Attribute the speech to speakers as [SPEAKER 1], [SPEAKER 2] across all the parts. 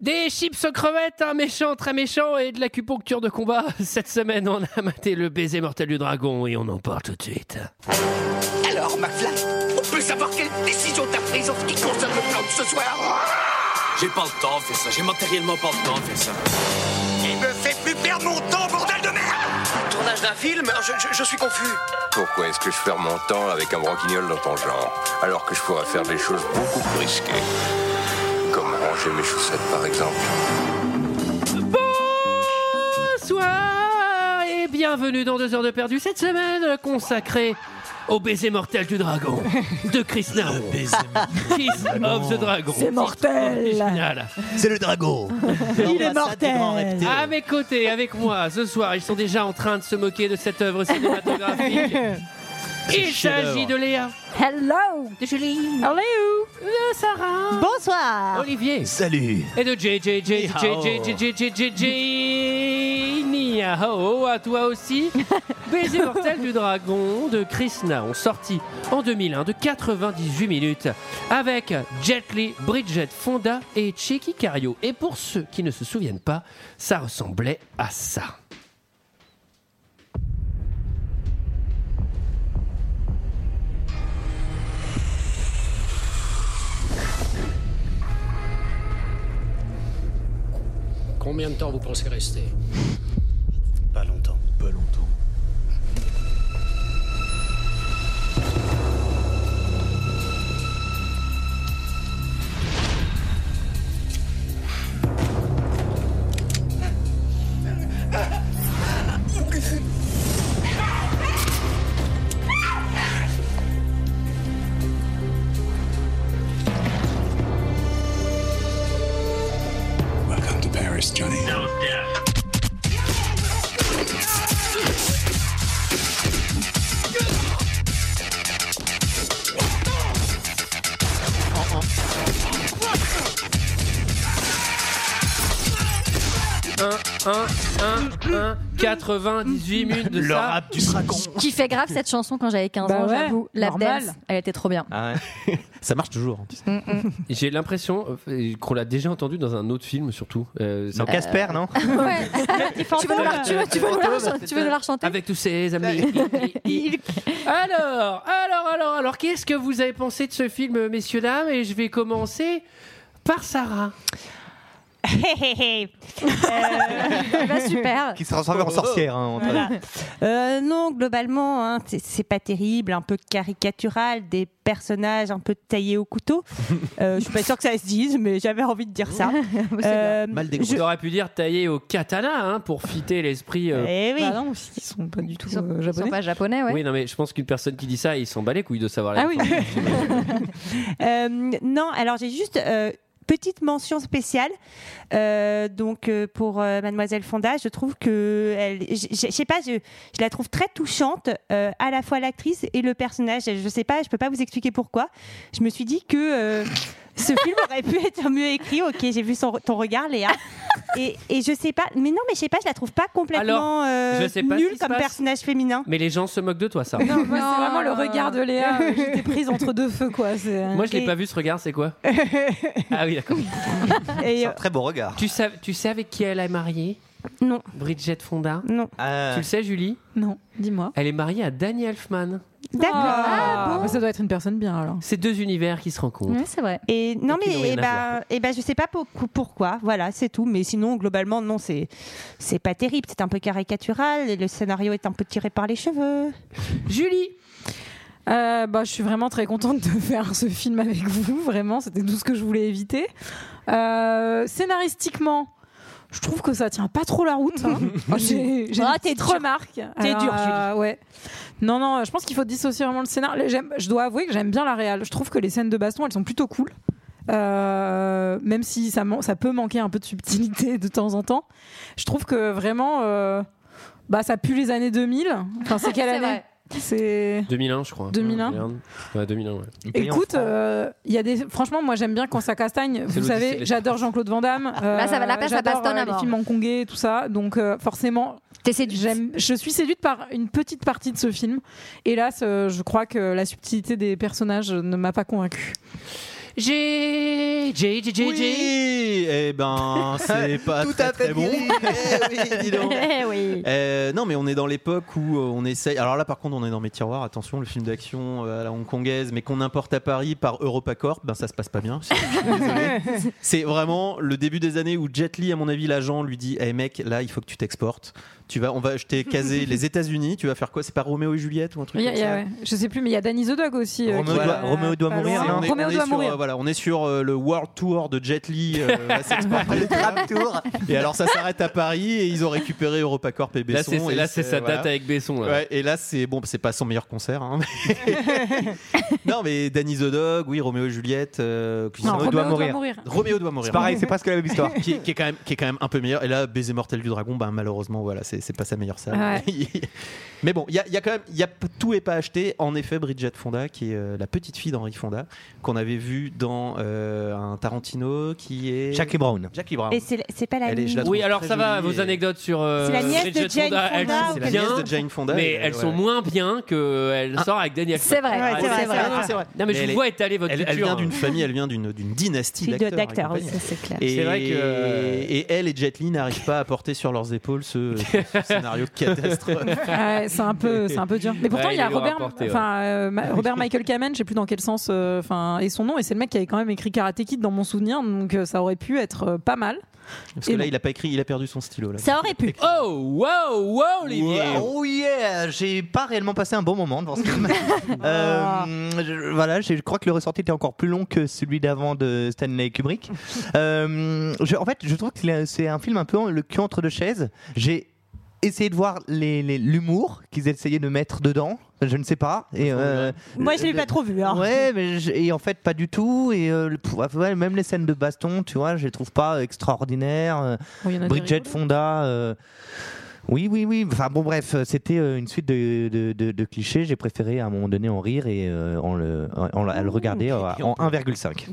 [SPEAKER 1] Des chips aux crevettes, un méchant très méchant et de l'acupuncture de combat. Cette semaine, on a maté le baiser mortel du dragon et on en parle tout de suite.
[SPEAKER 2] Alors, McFly, on peut savoir quelle décision t'as prise en ce qui concerne le plan de ce soir
[SPEAKER 3] J'ai pas le temps de faire ça, j'ai matériellement pas le temps de faire ça.
[SPEAKER 2] Il me fait plus perdre mon temps, bordel de merde
[SPEAKER 4] Tournage d'un film je, je- je suis confus.
[SPEAKER 5] Pourquoi est-ce que je perds mon temps avec un broquignol dans ton genre Alors que je pourrais faire des choses beaucoup plus risquées. Comme ranger mes chaussettes par exemple.
[SPEAKER 1] Bonsoir et bienvenue dans 2 heures de perdu. Cette semaine consacrée au baiser mortel du dragon de Chris Naro. Kiss of the Dragon.
[SPEAKER 6] C'est mortel
[SPEAKER 1] Original.
[SPEAKER 7] C'est le dragon.
[SPEAKER 6] Il est mortel
[SPEAKER 1] À mes côtés, avec moi, ce soir, ils sont déjà en train de se moquer de cette œuvre cinématographique. Il s'agit de Léa,
[SPEAKER 6] Hello
[SPEAKER 1] de Julie,
[SPEAKER 6] Hello
[SPEAKER 1] de Sarah,
[SPEAKER 6] Bonsoir
[SPEAKER 1] Olivier
[SPEAKER 7] Salut.
[SPEAKER 1] et de JJJ Niao à toi aussi. Baiser mortel du dragon de Chris Naon, sorti en 2001 de 98 minutes avec Jet Li, Bridget Fonda et Checky Cario. Et pour ceux qui ne se souviennent pas, ça ressemblait à ça.
[SPEAKER 8] Combien de temps vous pensez rester
[SPEAKER 4] Pas longtemps.
[SPEAKER 7] Pas longtemps.
[SPEAKER 4] Welcome to Paris, Johnny.
[SPEAKER 1] Un, un, un, 98 minutes de
[SPEAKER 7] Le
[SPEAKER 1] ça.
[SPEAKER 7] rap du dragon.
[SPEAKER 9] Qui fait grave cette chanson quand j'avais 15
[SPEAKER 6] Bah
[SPEAKER 9] ans,
[SPEAKER 6] ouais,
[SPEAKER 9] j'avoue. La
[SPEAKER 6] normal.
[SPEAKER 9] dance, elle était trop bien.
[SPEAKER 7] Ah ouais. ça marche toujours. tu sais.
[SPEAKER 1] mm. J'ai l'impression euh, qu'on l'a déjà entendu dans un autre film surtout. Euh, c'est
[SPEAKER 7] Dans Casper, non
[SPEAKER 9] Ouais. tu veux nous la, tu veux, tu veux
[SPEAKER 10] Ah,
[SPEAKER 9] nous la, chan- tu veux nous la rechanter
[SPEAKER 1] Avec tous ses amis. alors, alors, alors, alors, qu'est-ce que vous avez pensé de ce film, messieurs, dames Et je vais commencer par Sarah.
[SPEAKER 9] Bah, Super.
[SPEAKER 7] Qui se transforme en sorcière. hein, en train de-
[SPEAKER 10] Euh, non, globalement, hein, c'est- c'est pas terrible, un peu caricatural, des personnages un peu taillés au couteau. Euh, je suis pas sûre que ça se dise, mais j'avais envie de dire ça. Euh,
[SPEAKER 7] Mal des
[SPEAKER 1] On aurait pu dire taillé au katana hein, pour fitter l'esprit. euh,
[SPEAKER 10] eh oui.
[SPEAKER 6] Bah non, ils sont pas du tout
[SPEAKER 9] Ils sont,
[SPEAKER 6] euh,
[SPEAKER 9] ils sont
[SPEAKER 6] japonais.
[SPEAKER 9] pas japonais,
[SPEAKER 10] Ah
[SPEAKER 9] ouais.
[SPEAKER 1] Oui, non, mais je pense qu'une personne qui dit ça, il s'en bat les couilles de savoir la
[SPEAKER 6] Ah oui.
[SPEAKER 1] différence.
[SPEAKER 10] Euh, non, alors j'ai juste euh, petite mention spéciale. Euh, donc euh, pour euh, Mademoiselle Fonda, je trouve que elle- je je- je sais pas, je, je la trouve très touchante euh, à la fois l'actrice et le personnage. Je sais pas, je peux pas vous expliquer pourquoi. Je me suis dit que euh, ce film aurait pu être mieux écrit. Ok, j'ai vu son- ton regard, Léa. Et, et je sais pas, mais non, mais je sais pas, je la trouve pas complètement euh,
[SPEAKER 1] je sais pas ce qui
[SPEAKER 10] nulle
[SPEAKER 1] se
[SPEAKER 10] comme
[SPEAKER 1] passe.
[SPEAKER 10] personnage féminin.
[SPEAKER 1] Mais les gens se moquent de toi, ça.
[SPEAKER 6] Non, moi, c'est
[SPEAKER 9] Non.
[SPEAKER 6] vraiment le regard de Léa. euh, J'étais prise entre deux feux, quoi. C'est...
[SPEAKER 1] Moi, je l'ai
[SPEAKER 10] Et-
[SPEAKER 1] pas vu ce regard, c'est quoi Ah oui, d'accord.
[SPEAKER 10] Et,
[SPEAKER 7] C'est
[SPEAKER 10] euh,
[SPEAKER 7] un très beau regard.
[SPEAKER 1] Tu sais, tu sais avec qui elle est mariée
[SPEAKER 10] non,
[SPEAKER 1] Bridget Fonda.
[SPEAKER 10] non,
[SPEAKER 7] Ah.
[SPEAKER 1] Tu le sais, Julie
[SPEAKER 6] Non, dis-moi.
[SPEAKER 1] Elle est mariée à Danny Elfman.
[SPEAKER 10] d'accord.
[SPEAKER 6] Ah, bah, ça doit être une personne bien, alors.
[SPEAKER 1] C'est deux univers qui se rencontrent.
[SPEAKER 9] Ouais, c'est vrai.
[SPEAKER 10] Et non,
[SPEAKER 1] Et qui n'ont
[SPEAKER 10] mais
[SPEAKER 1] rien
[SPEAKER 10] eh
[SPEAKER 1] à voir.
[SPEAKER 10] ben, eh ben, je sais pas pour- pourquoi. Voilà, c'est tout. Mais sinon, globalement, non, c'est c'est pas terrible. C'est un peu caricatural. et Le scénario est un peu tiré par les cheveux.
[SPEAKER 1] Julie
[SPEAKER 6] Euh, bah, je suis vraiment très contente de faire ce film avec vous. Vraiment, c'était tout ce que je voulais éviter. Euh, scénaristiquement, je trouve que ça tient pas trop la route. hein. j'ai j'ai
[SPEAKER 9] Ah,
[SPEAKER 6] une
[SPEAKER 9] t'es
[SPEAKER 6] petite
[SPEAKER 9] dure.
[SPEAKER 6] remarque.
[SPEAKER 10] T'es
[SPEAKER 6] Alors,
[SPEAKER 10] dure,
[SPEAKER 6] euh, ouais. Non, non, je pense qu'il faut dissocier vraiment le scénar. Les- j'aime- Je dois avouer que j'aime bien la réal. Je trouve que les scènes de baston, elles sont plutôt cool. Euh, même si ça, man- ça peut manquer un peu de subtilité de temps en temps, je trouve que vraiment, euh, bah, ça pue les années 2000. Enfin, c'est quelle
[SPEAKER 9] C'est
[SPEAKER 6] année
[SPEAKER 9] vrai.
[SPEAKER 6] C'est
[SPEAKER 1] 2001, je crois.
[SPEAKER 6] 2001.
[SPEAKER 1] Ouais, 2001, ouais.
[SPEAKER 6] Écoute, euh, il y a des. Franchement, moi j'aime bien quand ça castagne.
[SPEAKER 1] C'est
[SPEAKER 6] Vous
[SPEAKER 1] l'Odyssée des
[SPEAKER 6] savez, j'adore Jean-Claude Van Damme. euh,
[SPEAKER 9] Là, Bah, ça va- la pêche, ça
[SPEAKER 6] j'adore,
[SPEAKER 9] bastonne à
[SPEAKER 6] euh, Les
[SPEAKER 9] mort.
[SPEAKER 6] films hongkongais, tout ça. Donc euh, forcément,
[SPEAKER 9] T'es séduite.
[SPEAKER 6] j'aime. Je suis séduite par une petite partie de ce film. Hélas, euh, je crois que la subtilité des personnages ne m'a pas convaincue.
[SPEAKER 1] J'ai. J'ai, j'ai, j'ai, j'ai.
[SPEAKER 7] Oui, eh ben, c'est pas très, très bon. Dis donc.
[SPEAKER 9] Eh oui.
[SPEAKER 7] Euh, non, mais on est dans l'époque où euh, on essaye. Alors là, par contre, on est dans mes tiroirs. Attention, le film d'action euh, à la hongkongaise, mais qu'on importe à Paris par EuropaCorp, ben ça se passe pas bien. Je suis désolé. C'est vraiment le début des années où Jet Li, à mon avis, l'agent lui dit "Eh mec, là, il faut que tu t'exportes. Tu vas, on va, je t'ai casé les États-Unis. Tu vas faire quoi C'est pas Roméo et Juliette ou un truc
[SPEAKER 6] Il y a-
[SPEAKER 7] comme
[SPEAKER 6] il y
[SPEAKER 7] ça
[SPEAKER 6] a- ouais. Je sais plus, mais il y a Danny the Dog aussi. euh,
[SPEAKER 7] Roméo
[SPEAKER 6] qui
[SPEAKER 7] doit-
[SPEAKER 6] va-
[SPEAKER 7] Roméo doit
[SPEAKER 6] pas
[SPEAKER 7] mourir,
[SPEAKER 6] loin.
[SPEAKER 7] non On est-
[SPEAKER 6] Roméo
[SPEAKER 7] on est
[SPEAKER 6] doit
[SPEAKER 7] sur,
[SPEAKER 6] mourir.
[SPEAKER 7] euh, voilà, on est sur euh, le World Tour de Jet Li. euh, va s'exporter. Et alors ça s'arrête à Paris et ils ont récupéré EuropaCorp et
[SPEAKER 1] Là,
[SPEAKER 7] Besson.
[SPEAKER 1] c'est
[SPEAKER 7] et
[SPEAKER 1] là, c'est sa
[SPEAKER 7] voilà.
[SPEAKER 1] date avec Besson. là.
[SPEAKER 7] Ouais, et là, c'est bon, c'est pas son meilleur concert. hein, mais- non, mais Danny the Dog, oui, Roméo et Juliette, euh, qui-
[SPEAKER 6] Non,
[SPEAKER 7] Roméo,
[SPEAKER 6] Roméo
[SPEAKER 7] doit...
[SPEAKER 6] doit
[SPEAKER 7] mourir.
[SPEAKER 6] mourir.
[SPEAKER 7] Roméo doit mourir.
[SPEAKER 6] C'est pareil,
[SPEAKER 7] c'est presque la même histoire. qui, est- qui est quand même, qui est quand même un peu meilleur. Et là, Baiser mortel du dragon, ben, malheureusement, voilà, c'est c'est pas sa meilleure salle. mais bon, il y a, il y a quand même, il y a, p- tout est pas acheté. En effet, Bridget Fonda, qui est euh, la petite fille d'Henri Fonda, qu'on avait vue dans euh, un Tarantino, qui est
[SPEAKER 11] Jackie Brown.
[SPEAKER 7] Jackie Brown.
[SPEAKER 10] Et c'est c'est pas la
[SPEAKER 7] Elle est- je la
[SPEAKER 10] nuit.
[SPEAKER 7] trouve
[SPEAKER 1] Oui, alors
[SPEAKER 7] très
[SPEAKER 1] ça va,
[SPEAKER 7] jolie
[SPEAKER 1] vos
[SPEAKER 7] et-
[SPEAKER 1] anecdotes sur. euh,
[SPEAKER 10] C'est la nièce
[SPEAKER 1] Bridget
[SPEAKER 10] de Jane
[SPEAKER 1] elles
[SPEAKER 10] Fonda,
[SPEAKER 1] sont
[SPEAKER 10] ou Ah.
[SPEAKER 7] C'est la
[SPEAKER 1] bien,
[SPEAKER 7] nièce de Jane Fonda.
[SPEAKER 1] mais
[SPEAKER 7] et-
[SPEAKER 1] elles
[SPEAKER 7] ouais,
[SPEAKER 1] sont
[SPEAKER 7] ouais.
[SPEAKER 1] moins bien qu'elle sort avec Daniel.
[SPEAKER 9] C'est vrai.
[SPEAKER 10] Ouais, c'est
[SPEAKER 9] Ah,
[SPEAKER 10] vrai, c'est vrai.
[SPEAKER 1] Non, mais,
[SPEAKER 7] Mais
[SPEAKER 1] je
[SPEAKER 7] elle
[SPEAKER 1] vois étaler votre
[SPEAKER 7] Elle, elle
[SPEAKER 1] culture. hein.
[SPEAKER 7] vient d'une famille, elle vient d'une d'une dynastie
[SPEAKER 10] Fille
[SPEAKER 7] d'acteurs. et
[SPEAKER 10] d'acteurs, oui,
[SPEAKER 7] compagnie.
[SPEAKER 10] ça c'est clair.
[SPEAKER 7] Et,
[SPEAKER 1] C'est vrai que-
[SPEAKER 7] et elle et Jet Li n'arrivent pas à porter sur leurs épaules ce, ce scénario de catastrophe.
[SPEAKER 6] Ouais, c'est un peu, c'est un peu dur. Mais pourtant,
[SPEAKER 1] Ouais,
[SPEAKER 6] il y a
[SPEAKER 1] il est lourd à
[SPEAKER 6] Robert,
[SPEAKER 1] porter, ouais.
[SPEAKER 6] enfin euh, Ma- Robert Michael Kamen, je sais plus dans quel sens, euh, enfin et son nom, et c'est le mec qui avait quand même écrit Karate Kid dans mon souvenir, donc euh, ça aurait pu être euh, pas mal.
[SPEAKER 7] Parce que
[SPEAKER 6] Et
[SPEAKER 7] là,
[SPEAKER 6] bon.
[SPEAKER 7] il a pas écrit, il a perdu son stylo. Là.
[SPEAKER 9] Ça aurait pu.
[SPEAKER 1] Oh, wow, wow, Olivier.
[SPEAKER 11] Oh yeah, j'ai pas réellement passé un bon moment devant ce film. Euh, je- voilà, je je crois que le ressorti était encore plus long que celui d'avant de Stanley Kubrick. Euh, je- en fait, je trouve que c'est un- c'est un film un peu en- le cul entre deux chaises. J'ai essayé de voir les- les- l'humour qu'ils essayaient de mettre dedans. Je ne sais pas. Et, euh,
[SPEAKER 10] Moi, je l'ai pas trop vu. hein.
[SPEAKER 11] Ouais, mais je- et en fait pas du tout. Et euh, le- pour- ouais, même les scènes de baston, tu vois, je les trouve pas extraordinaires. Euh,
[SPEAKER 6] Bon, il y en a des
[SPEAKER 11] Bridget
[SPEAKER 6] rigolos.
[SPEAKER 11] Fonda. euh, Oui, oui, oui. Enfin bon, bref, c'était euh, une suite de, de- de- de clichés. J'ai préféré à un moment donné en rire et euh, en, le, en- en- à le regarder euh, en 1,5.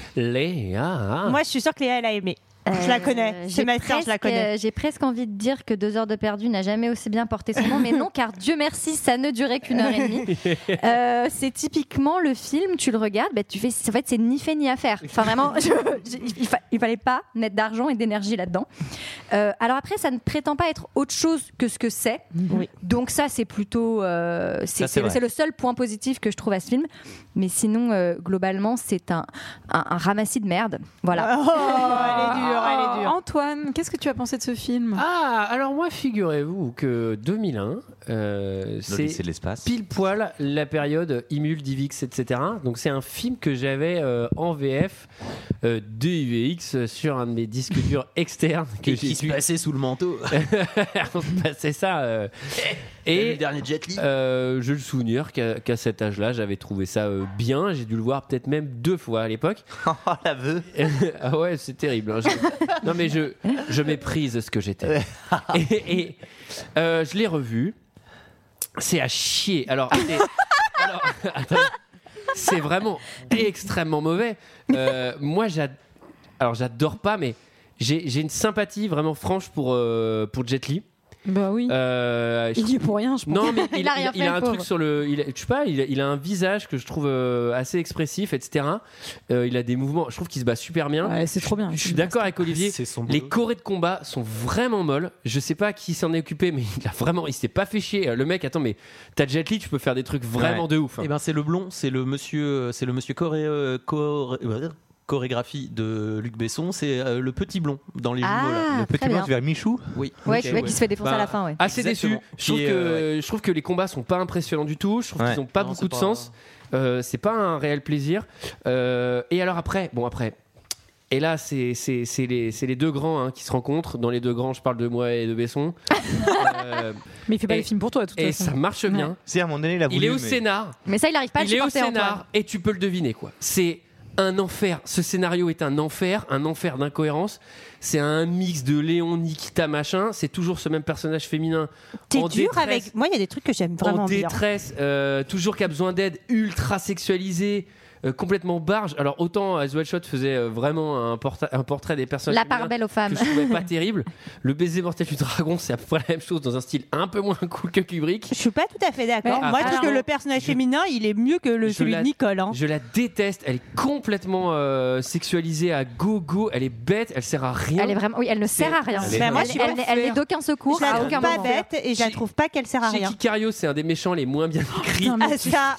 [SPEAKER 7] Ah.
[SPEAKER 1] Léa.
[SPEAKER 10] Moi, je suis sûre que Léa, elle a aimé. Je la connais.
[SPEAKER 9] Euh,
[SPEAKER 10] C'est
[SPEAKER 9] j'ai
[SPEAKER 10] ma sœur, je la
[SPEAKER 9] presque-
[SPEAKER 10] connais.
[SPEAKER 9] euh, J'ai presque envie de dire que Deux heures de perdu n'a jamais aussi bien porté son nom, mais non, car Dieu merci, ça ne durait qu'une heure et demie. Euh, c'est typiquement le film, tu le regardes, bah, tu fais, en fait, c'est ni fait ni à faire. Enfin, vraiment, je- je- il, fa- il fallait pas mettre d'argent et d'énergie là-dedans. Euh, alors après, ça ne prétend pas être autre chose que ce que c'est.
[SPEAKER 10] Mhm.
[SPEAKER 9] Donc ça, c'est plutôt, euh,
[SPEAKER 11] Ça,
[SPEAKER 9] c'est
[SPEAKER 11] c'est
[SPEAKER 9] c'est-
[SPEAKER 11] vrai.
[SPEAKER 9] c'est le seul point positif que je trouve à ce film. Mais sinon, euh, globalement, c'est un, un, un ramassis de merde. Voilà.
[SPEAKER 10] Oh, elle est dure, elle est dure.
[SPEAKER 6] Antoine, qu'est-ce que tu as pensé de ce film
[SPEAKER 1] Ah, alors moi, figurez-vous que 2001, euh, c'est
[SPEAKER 11] de l'espace.
[SPEAKER 1] pile poil la période Imul, Divix, etc. Donc c'est un film que j'avais euh, en VF euh, DVX sur un de mes disques durs externes que
[SPEAKER 7] Et
[SPEAKER 1] j'ai
[SPEAKER 7] qui se
[SPEAKER 1] dû
[SPEAKER 7] passait sous le manteau.
[SPEAKER 1] passer ça. euh,
[SPEAKER 7] Et le
[SPEAKER 1] et
[SPEAKER 7] dernier Jet Li.
[SPEAKER 1] euh, j'ai le souvenir qu'à qu'à cet âge-là, j'avais trouvé ça euh, bien. J'ai dû le voir peut-être même deux fois à l'époque.
[SPEAKER 11] Oh l'aveu.
[SPEAKER 1] ah ouais, c'est terrible. hein. Je- Non, mais je, je méprise ce que j'étais. Et, et, euh, je l'ai revu. C'est à chier. Alors, c'est- alors, attends. c'est vraiment extrêmement mauvais. Euh, moi, j'ad- alors j'adore pas, mais j'ai j'ai une sympathie vraiment franche pour, euh, pour Jet Li.
[SPEAKER 6] Bah oui,
[SPEAKER 1] Euh, je
[SPEAKER 6] il y est pour rien, je pense.
[SPEAKER 1] non, mais il,
[SPEAKER 9] Il a rien
[SPEAKER 1] il- il
[SPEAKER 9] fait,
[SPEAKER 1] a un
[SPEAKER 9] le pauvre.
[SPEAKER 1] truc sur le. Il, a- je sais pas, il, a- il a un visage que je trouve euh, assez expressif, etc. Euh, il a des mouvements. Je trouve qu'il se bat super bien.
[SPEAKER 6] Ouais, c'est trop bien.
[SPEAKER 1] Je suis d'accord avec Olivier.
[SPEAKER 7] C'est son
[SPEAKER 1] Les
[SPEAKER 7] boulot.
[SPEAKER 1] chorés de combat sont vraiment molles. Je sais pas qui s'en est occupé, mais il a vraiment, il s'est pas fait chier. Euh, Le mec, attends, mais t'as Jet Li, tu peux faire des trucs vraiment de ouf. hein.
[SPEAKER 7] Eh ben, c'est le blond, c'est le monsieur, c'est le monsieur choré- euh, choré- euh, chorégraphie de Luc Besson, c'est euh, le petit blond dans les jumeaux. là.
[SPEAKER 9] Ah,
[SPEAKER 11] Le petit
[SPEAKER 9] très
[SPEAKER 11] blanc,
[SPEAKER 9] bien.
[SPEAKER 11] tu verras Michou.
[SPEAKER 7] Oui.
[SPEAKER 9] Ouais,
[SPEAKER 7] Ok,
[SPEAKER 9] tu vois qui se fait défoncer à la
[SPEAKER 7] Bah,
[SPEAKER 9] fin, ouais.
[SPEAKER 1] Assez
[SPEAKER 7] Exactement.
[SPEAKER 1] déçu. Je trouve,
[SPEAKER 7] Qui,
[SPEAKER 1] que,
[SPEAKER 7] euh,
[SPEAKER 1] je trouve que les combats sont pas impressionnants du tout. Je trouve
[SPEAKER 11] Ouais.
[SPEAKER 1] qu'ils ont pas
[SPEAKER 7] Non,
[SPEAKER 1] beaucoup
[SPEAKER 7] c'est
[SPEAKER 1] de
[SPEAKER 7] pas-
[SPEAKER 1] sens. Euh, c'est pas un réel plaisir. Euh, et alors après, bon après. Et là, c'est c'est- c'est les, c'est les deux grands hein, qui se rencontrent. Dans les deux grands, je parle de moi et de Besson. Euh,
[SPEAKER 6] Mais il fait pas
[SPEAKER 1] Et-
[SPEAKER 6] les films pour toi, de toute
[SPEAKER 1] et
[SPEAKER 6] façon.
[SPEAKER 1] ça marche bien.
[SPEAKER 11] C'est à un moment donné, il a voulu.
[SPEAKER 1] Il est au
[SPEAKER 11] mais-
[SPEAKER 1] scénar.
[SPEAKER 9] Mais ça, il arrive pas à le
[SPEAKER 1] il est au
[SPEAKER 9] supporter Antoine.
[SPEAKER 1] scénar et tu peux le deviner quoi. C'est un enfer. Ce scénario est un enfer, un enfer d'incohérence. C'est un mix de Léon, Nikita, machin. C'est toujours ce même personnage féminin
[SPEAKER 10] T'es
[SPEAKER 1] en
[SPEAKER 10] dur
[SPEAKER 1] détresse.
[SPEAKER 10] avec. Moi, il y a des trucs que j'aime vraiment
[SPEAKER 1] en
[SPEAKER 10] bien.
[SPEAKER 1] détresse, euh, toujours qui a besoin d'aide, ultra sexualisé. euh, complètement barge. Alors autant As Well Shot faisait euh, vraiment un, porta- un portrait des personnes
[SPEAKER 9] La part belle aux femmes.
[SPEAKER 1] que je trouvais pas terrible. Le baiser mortel du dragon, c'est à peu près la même chose dans un style un peu moins cool que Kubrick.
[SPEAKER 10] Je suis pas tout à fait d'accord.
[SPEAKER 1] Ouais. Ah,
[SPEAKER 10] Moi, je trouve que
[SPEAKER 1] pardon.
[SPEAKER 10] le personnage féminin, il est mieux que le,
[SPEAKER 1] Je
[SPEAKER 10] celui
[SPEAKER 1] la-
[SPEAKER 10] de Nicole. hein.
[SPEAKER 1] Je la déteste, elle est complètement euh, sexualisée à gogo, elle est bête, elle sert à rien.
[SPEAKER 9] Elle est vraiment, oui, elle ne sert à rien.
[SPEAKER 1] Elle est-
[SPEAKER 9] Elle,
[SPEAKER 10] Ben,
[SPEAKER 1] Bah, moi, je
[SPEAKER 9] elle-
[SPEAKER 1] suis pas
[SPEAKER 9] elle n'est- elle n'est d'aucun secours
[SPEAKER 10] Je la
[SPEAKER 9] à
[SPEAKER 10] trouve
[SPEAKER 9] aucun
[SPEAKER 10] pas
[SPEAKER 9] moment.
[SPEAKER 10] bête et je la trouve pas qu'elle sert à rien.
[SPEAKER 1] Chicky Cario, c'est un des méchants les moins bien écrits.
[SPEAKER 10] Ah, ça,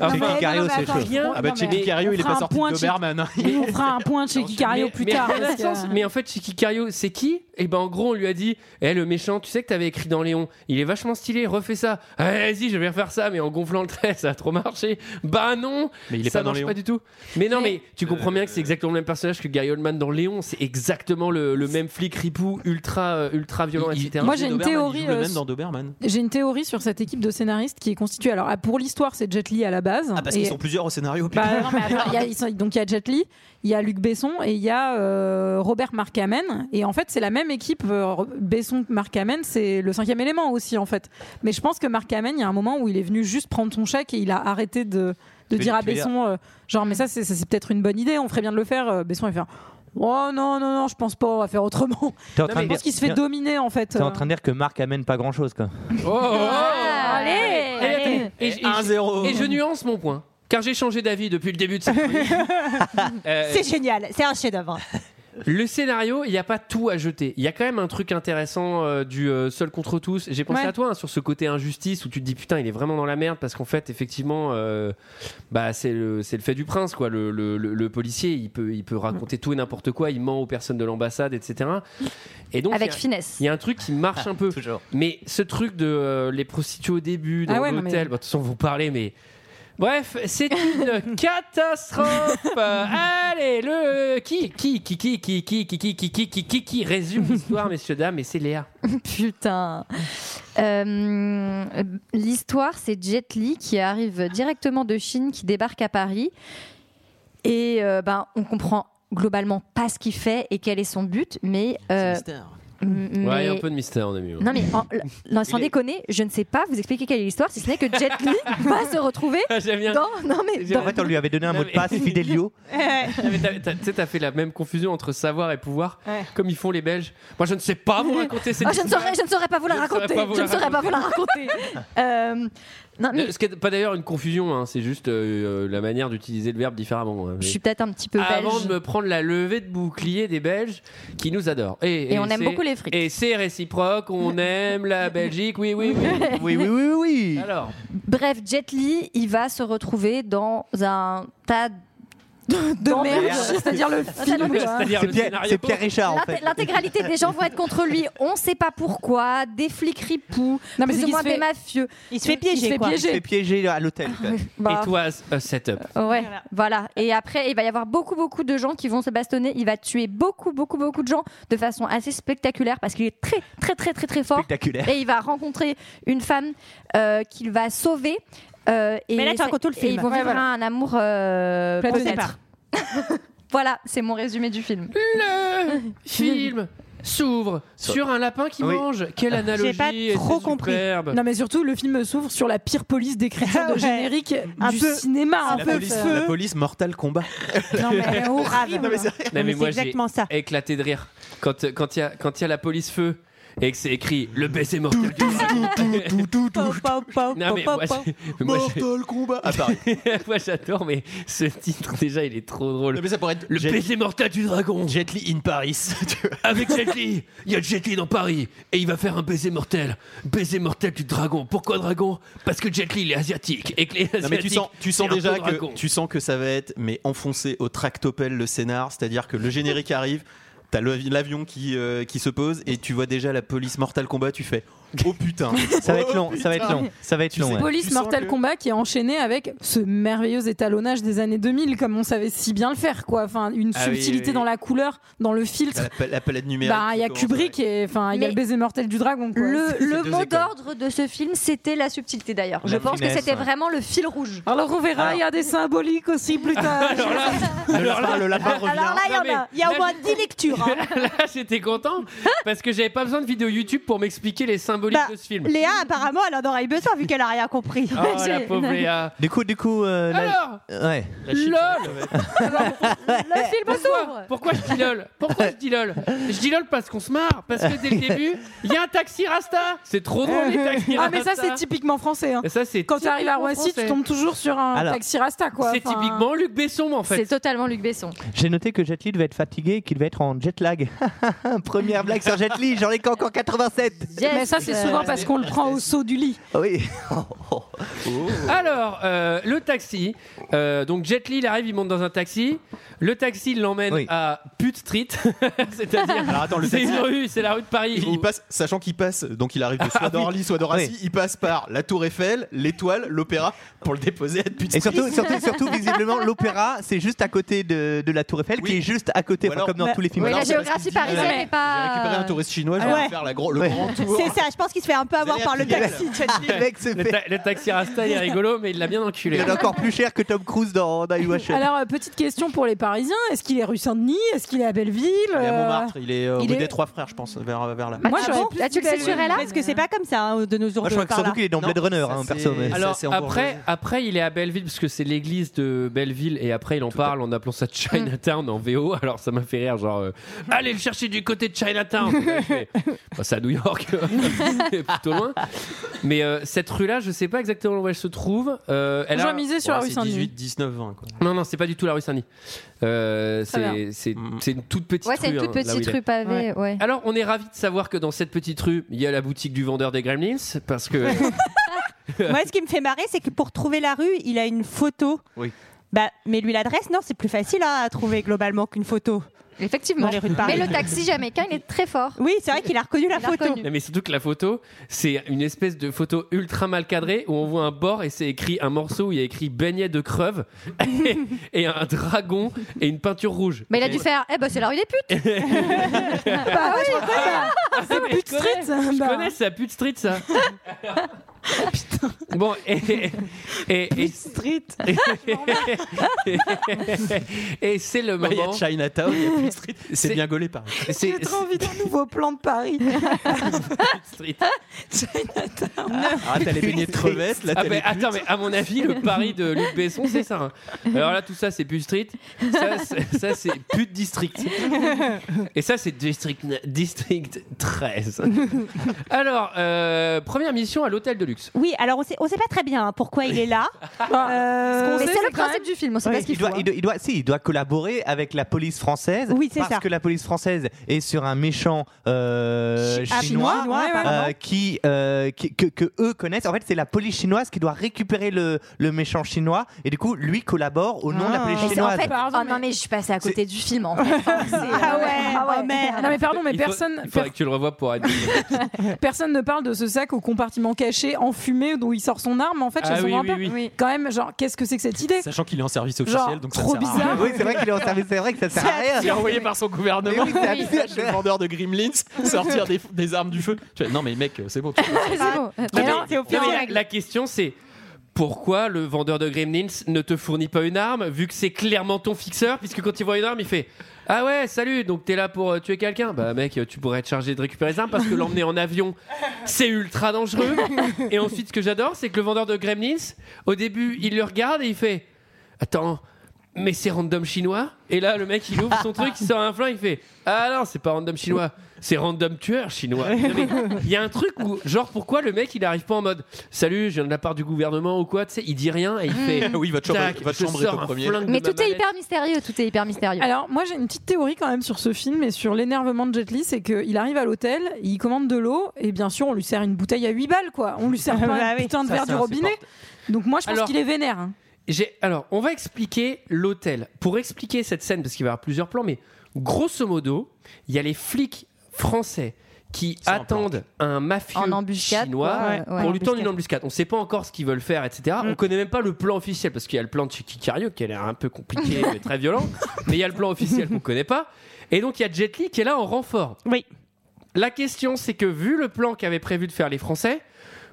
[SPEAKER 1] Enfin,
[SPEAKER 7] Chicky Cario,
[SPEAKER 6] non, mais
[SPEAKER 7] c'est
[SPEAKER 6] attends,
[SPEAKER 7] chaud.
[SPEAKER 1] rien.
[SPEAKER 7] Ah bah,
[SPEAKER 6] Non, mais
[SPEAKER 7] Chicky Cario,
[SPEAKER 6] on
[SPEAKER 7] il est
[SPEAKER 6] fera
[SPEAKER 7] pas
[SPEAKER 6] un
[SPEAKER 7] sorti
[SPEAKER 6] point
[SPEAKER 7] de
[SPEAKER 6] de Chicky-
[SPEAKER 7] Doberman. hein.
[SPEAKER 6] On fera un point de Cheikh Cario plus
[SPEAKER 1] mais,
[SPEAKER 6] tard.
[SPEAKER 1] mais
[SPEAKER 6] parce que-
[SPEAKER 1] Renaissance, mais en fait, Chicky Cario, c'est qui Et ben en gros, on lui a dit Eh, le méchant, tu sais que t'avais écrit dans Léon, il est vachement stylé, refais ça. Ah, Vas-y, je vais refaire ça, mais en gonflant le trait, ça a trop marché. Bah non
[SPEAKER 7] Mais il est
[SPEAKER 1] Ça
[SPEAKER 7] pas dans
[SPEAKER 1] marche
[SPEAKER 7] Léon.
[SPEAKER 1] pas du tout. Mais non, mais tu comprends bien que c'est exactement le même personnage que Gary Oldman dans Léon, c'est exactement le, le même flic ripou, ultra, euh, ultra violent,
[SPEAKER 7] Il- il-
[SPEAKER 1] etc.
[SPEAKER 6] Moi,
[SPEAKER 7] il
[SPEAKER 6] j'ai
[SPEAKER 7] joue
[SPEAKER 6] une
[SPEAKER 7] Doberman,
[SPEAKER 6] théorie,
[SPEAKER 7] Il joue le
[SPEAKER 6] euh,
[SPEAKER 7] même dans Doberman.
[SPEAKER 6] J'ai une théorie sur cette équipe de scénaristes qui est constituée. Alors, ah, pour l'histoire, c'est Jet Li à la base.
[SPEAKER 7] Ah, parce
[SPEAKER 6] Et-
[SPEAKER 7] qu'ils sont plusieurs au scénario.
[SPEAKER 6] Bah, non, mais attends, il y a- ils sont- donc il y a Jet Li, il y a Luc Besson et il y a euh, Robert Markamen. Et en fait, c'est la même équipe. euh, Ro- Besson, Markamen, c'est le cinquième élément aussi en fait. Mais je pense que Markamen, il y a un moment où il est venu juste prendre son chèque et il a arrêté de, de
[SPEAKER 7] Tu veux-
[SPEAKER 6] dire à
[SPEAKER 7] tu veux dire-
[SPEAKER 6] Besson, euh, genre mais ça c'est ça, c'est peut-être une bonne idée, on ferait bien de le faire. Euh, Besson il fait. Oh non, non, non, je pense pas, on va faire autrement.
[SPEAKER 11] T'es en
[SPEAKER 1] Non,
[SPEAKER 11] train
[SPEAKER 1] mais
[SPEAKER 6] Je
[SPEAKER 11] de
[SPEAKER 6] pense qu'il se fait
[SPEAKER 11] dire-
[SPEAKER 6] dominer en fait.
[SPEAKER 11] t'es en train de dire que Marc amène pas grand chose quoi.
[SPEAKER 1] Oh, oh, oh.
[SPEAKER 9] Ah, allez,
[SPEAKER 1] Et,
[SPEAKER 9] allez.
[SPEAKER 1] attendez, et- et- et je nuance mon point, car j'ai changé d'avis depuis le début de cette chronique. Euh,
[SPEAKER 10] c'est génial, c'est un chef-d'œuvre.
[SPEAKER 1] Le scénario, il n'y a pas tout à jeter. Il y a quand même un truc intéressant euh, du euh, seul contre tous. J'ai pensé
[SPEAKER 10] Ouais.
[SPEAKER 1] à toi hein, sur ce côté injustice où tu te dis putain, il est vraiment dans la merde parce qu'en fait, effectivement, euh, bah, c'est le, c'est le fait du prince. quoi. Le, le- le- le policier, il peut, il peut raconter tout et n'importe quoi, il ment aux personnes de l'ambassade, etc. Et donc, il y
[SPEAKER 9] Avec
[SPEAKER 1] a-
[SPEAKER 9] finesse.
[SPEAKER 1] il y a un truc qui marche un peu.
[SPEAKER 11] Toujours.
[SPEAKER 1] Mais ce truc de euh, les prostituées au début, dans
[SPEAKER 6] Ah ouais, non,
[SPEAKER 1] l'hôtel,
[SPEAKER 6] mais-
[SPEAKER 1] bah, de toute façon, vous parlez, mais. Bref, c'est une catastrophe. Euh, Allez, le qui qui qui qui qui qui qui qui qui qui qui qui qui résume l'histoire, messieurs dames, et c'est Léa.
[SPEAKER 9] Putain. Euh, L'histoire, c'est Jet Li qui arrive directement de Chine, qui débarque à Paris. Et euh, ben, on comprend globalement pas ce qu'il fait et quel est son but, mais. euh, m-
[SPEAKER 1] Ouais,
[SPEAKER 9] mais-
[SPEAKER 1] un peu de mystère en début.
[SPEAKER 9] Non mais en- non, sans
[SPEAKER 1] Il est-
[SPEAKER 9] déconner, je ne sais pas vous expliquer quelle est l'histoire, si ce n'est que Jet Li va se retrouver
[SPEAKER 1] Ah, J'aime bien.
[SPEAKER 9] dans. Non mais
[SPEAKER 1] J'ai-
[SPEAKER 11] En fait, on lui avait donné un
[SPEAKER 1] Non,
[SPEAKER 11] mot de
[SPEAKER 1] mais-
[SPEAKER 11] passe, Fidelio.
[SPEAKER 1] Non, mais t'as- t'as- Tu sais, t'as fait la même confusion entre savoir et pouvoir,
[SPEAKER 10] Ouais.
[SPEAKER 1] comme ils font les Belges. Moi, je ne sais pas vous raconter cette
[SPEAKER 9] Ah, je, ne
[SPEAKER 1] histoire.
[SPEAKER 9] saurais, je ne saurais pas vous la
[SPEAKER 1] Je ne saurais
[SPEAKER 9] raconter.
[SPEAKER 1] pas vous
[SPEAKER 9] Je
[SPEAKER 1] la
[SPEAKER 9] ne saurais pas vous la raconter. Euh, non, mais
[SPEAKER 1] Ce qui n'est pas d'ailleurs une confusion, hein, c'est juste euh, euh, la manière d'utiliser le verbe différemment. hein, mais-
[SPEAKER 9] je suis peut-être un petit peu
[SPEAKER 1] avant
[SPEAKER 9] belge.
[SPEAKER 1] de me prendre la levée de bouclier des Belges qui nous adorent.
[SPEAKER 9] Et on aime
[SPEAKER 1] c'est-
[SPEAKER 9] beaucoup les frites.
[SPEAKER 1] Et c'est réciproque, on aime la Belgique, oui, oui, oui.
[SPEAKER 11] Oui, oui, oui, oui.
[SPEAKER 1] Alors,
[SPEAKER 9] Bref, Jet Li, il va se retrouver dans un tas de
[SPEAKER 6] de merde, c'est-à-dire le film. quoi.
[SPEAKER 1] c'est-à-dire
[SPEAKER 11] C'est
[SPEAKER 1] le
[SPEAKER 11] Pierre,
[SPEAKER 1] scénario.
[SPEAKER 11] c'est Pierre Richard en
[SPEAKER 9] L'inté-
[SPEAKER 11] fait.
[SPEAKER 9] L'intégralité des gens vont être contre lui. On sait pas pourquoi. Des flics ripoux,
[SPEAKER 6] Non, mais c'est
[SPEAKER 9] plus ou
[SPEAKER 6] qu'il
[SPEAKER 9] moins
[SPEAKER 6] se fait-
[SPEAKER 9] des mafieux.
[SPEAKER 10] Il se fait
[SPEAKER 6] Il se
[SPEAKER 10] piéger,
[SPEAKER 6] fait
[SPEAKER 10] quoi.
[SPEAKER 11] Il se fait
[SPEAKER 6] piéger.
[SPEAKER 11] piéger à l'hôtel. quoi.
[SPEAKER 9] Bah,
[SPEAKER 1] It was a setup.
[SPEAKER 9] ouais, voilà. Et après, il va y avoir beaucoup, beaucoup de gens qui vont se bastonner. Il va tuer beaucoup, beaucoup, beaucoup de gens de façon assez spectaculaire parce qu'il est très, très, très, très, très fort.
[SPEAKER 11] Spectaculaire.
[SPEAKER 9] Et il va rencontrer une femme euh, qu'il va sauver. euh, et
[SPEAKER 10] Mais là, tu
[SPEAKER 9] ça-
[SPEAKER 10] racontes tout le
[SPEAKER 9] et
[SPEAKER 10] film.
[SPEAKER 9] ils vont
[SPEAKER 10] Ouais,
[SPEAKER 9] vivre
[SPEAKER 10] voilà.
[SPEAKER 9] un amour euh,
[SPEAKER 6] Platon.
[SPEAKER 9] peut-être. Voilà, c'est mon résumé du film.
[SPEAKER 1] Le film s'ouvre sur un lapin qui
[SPEAKER 11] Oui.
[SPEAKER 1] mange. Quelle analogie
[SPEAKER 10] pas
[SPEAKER 1] et
[SPEAKER 10] trop
[SPEAKER 1] c'est
[SPEAKER 10] compris.
[SPEAKER 1] superbe.
[SPEAKER 6] Non mais surtout le film s'ouvre sur la pire police d'écriture de
[SPEAKER 10] Ouais.
[SPEAKER 6] générique
[SPEAKER 10] Un
[SPEAKER 6] du
[SPEAKER 10] peu-
[SPEAKER 6] cinéma en
[SPEAKER 7] La
[SPEAKER 6] fait.
[SPEAKER 7] police, la police Mortal Kombat.
[SPEAKER 10] Non, mais elle est horrible.
[SPEAKER 1] mais
[SPEAKER 10] mais
[SPEAKER 1] moi,
[SPEAKER 10] c'est
[SPEAKER 1] j'ai-
[SPEAKER 10] exactement ça.
[SPEAKER 1] Éclaté de rire. Quand euh, quand il y, a- quand il y a la police feu et que c'est écrit le baiser mortel. du dragon.
[SPEAKER 10] Pau, pau, pau,
[SPEAKER 1] Non, mais
[SPEAKER 10] pau,
[SPEAKER 1] moi,
[SPEAKER 10] pau.
[SPEAKER 1] j'ai- mais moi, j'ai-
[SPEAKER 7] Kombat. Ah, À Paris.
[SPEAKER 1] moi, j'adore, mais ce titre, déjà, il est trop drôle.
[SPEAKER 7] Mais ça pourrait être
[SPEAKER 1] Le
[SPEAKER 7] Jet-
[SPEAKER 1] baiser mortel du dragon.
[SPEAKER 7] Jet Li in Paris. tu vois.
[SPEAKER 1] Avec Jet Li, il y a Jet Li dans Paris et il va faire un baiser mortel. Baiser mortel du dragon. Pourquoi dragon Parce que Jet Li, il est asiatique. Et que les
[SPEAKER 7] Non, mais tu
[SPEAKER 1] Asiatiques,
[SPEAKER 7] sens, tu sens
[SPEAKER 1] c'est un
[SPEAKER 7] déjà
[SPEAKER 1] peu dragon.
[SPEAKER 7] que tu sens que ça va être mais enfoncé au tractopelle le scénar, c'est-à-dire que le générique arrive, t'as le- l'avion qui euh, qui se pose et tu vois déjà la police Mortal Kombat, tu fais oh putain,
[SPEAKER 11] Ça va être long, ça va être long, ça va être long. ouais.
[SPEAKER 6] Police
[SPEAKER 7] Tu sens
[SPEAKER 6] Mortal
[SPEAKER 7] que-
[SPEAKER 6] Kombat qui est enchaîné avec ce merveilleux étalonnage des années 2000 comme on savait si bien le faire quoi. Enfin une
[SPEAKER 1] Ah oui,
[SPEAKER 6] subtilité
[SPEAKER 1] oui, oui.
[SPEAKER 6] dans la couleur, dans le
[SPEAKER 7] T'as
[SPEAKER 6] filtre.
[SPEAKER 7] la, pa- la palette numérique.
[SPEAKER 6] Bah il y a
[SPEAKER 7] qui
[SPEAKER 6] Kubrick et enfin il y a le
[SPEAKER 9] Mais-
[SPEAKER 6] baiser mortel du dragon. Quoi.
[SPEAKER 9] Le, le
[SPEAKER 7] deux
[SPEAKER 9] mot
[SPEAKER 7] écoles.
[SPEAKER 9] d'ordre de ce film, c'était la subtilité d'ailleurs.
[SPEAKER 11] La
[SPEAKER 9] Je pense que
[SPEAKER 11] finesse,
[SPEAKER 9] c'était
[SPEAKER 11] ouais.
[SPEAKER 9] vraiment le fil rouge.
[SPEAKER 6] Alors on
[SPEAKER 7] Ah.
[SPEAKER 6] verra, il y a des symboliques aussi plus tard.
[SPEAKER 1] Alors là,
[SPEAKER 7] commence. Le lapin, le lapin revient.
[SPEAKER 10] Alors là, il y
[SPEAKER 1] Non, mais
[SPEAKER 10] en a. Il y a
[SPEAKER 1] là,
[SPEAKER 10] au moins 10 lectures. hein.
[SPEAKER 1] là, j'étais content parce que j'avais pas besoin de vidéo YouTube pour m'expliquer les symbolique
[SPEAKER 6] Bah,
[SPEAKER 1] de ce film.
[SPEAKER 10] Léa, apparemment, elle en aurait eu besoin vu qu'elle a rien compris.
[SPEAKER 1] Oh, la pauvre Léa.
[SPEAKER 11] Du coup, du coup. euh, la- Ouais.
[SPEAKER 1] LOL Le film s'ouvre Pourquoi je dis LOL Pourquoi je dis LOL Je dis LOL parce qu'on se marre, parce que dès le début, il y a un taxi Rasta C'est trop drôle les taxis Rasta
[SPEAKER 6] Ah, mais ça, c'est typiquement français. hein.
[SPEAKER 1] Et ça, c'est
[SPEAKER 6] Quand tu arrives à
[SPEAKER 1] typiquement
[SPEAKER 6] Roissy, tu
[SPEAKER 1] français.
[SPEAKER 6] tombes toujours sur un
[SPEAKER 11] Alors,
[SPEAKER 6] taxi Rasta, quoi.
[SPEAKER 1] C'est
[SPEAKER 6] Enfin,
[SPEAKER 1] typiquement Luc Besson en fait.
[SPEAKER 9] C'est totalement Luc Besson.
[SPEAKER 11] J'ai noté que Jet Li devait être fatigué et qu'il devait être en jet lag. Première blague sur Jet Li, j'en ai qu'encore 87.
[SPEAKER 6] Mais ça, c'est souvent parce qu'on le prend au saut du lit.
[SPEAKER 11] Ah Oui.
[SPEAKER 1] Alors, euh, le taxi. euh, donc Jet Li, il arrive, il monte dans un taxi. Le taxi l'emmène
[SPEAKER 11] Oui.
[SPEAKER 1] à Pute Street, c'est-à-dire
[SPEAKER 7] Alors attends, le
[SPEAKER 1] c'est
[SPEAKER 7] taxi.
[SPEAKER 1] une rue, c'est la rue de Paris. Ah
[SPEAKER 7] Il, il passe, sachant qu'il passe, donc il arrive de soit d'Orly, soit d'Orassi,
[SPEAKER 11] Oui.
[SPEAKER 7] il passe par la Tour Eiffel, l'étoile, l'opéra pour le déposer à Pute
[SPEAKER 11] Et
[SPEAKER 7] Street.
[SPEAKER 11] surtout, surtout, surtout visiblement, l'opéra, c'est juste à côté de, de la Tour Eiffel,
[SPEAKER 7] Oui.
[SPEAKER 11] qui est juste à côté,
[SPEAKER 7] Ou
[SPEAKER 11] enfin,
[SPEAKER 7] alors-
[SPEAKER 11] comme dans
[SPEAKER 10] Bah,
[SPEAKER 11] tous les films.
[SPEAKER 9] Oui, la
[SPEAKER 7] alors, c'est parce
[SPEAKER 9] géographie
[SPEAKER 7] qu'il dit, euh,
[SPEAKER 9] parisienne n'est
[SPEAKER 7] J'ai récupéré un
[SPEAKER 9] pas.
[SPEAKER 7] touriste chinois, je vais
[SPEAKER 10] Ouais.
[SPEAKER 7] faire la gro- le
[SPEAKER 11] Ouais.
[SPEAKER 7] grand tour.
[SPEAKER 10] C'est ça, je pense qu'il se fait un peu avoir
[SPEAKER 7] allez,
[SPEAKER 10] par le
[SPEAKER 7] la fidèle.
[SPEAKER 10] taxi.
[SPEAKER 11] Le mec se
[SPEAKER 1] Le,
[SPEAKER 11] fait-
[SPEAKER 1] ta- le taxi Rasta, il est rigolo, mais il l'a bien enculé.
[SPEAKER 11] Il est encore plus cher que Tom Cruise dans Die Washer.
[SPEAKER 6] Alors, euh, petite question pour les Parisiens est-ce qu'il est rue Saint-Denis Est-ce qu'il est à Belleville
[SPEAKER 7] Il est à
[SPEAKER 6] Euh,
[SPEAKER 7] Montmartre, il est euh,
[SPEAKER 6] il
[SPEAKER 7] rue
[SPEAKER 6] est-
[SPEAKER 7] des Trois Frères, je pense, vers, vers là.
[SPEAKER 9] Ah,
[SPEAKER 6] Moi,
[SPEAKER 9] tu-
[SPEAKER 6] j'aurais
[SPEAKER 9] ah,
[SPEAKER 6] plus
[SPEAKER 9] tu le
[SPEAKER 6] Belleville.
[SPEAKER 9] censurais là
[SPEAKER 10] Parce que c'est pas comme ça hein, de nos jours
[SPEAKER 11] Moi, je crois
[SPEAKER 10] de
[SPEAKER 11] que
[SPEAKER 10] par
[SPEAKER 11] surtout
[SPEAKER 10] là.
[SPEAKER 11] qu'il est dans
[SPEAKER 7] Non,
[SPEAKER 11] Blade Runner,
[SPEAKER 7] ça,
[SPEAKER 11] hein,
[SPEAKER 7] c'est-
[SPEAKER 11] perso. mais-
[SPEAKER 7] ça,
[SPEAKER 1] Alors
[SPEAKER 7] c'est en
[SPEAKER 1] après,
[SPEAKER 7] Bourgogne.
[SPEAKER 1] après, il est à Belleville parce que c'est l'église de Belleville et après il en parle en appelant ça Chinatown en VO. Alors ça m'a fait rire, genre euh, allez le chercher du côté de Chinatown. Et là, je fais, bah, c'est à New York, c'est plutôt loin. Mais euh, cette rue-là, je sais pas exactement où elle se trouve. Euh, elle a-
[SPEAKER 6] J'aurais misé sur
[SPEAKER 7] Ouais,
[SPEAKER 6] la rue
[SPEAKER 7] c'est
[SPEAKER 6] Saint-Denis.
[SPEAKER 7] 18, 19, 20. Quoi.
[SPEAKER 1] Non, non, c'est pas du tout la rue Saint-Denis. Euh,
[SPEAKER 6] Très
[SPEAKER 1] c'est c'est-
[SPEAKER 7] Mm.
[SPEAKER 1] c'est une toute petite
[SPEAKER 9] Ouais, c'est une
[SPEAKER 1] rue,
[SPEAKER 9] toute
[SPEAKER 1] hein, là où il
[SPEAKER 9] petite
[SPEAKER 1] est.
[SPEAKER 9] rue pavée. Ouais.
[SPEAKER 1] Alors, on est ravis de savoir que dans cette petite rue, il y a la boutique du vendeur des Gremlins, parce que
[SPEAKER 10] Moi, ce qui me fait marrer, c'est que pour trouver la rue, il a une photo.
[SPEAKER 7] Oui.
[SPEAKER 10] Bah, mais lui, l'adresse, non, c'est plus facile hein, à trouver globalement qu'une photo dans
[SPEAKER 9] Effectivement.
[SPEAKER 10] les rues de
[SPEAKER 9] Mais
[SPEAKER 10] Paris.
[SPEAKER 9] le taxi jamaïcain, il est très fort.
[SPEAKER 10] Oui, c'est vrai qu'il a reconnu la
[SPEAKER 9] Il a
[SPEAKER 10] photo.
[SPEAKER 9] reconnu.
[SPEAKER 1] Non, mais surtout que la photo, c'est une espèce de photo ultra mal cadrée où on voit un bord et c'est écrit un morceau où il y a écrit beignet de creuve et, et un dragon et une peinture rouge.
[SPEAKER 9] Mais il a dû faire, eh ben c'est la rue des putes.
[SPEAKER 10] Ah,
[SPEAKER 6] Bah oui, c'est Pute
[SPEAKER 1] Ah, je connais,
[SPEAKER 6] Street.
[SPEAKER 1] Je
[SPEAKER 6] Bah,
[SPEAKER 1] connais, ça pute street ça. Bon, et, et, et,
[SPEAKER 6] Street.
[SPEAKER 1] et c'est le
[SPEAKER 7] Bah, Il y a
[SPEAKER 1] moment.
[SPEAKER 7] Chinatown, il y a Pute Street.
[SPEAKER 1] C'est-
[SPEAKER 7] C'est bien gaulé, par
[SPEAKER 1] C'est
[SPEAKER 6] J'ai
[SPEAKER 1] c'est-
[SPEAKER 6] trop envie d'un nouveau plan de Paris.
[SPEAKER 1] street.
[SPEAKER 6] Chinatown.
[SPEAKER 7] Ah, t'as les beignets de crevettes, là,
[SPEAKER 1] Ah
[SPEAKER 7] t'as
[SPEAKER 1] ben,
[SPEAKER 7] les
[SPEAKER 1] attends, mais à mon avis, le pari de Luc Besson, c'est ça. hein. Alors là, tout ça, c'est pute street. Ça, c'est- ça, c'est pute district. Et ça, c'est district, district 13. Alors, euh, première mission à l'hôtel de luxe.
[SPEAKER 10] Oui, alors on sait, on sait pas très bien hein, pourquoi il est là.
[SPEAKER 1] Bah,
[SPEAKER 10] Euh,
[SPEAKER 9] Mais
[SPEAKER 6] sait, c'est
[SPEAKER 9] c'est le
[SPEAKER 6] quand
[SPEAKER 9] principe du film. On sait pas ce
[SPEAKER 11] Il
[SPEAKER 9] qu'il faut.
[SPEAKER 11] doit, il, doit, il doit- si, il doit collaborer avec la police française
[SPEAKER 10] Oui, c'est
[SPEAKER 11] parce
[SPEAKER 10] ça.
[SPEAKER 11] que la police française est sur un méchant euh,
[SPEAKER 10] Ah,
[SPEAKER 11] chinois,
[SPEAKER 10] chinois,
[SPEAKER 11] euh,
[SPEAKER 10] apparemment.
[SPEAKER 11] qui, euh, qui- que, que eux connaissent. En fait, c'est la police chinoise qui doit récupérer le, le méchant chinois et du coup, lui collabore au nom de la
[SPEAKER 6] Ah.
[SPEAKER 11] police
[SPEAKER 9] Mais c'est- en
[SPEAKER 11] chinoise.
[SPEAKER 9] fait,
[SPEAKER 6] Pardon,
[SPEAKER 9] oh non, mais je suis passée à côté du film en fait. euh,
[SPEAKER 10] Ah ouais, oh
[SPEAKER 6] Ah, Non
[SPEAKER 10] merde.
[SPEAKER 6] mais pardon, mais
[SPEAKER 1] Il faut-
[SPEAKER 6] personne,
[SPEAKER 1] il faudrait que tu le revoies pour être.
[SPEAKER 6] per- personne ne parle de ce sac au compartiment caché, enfumé, d'où il sort son arme en fait chez
[SPEAKER 1] Ah
[SPEAKER 6] son
[SPEAKER 1] oui, oui,
[SPEAKER 6] grand-père.
[SPEAKER 1] oui.
[SPEAKER 6] Quand même, genre, qu'est-ce que c'est que cette idée
[SPEAKER 7] Sachant qu'il est en service
[SPEAKER 6] Genre,
[SPEAKER 7] officiel, donc ça
[SPEAKER 6] trop
[SPEAKER 7] sert à rien.
[SPEAKER 6] bizarre.
[SPEAKER 11] Oui, c'est vrai qu'il est en service, c'est vrai que ça sert à rien.
[SPEAKER 7] C'est envoyé par son
[SPEAKER 11] Mais
[SPEAKER 7] gouvernement.
[SPEAKER 11] oui, c'est
[SPEAKER 9] Oui.
[SPEAKER 11] absurde.
[SPEAKER 7] le vendeur de Gremlins sortir des, des armes du feu. Tu fais, non mais mec, c'est bon. tu-
[SPEAKER 9] C'est bon.
[SPEAKER 12] Ah,
[SPEAKER 1] Non,
[SPEAKER 6] Alors,
[SPEAKER 1] mais-
[SPEAKER 6] pire
[SPEAKER 1] non, mais
[SPEAKER 6] en
[SPEAKER 1] la,
[SPEAKER 6] règle.
[SPEAKER 1] la question, c'est. Pourquoi le vendeur de Gremlins ne te fournit pas une arme vu que c'est clairement ton fixeur puisque quand il voit une arme il fait ah ouais salut donc t'es là pour euh, tuer quelqu'un bah mec euh, tu pourrais être chargé de récupérer les armes parce que l'emmener en avion c'est ultra dangereux et ensuite ce que j'adore c'est que le vendeur de Gremlins au début il le regarde et il fait attends mais c'est random chinois et là le mec il ouvre son truc il sort un flingue il fait ah non c'est pas random chinois c'est random tueur chinois Non, mais il y a un truc où genre pourquoi le mec il arrive pas en mode salut je viens de la part du gouvernement ou quoi tu sais il dit rien et il fait
[SPEAKER 7] Mm. oui, votre chambre,
[SPEAKER 1] tac,
[SPEAKER 7] votre
[SPEAKER 1] je
[SPEAKER 7] chambre est
[SPEAKER 1] sors
[SPEAKER 7] au
[SPEAKER 1] un
[SPEAKER 7] premier.
[SPEAKER 1] flingue de ma
[SPEAKER 9] Mais tout est
[SPEAKER 1] mallette.
[SPEAKER 9] hyper mystérieux. Tout est hyper mystérieux.
[SPEAKER 6] Alors, moi, j'ai une petite théorie quand même sur ce film et sur l'énervement de Jet Li, c'est qu'il arrive à l'hôtel, il commande de l'eau, et bien sûr, on lui sert une bouteille à 8 balles, quoi. On lui sert pas
[SPEAKER 10] Ah bah
[SPEAKER 6] un
[SPEAKER 10] oui.
[SPEAKER 6] putain de
[SPEAKER 7] Ça,
[SPEAKER 6] verre
[SPEAKER 7] c'est
[SPEAKER 6] du robinet. Donc, moi, je pense
[SPEAKER 1] Alors-
[SPEAKER 6] qu'il est vénère. hein.
[SPEAKER 1] J'ai- Alors, on va expliquer l'hôtel. Pour expliquer cette scène, parce qu'il va y avoir plusieurs plans, mais grosso modo, il y a les flics français qui
[SPEAKER 7] sont en
[SPEAKER 1] attendent un mafieux
[SPEAKER 9] En embuscade,
[SPEAKER 1] chinois
[SPEAKER 9] quoi, ouais, ouais,
[SPEAKER 1] pour
[SPEAKER 9] en
[SPEAKER 1] lui tendre une
[SPEAKER 9] embuscade.
[SPEAKER 1] embuscade. On ne sait pas encore ce qu'ils veulent faire, etc.
[SPEAKER 9] Mm.
[SPEAKER 1] On connaît même pas le plan officiel parce qu'il y a le plan de Chikikario qui a l'air un peu compliqué, mais très violent. Mais il y a le plan officiel qu'on connaît pas. Et donc il y a Jet Li qui est là en renfort.
[SPEAKER 10] Oui.
[SPEAKER 1] La question, c'est que vu le plan qu'avaient prévu de faire les Français,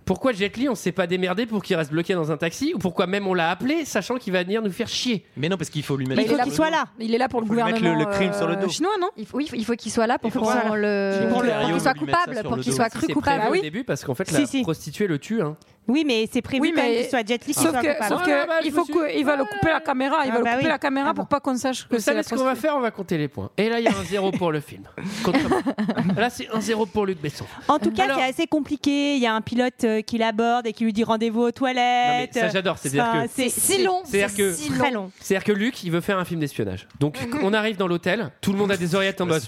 [SPEAKER 1] Pourquoi Jet Li, on s'est pas démerdé pour qu'il reste bloqué dans un taxi Ou pourquoi même on l'a appelé, sachant qu'il va venir nous faire chier
[SPEAKER 7] Mais non, parce qu'il faut lui
[SPEAKER 1] mettre.
[SPEAKER 6] il faut qu'il soit là. Il est là pour le
[SPEAKER 1] faut lui
[SPEAKER 6] gouvernement. euh,
[SPEAKER 1] mettre le- le crime sur le dos.
[SPEAKER 6] Chinois, non
[SPEAKER 9] il faut, Oui, il faut qu'il soit là pour qu'on
[SPEAKER 6] qu'il soit
[SPEAKER 9] le.
[SPEAKER 6] Il prend le-
[SPEAKER 9] euh, pour qu'il soit coupable, pour qu'il soit cru coupable.
[SPEAKER 1] au début parce qu'en fait,
[SPEAKER 9] Si,
[SPEAKER 1] la prostituée le tue. Hein.
[SPEAKER 10] Oui, mais c'est prévu
[SPEAKER 6] Oui,
[SPEAKER 10] quand
[SPEAKER 6] mais-
[SPEAKER 10] même qu'il soit Jet Li, qu'il
[SPEAKER 6] Sauf
[SPEAKER 10] soit
[SPEAKER 6] que,
[SPEAKER 10] coupable.
[SPEAKER 6] sauf que il faut que- ils veulent couper la caméra, ils
[SPEAKER 10] Ah
[SPEAKER 6] veulent
[SPEAKER 10] bah
[SPEAKER 6] couper
[SPEAKER 10] oui.
[SPEAKER 6] la caméra pour pas qu'on sache que
[SPEAKER 1] Vous
[SPEAKER 6] c'est
[SPEAKER 1] savez
[SPEAKER 6] la
[SPEAKER 1] ce qu'on va faire On va compter les points. Et là, il y a un zéro pour le film. Contre- Là, c'est un zéro pour Luc Besson.
[SPEAKER 10] En tout cas, c'est assez compliqué. Il y a un pilote euh, qui l'aborde et qui lui dit rendez-vous aux toilettes.
[SPEAKER 1] Non, mais ça, j'adore. C'est-à-dire
[SPEAKER 10] Enfin,
[SPEAKER 1] que.
[SPEAKER 10] c'est si long.
[SPEAKER 1] C'est-à-dire que.
[SPEAKER 10] très long.
[SPEAKER 1] C'est-à-dire que Luc, il veut faire un film d'espionnage. Donc, on arrive dans l'hôtel, tout le monde a des oreillettes en mode.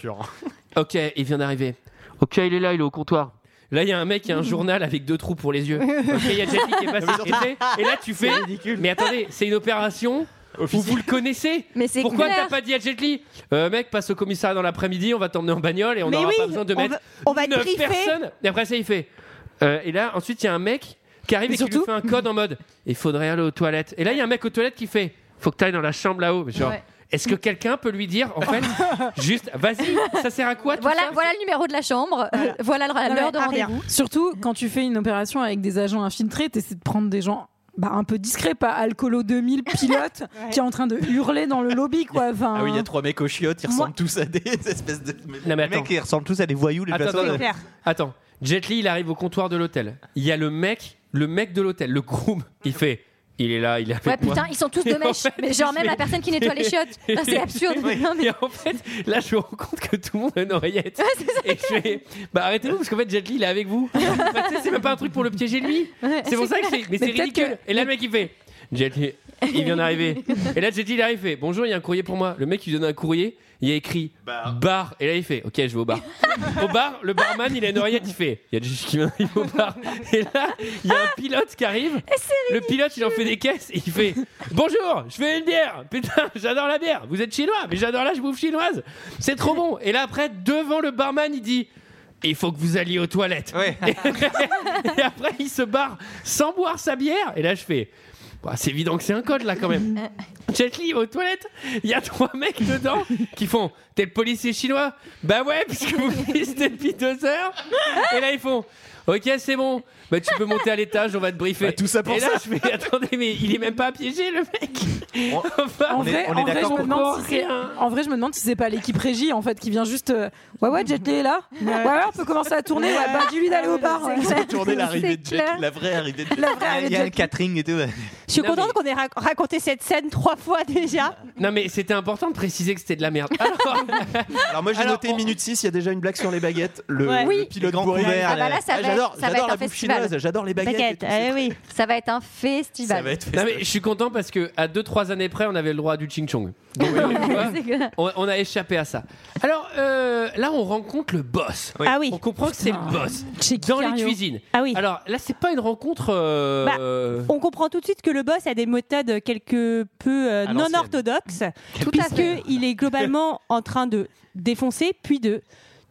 [SPEAKER 1] Ok, il vient d'arriver. Ok, il est là, il est au comptoir. Là, il y a un mec qui a un journal avec deux trous pour les yeux. Ok, il y a Jet Li qui est passé.
[SPEAKER 2] Mais surtout-
[SPEAKER 1] Et c'est- Et là, tu fais. Mais attendez, c'est une opération où vous le connaissez.
[SPEAKER 9] Mais c'est
[SPEAKER 1] Pourquoi
[SPEAKER 9] clair.
[SPEAKER 1] t'as pas dit à Jet Li Euh, Mec, passe au commissariat dans l'après-midi, on va t'emmener en bagnole et on
[SPEAKER 10] Mais
[SPEAKER 1] n'aura
[SPEAKER 10] oui,
[SPEAKER 1] pas besoin de
[SPEAKER 10] on
[SPEAKER 1] mettre.
[SPEAKER 10] va- on va être
[SPEAKER 1] neuf
[SPEAKER 10] briefé.
[SPEAKER 1] personnes. Et après, ça, il fait. Euh, et là, ensuite, il y a un mec qui arrive et qui lui fait un code en mode il faudrait aller aux toilettes. Et là, il y a un mec aux toilettes qui fait faut que t'ailles dans la chambre là-haut. Mais Genre,
[SPEAKER 9] Ouais.
[SPEAKER 1] est-ce que quelqu'un peut lui dire, en fait, juste, vas-y, ça sert à quoi tout
[SPEAKER 9] Voilà,
[SPEAKER 1] ça
[SPEAKER 9] voilà le numéro de la chambre, euh, voilà le-
[SPEAKER 6] Non, mais
[SPEAKER 9] l'heure de
[SPEAKER 6] à rien.
[SPEAKER 9] rendez-vous.
[SPEAKER 6] Surtout quand tu fais une opération avec des agents infiltrés, t'essaies de prendre des gens bah, un peu discrets, pas alcoolo 2000 pilote qui est en train de hurler dans le lobby quoi. Enfin,
[SPEAKER 7] Ah oui, il y a trois mecs aux chiottes, ils ressemblent tous à des espèces de.
[SPEAKER 1] Non, mais
[SPEAKER 7] Les
[SPEAKER 1] attends.
[SPEAKER 7] mecs, ils ressemblent tous à des voyous, les euh,
[SPEAKER 1] Attends,
[SPEAKER 7] façons.
[SPEAKER 1] attends. Attends. Jet Li, il arrive au comptoir de l'hôtel. Il y a le mec, le mec de l'hôtel, le groom. Il fait, il est là, il est avec
[SPEAKER 9] Ouais,
[SPEAKER 1] moi.
[SPEAKER 9] putain, ils sont tous
[SPEAKER 1] Et
[SPEAKER 9] de
[SPEAKER 1] en
[SPEAKER 9] mèche.
[SPEAKER 1] fait,
[SPEAKER 9] mais genre, même
[SPEAKER 1] il
[SPEAKER 9] la personne qui nettoie les chiottes. Non, C'est absurde.
[SPEAKER 1] Oui.
[SPEAKER 9] Non, mais-
[SPEAKER 1] Et en fait, là, je me rends compte que tout le monde a une oreillette. et je fais, bah arrêtez-vous, parce qu'en fait, Jet Li, il est avec vous. Bah, tu sais, c'est même pas un truc pour le piéger, lui.
[SPEAKER 9] Ouais,
[SPEAKER 1] c'est pour
[SPEAKER 9] c'est
[SPEAKER 1] ça que c'est
[SPEAKER 9] clair.
[SPEAKER 1] mais c'est
[SPEAKER 9] Mais peut-être
[SPEAKER 1] ridicule. Et là, le mec, il fait, Jet Li, il vient d'arriver. Et là, Jet Li, il arrive, il fait, bonjour, il y a un courrier pour moi. Le mec, il lui donne un courrier, il y a écrit, bar. Et là, il fait, ok, je vais au bar. au bar, le barman, il a une oreillette, il fait, il y a Jet Li qui vient d'arriver au bar. Et là, il y a un pilote qui arrive. Le pilote, il en fait des caisses et il fait Bonjour, je fais une bière. Putain, j'adore la bière. Vous êtes chinois, mais j'adore la je bouffe chinoise. C'est trop bon. Et là, après, devant le barman, il dit Il faut que vous alliez aux toilettes. Et, après, il se barre sans boire sa bière. Et là, je fais Bah, C'est évident que c'est un code là quand même. Jet Li aux toilettes, il y a trois mecs dedans qui font T'es le policier chinois Bah ouais, puisque vous pistez depuis deux heures. Et là, ils font Ok, c'est bon. Bah, tu peux monter à l'étage, on va te briefer.
[SPEAKER 7] Bah, tout ça pour
[SPEAKER 1] Et là,
[SPEAKER 7] ça.
[SPEAKER 1] je fais Attendez, mais il est même pas piégé, le mec Enfin,
[SPEAKER 6] En vrai, en vrai, je me demande si c'est-
[SPEAKER 1] rien.
[SPEAKER 6] en vrai, je me demande si c'est pas l'équipe régie en fait qui vient juste. euh, ouais ouais, Jet Li est là. Ouais ouais, on peut commencer à tourner. Ouais, bah dis-lui d'aller au bar.
[SPEAKER 10] C'est clair.
[SPEAKER 11] Tourner l'arrivée de
[SPEAKER 10] C'est
[SPEAKER 11] Jet,
[SPEAKER 10] clair.
[SPEAKER 11] la vraie arrivée de Jet.
[SPEAKER 10] La vraie arrivée
[SPEAKER 11] Il
[SPEAKER 10] de
[SPEAKER 11] y a
[SPEAKER 10] Jet.
[SPEAKER 11] le catering et tout.
[SPEAKER 10] Je suis
[SPEAKER 1] Non,
[SPEAKER 10] contente qu'on ait rac- raconté cette scène trois fois déjà.
[SPEAKER 1] Non, mais c'était important de préciser que c'était de la merde. Alors,
[SPEAKER 7] Alors moi j'ai noté minute 6, il y a déjà une blague sur les baguettes, le,
[SPEAKER 9] Ouais.
[SPEAKER 7] le
[SPEAKER 9] Oui.
[SPEAKER 7] pilote
[SPEAKER 11] grand
[SPEAKER 7] bourré.
[SPEAKER 11] couvert, Ah bah
[SPEAKER 9] là, ça va
[SPEAKER 7] j'adore,
[SPEAKER 9] être- ça va
[SPEAKER 7] j'adore
[SPEAKER 9] être
[SPEAKER 7] la
[SPEAKER 9] un
[SPEAKER 7] bouffe
[SPEAKER 9] festival. euh,
[SPEAKER 7] chinoise, j'adore les baguettes. et tout, c'est
[SPEAKER 10] eh oui.
[SPEAKER 9] Ça va être un festival.
[SPEAKER 7] Ça va être
[SPEAKER 1] non, mais je suis content parce que à 2-3 années près, on avait le droit à du ching-chong. Donc, tu vois,
[SPEAKER 9] C'est que-
[SPEAKER 1] on, on a échappé à ça. Alors euh, là, on rencontre le boss.
[SPEAKER 10] Ah oui.
[SPEAKER 1] On comprend que c'est le boss
[SPEAKER 6] Checky
[SPEAKER 1] dans les
[SPEAKER 6] Cario.
[SPEAKER 1] cuisines.
[SPEAKER 10] Ah oui.
[SPEAKER 1] Alors là, c'est pas une rencontre. euh,
[SPEAKER 10] Bah,
[SPEAKER 1] euh,
[SPEAKER 10] On comprend tout de suite que le boss a des méthodes quelque peu euh,
[SPEAKER 7] À
[SPEAKER 10] non
[SPEAKER 7] l'ancienne.
[SPEAKER 10] orthodoxes,
[SPEAKER 9] Tout à fait.
[SPEAKER 10] puisqu'il est globalement en train de défoncer puis de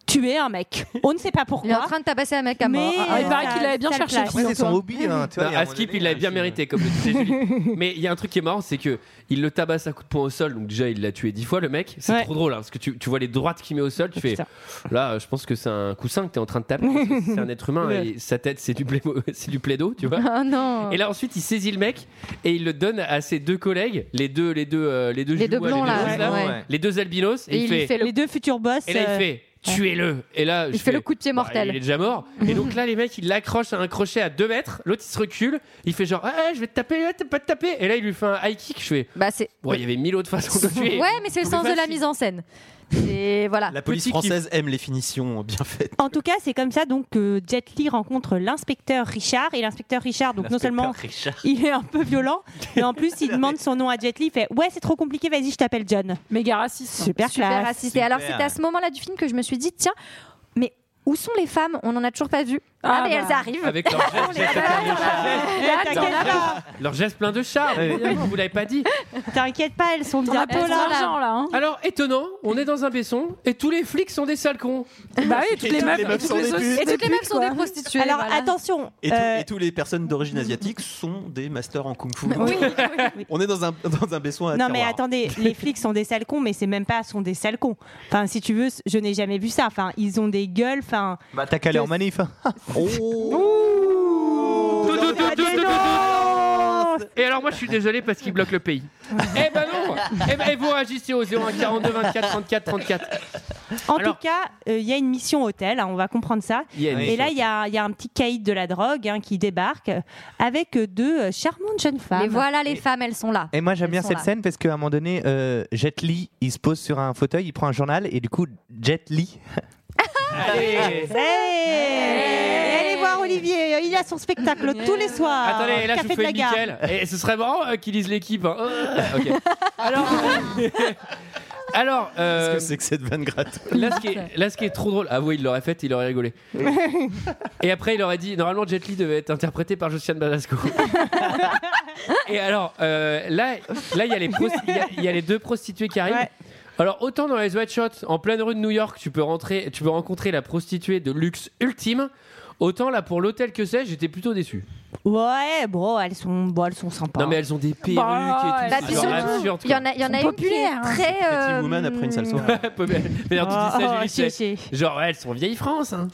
[SPEAKER 10] tuer un mec. On ne sait pas pourquoi.
[SPEAKER 9] Il est en train de tabasser un mec à mort.
[SPEAKER 10] mais
[SPEAKER 6] Ah, il paraît
[SPEAKER 10] ça-
[SPEAKER 6] qu'il l'avait bien
[SPEAKER 10] ça le
[SPEAKER 6] cherché,
[SPEAKER 10] place.
[SPEAKER 11] Après, c'est son hobby.
[SPEAKER 9] Bah,
[SPEAKER 11] Hein, tu vois,
[SPEAKER 1] Non,
[SPEAKER 11] et à un
[SPEAKER 1] à
[SPEAKER 11] moment
[SPEAKER 1] Skip,
[SPEAKER 11] donné,
[SPEAKER 1] il l'avait bien
[SPEAKER 11] je-
[SPEAKER 1] mérité, comme le disait Julie. Mais il y a un truc qui est marrant, c'est que il le tabasse à coups de poing au sol. Donc déjà, il l'a tué dix fois, le mec. C'est
[SPEAKER 10] Ouais.
[SPEAKER 1] trop drôle, hein, parce que tu, tu vois les droites qu'il met au
[SPEAKER 9] Ah,
[SPEAKER 1] sol, tu fais.
[SPEAKER 10] Putain.
[SPEAKER 1] Là, je pense que c'est un coussin que t'es en train de taper. parce que c'est un être humain
[SPEAKER 10] Ouais.
[SPEAKER 1] et sa tête, c'est du blé- c'est du plaido, tu vois.
[SPEAKER 9] Oh non.
[SPEAKER 1] Et là ensuite il saisit le mec et il le donne à ses deux collègues, les deux les deux euh, les deux
[SPEAKER 9] Les deux
[SPEAKER 1] jumeaux,
[SPEAKER 9] blonds, là,
[SPEAKER 1] deux
[SPEAKER 9] ouais,
[SPEAKER 1] jumeaux,
[SPEAKER 9] ouais.
[SPEAKER 1] les deux albinos et,
[SPEAKER 9] Et il lui fait le-
[SPEAKER 10] Les deux futurs boss.
[SPEAKER 1] et là il
[SPEAKER 10] euh,
[SPEAKER 1] fait tuez-le et là
[SPEAKER 9] Il fait le coup de pied mortel.
[SPEAKER 1] il est déjà mort et donc là les mecs ils l'accrochent à un crochet à 2 mètres l'autre il se recule il fait genre ah, je vais te taper ah, t'as pas te taper et là il lui fait un high kick je fais
[SPEAKER 9] Bah, c'est.
[SPEAKER 1] bon il y avait mille autres façons de le tuer
[SPEAKER 9] Ouais, mais c'est le
[SPEAKER 1] Plus
[SPEAKER 9] sens de la
[SPEAKER 1] facile.
[SPEAKER 9] mise en scène. Et voilà.
[SPEAKER 7] La police
[SPEAKER 1] Petit kiff.
[SPEAKER 7] française aime les finitions bien faites.
[SPEAKER 10] En tout cas, c'est comme ça donc que Jet Li rencontre l'inspecteur Richard et l'inspecteur Richard donc non seulement il est un peu violent, mais en plus il demande son nom à Jet Li, il fait "Ouais, c'est trop compliqué, vas-y, je t'appelle John."
[SPEAKER 6] Méga raciste.
[SPEAKER 10] Super,
[SPEAKER 9] Super
[SPEAKER 10] classe.
[SPEAKER 9] assisté. Alors
[SPEAKER 11] Super.
[SPEAKER 9] c'était à ce moment-là du film que je me suis dit tiens, mais où sont les femmes On en a toujours pas vu. Ah,
[SPEAKER 6] Ah,
[SPEAKER 9] mais
[SPEAKER 6] bah.
[SPEAKER 9] elles arrivent.
[SPEAKER 1] avec leur geste,
[SPEAKER 9] Ah,
[SPEAKER 10] Là, T'inquiète pas,
[SPEAKER 1] leur geste plein de charme évidemment, vous l'avez pas dit
[SPEAKER 10] t'inquiète pas, elles sont
[SPEAKER 6] On a pas
[SPEAKER 10] bien
[SPEAKER 9] Elles sont là.
[SPEAKER 6] l'argent là. hein.
[SPEAKER 1] alors étonnant on est dans un baisson et tous les flics sont des sales cons
[SPEAKER 6] Bah oui, toutes les meufs,
[SPEAKER 7] meufs sont
[SPEAKER 6] toutes les
[SPEAKER 7] des
[SPEAKER 6] aussi-
[SPEAKER 9] Et toutes les meufs
[SPEAKER 6] putes,
[SPEAKER 9] sont
[SPEAKER 6] quoi.
[SPEAKER 9] des prostituées.
[SPEAKER 10] Alors
[SPEAKER 9] voilà.
[SPEAKER 10] attention,
[SPEAKER 7] Et, tous-
[SPEAKER 10] euh,
[SPEAKER 7] et tous les personnes d'origine asiatique sont des masters en kung fu.
[SPEAKER 10] oui,
[SPEAKER 7] On est dans un, dans un baisson à
[SPEAKER 10] non
[SPEAKER 7] tiroir.
[SPEAKER 10] mais attendez, les flics sont des sales cons, mais c'est même pas sont des sales cons. Enfin, si tu veux, je n'ai jamais vu ça. Enfin, ils ont des gueules. Enfin,
[SPEAKER 11] Oh. Bah, t'as qu'à aller en manif. hein.
[SPEAKER 10] Oh,
[SPEAKER 1] Et alors moi je suis désolé parce qu'il bloque le pays. eh ben non Eh ben et vous réagissez au 01 42 24 34 34.
[SPEAKER 10] En tout cas, euh, il y a une mission hôtel, hein, on va comprendre ça.
[SPEAKER 1] Il y a une
[SPEAKER 10] Et
[SPEAKER 1] mission
[SPEAKER 10] là, il y, a il y a un petit caïd de la drogue hein, qui débarque euh, avec euh, deux euh, charmantes jeunes femmes.
[SPEAKER 9] Et voilà, les femmes, elles sont là.
[SPEAKER 11] Et moi j'aime bien
[SPEAKER 9] sont
[SPEAKER 11] cette
[SPEAKER 9] là.
[SPEAKER 11] scène parce qu'à un moment donné, euh, Jet Li, il se pose sur un fauteuil, il prend un journal et du coup Jet Li.
[SPEAKER 1] Allez
[SPEAKER 10] Hey Allez voir Olivier, euh, il a son spectacle tous les soirs.
[SPEAKER 1] Attendez,
[SPEAKER 10] au
[SPEAKER 1] là je
[SPEAKER 10] Ah, Café
[SPEAKER 1] vous
[SPEAKER 10] de
[SPEAKER 1] fais
[SPEAKER 10] la Gare.
[SPEAKER 1] nickel. Et ce serait marrant euh, qu'ils lisent l'équipe. hein. Euh, ok. Alors. euh, Alors, euh,
[SPEAKER 7] que c'est que cette vanne gratte
[SPEAKER 1] là, ce qui est, là, ce qui est trop drôle, ah oui, il l'aurait fait, il aurait rigolé. Et après, il aurait dit normalement, Jet Li devait être interprété par Josiane Balasco. Et alors, euh, là, là, il y, a les prosti- il y a- il y a les deux prostituées qui arrivent. Alors, autant dans les White Shots, en pleine rue de New York, tu peux, rentrer, tu peux rencontrer la prostituée de luxe ultime. Autant là, pour l'hôtel que c'est, j'étais plutôt déçu.
[SPEAKER 10] Ouais, bon, elles sont, bon, elles sont sympas.
[SPEAKER 1] Non, mais elles ont des perruques et tout.
[SPEAKER 9] Bah,
[SPEAKER 1] c'est
[SPEAKER 9] puis
[SPEAKER 1] genre
[SPEAKER 9] surtout,
[SPEAKER 1] absurde,
[SPEAKER 9] il y
[SPEAKER 1] quoi.
[SPEAKER 9] en a, il y en a
[SPEAKER 6] Sont
[SPEAKER 9] une qui est
[SPEAKER 6] populaires, hein.
[SPEAKER 9] très. euh,
[SPEAKER 7] Woman après une salsa.
[SPEAKER 1] Peu- D'ailleurs, tu dis ça,
[SPEAKER 10] Oh,
[SPEAKER 1] Julie,
[SPEAKER 10] si,
[SPEAKER 1] c'est-
[SPEAKER 10] si.
[SPEAKER 1] Genre, ouais, elles sont vieilles France. hein.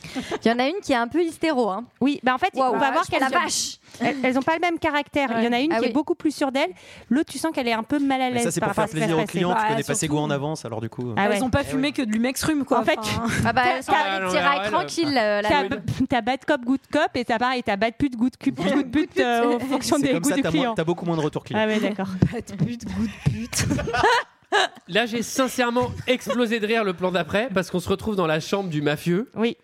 [SPEAKER 9] Il y en a une qui est un peu hystéro. Hein.
[SPEAKER 10] Oui, bah en fait,
[SPEAKER 9] Waouh,
[SPEAKER 10] on va voir
[SPEAKER 9] la
[SPEAKER 10] qu'elles ont-
[SPEAKER 9] vache.
[SPEAKER 10] elles, elles ont pas le même caractère. Il y en a une
[SPEAKER 9] Ah
[SPEAKER 10] qui
[SPEAKER 9] oui.
[SPEAKER 10] est beaucoup plus sûre d'elle. L'autre, tu sens qu'elle est un peu mal à
[SPEAKER 7] Mais
[SPEAKER 10] l'aise.
[SPEAKER 7] ça, c'est
[SPEAKER 10] par
[SPEAKER 7] pour faire
[SPEAKER 10] rapport à ce qui
[SPEAKER 7] plaisir
[SPEAKER 10] va se
[SPEAKER 7] aux
[SPEAKER 10] passer.
[SPEAKER 7] clients. tu
[SPEAKER 6] Bah,
[SPEAKER 7] connais pas ses
[SPEAKER 6] surtout-
[SPEAKER 7] goûts en avance, alors du coup. euh,
[SPEAKER 10] Ah ouais.
[SPEAKER 6] Ils ont pas fumé que de l'umextrume quoi.
[SPEAKER 10] En fait,
[SPEAKER 6] Enfin,
[SPEAKER 9] Ah bah, elle sort
[SPEAKER 1] Ah,
[SPEAKER 9] avec
[SPEAKER 1] non,
[SPEAKER 9] tiraille
[SPEAKER 1] mais alors, elle,
[SPEAKER 9] tranquille, euh, la
[SPEAKER 10] T'as
[SPEAKER 9] lune.
[SPEAKER 10] t'as bad cop, good cop, et t'as pareil, t'as bad pute, good cup- good pute euh, en fonction
[SPEAKER 7] C'est
[SPEAKER 10] des
[SPEAKER 7] comme
[SPEAKER 10] goûts
[SPEAKER 7] ça,
[SPEAKER 10] du
[SPEAKER 7] t'as, moins-
[SPEAKER 10] client.
[SPEAKER 7] t'as beaucoup moins de retours clients.
[SPEAKER 10] Ah ouais, d'accord.
[SPEAKER 1] Là, j'ai sincèrement explosé de rire le plan d'après parce qu'on se retrouve dans la chambre du mafieux.
[SPEAKER 10] Oui.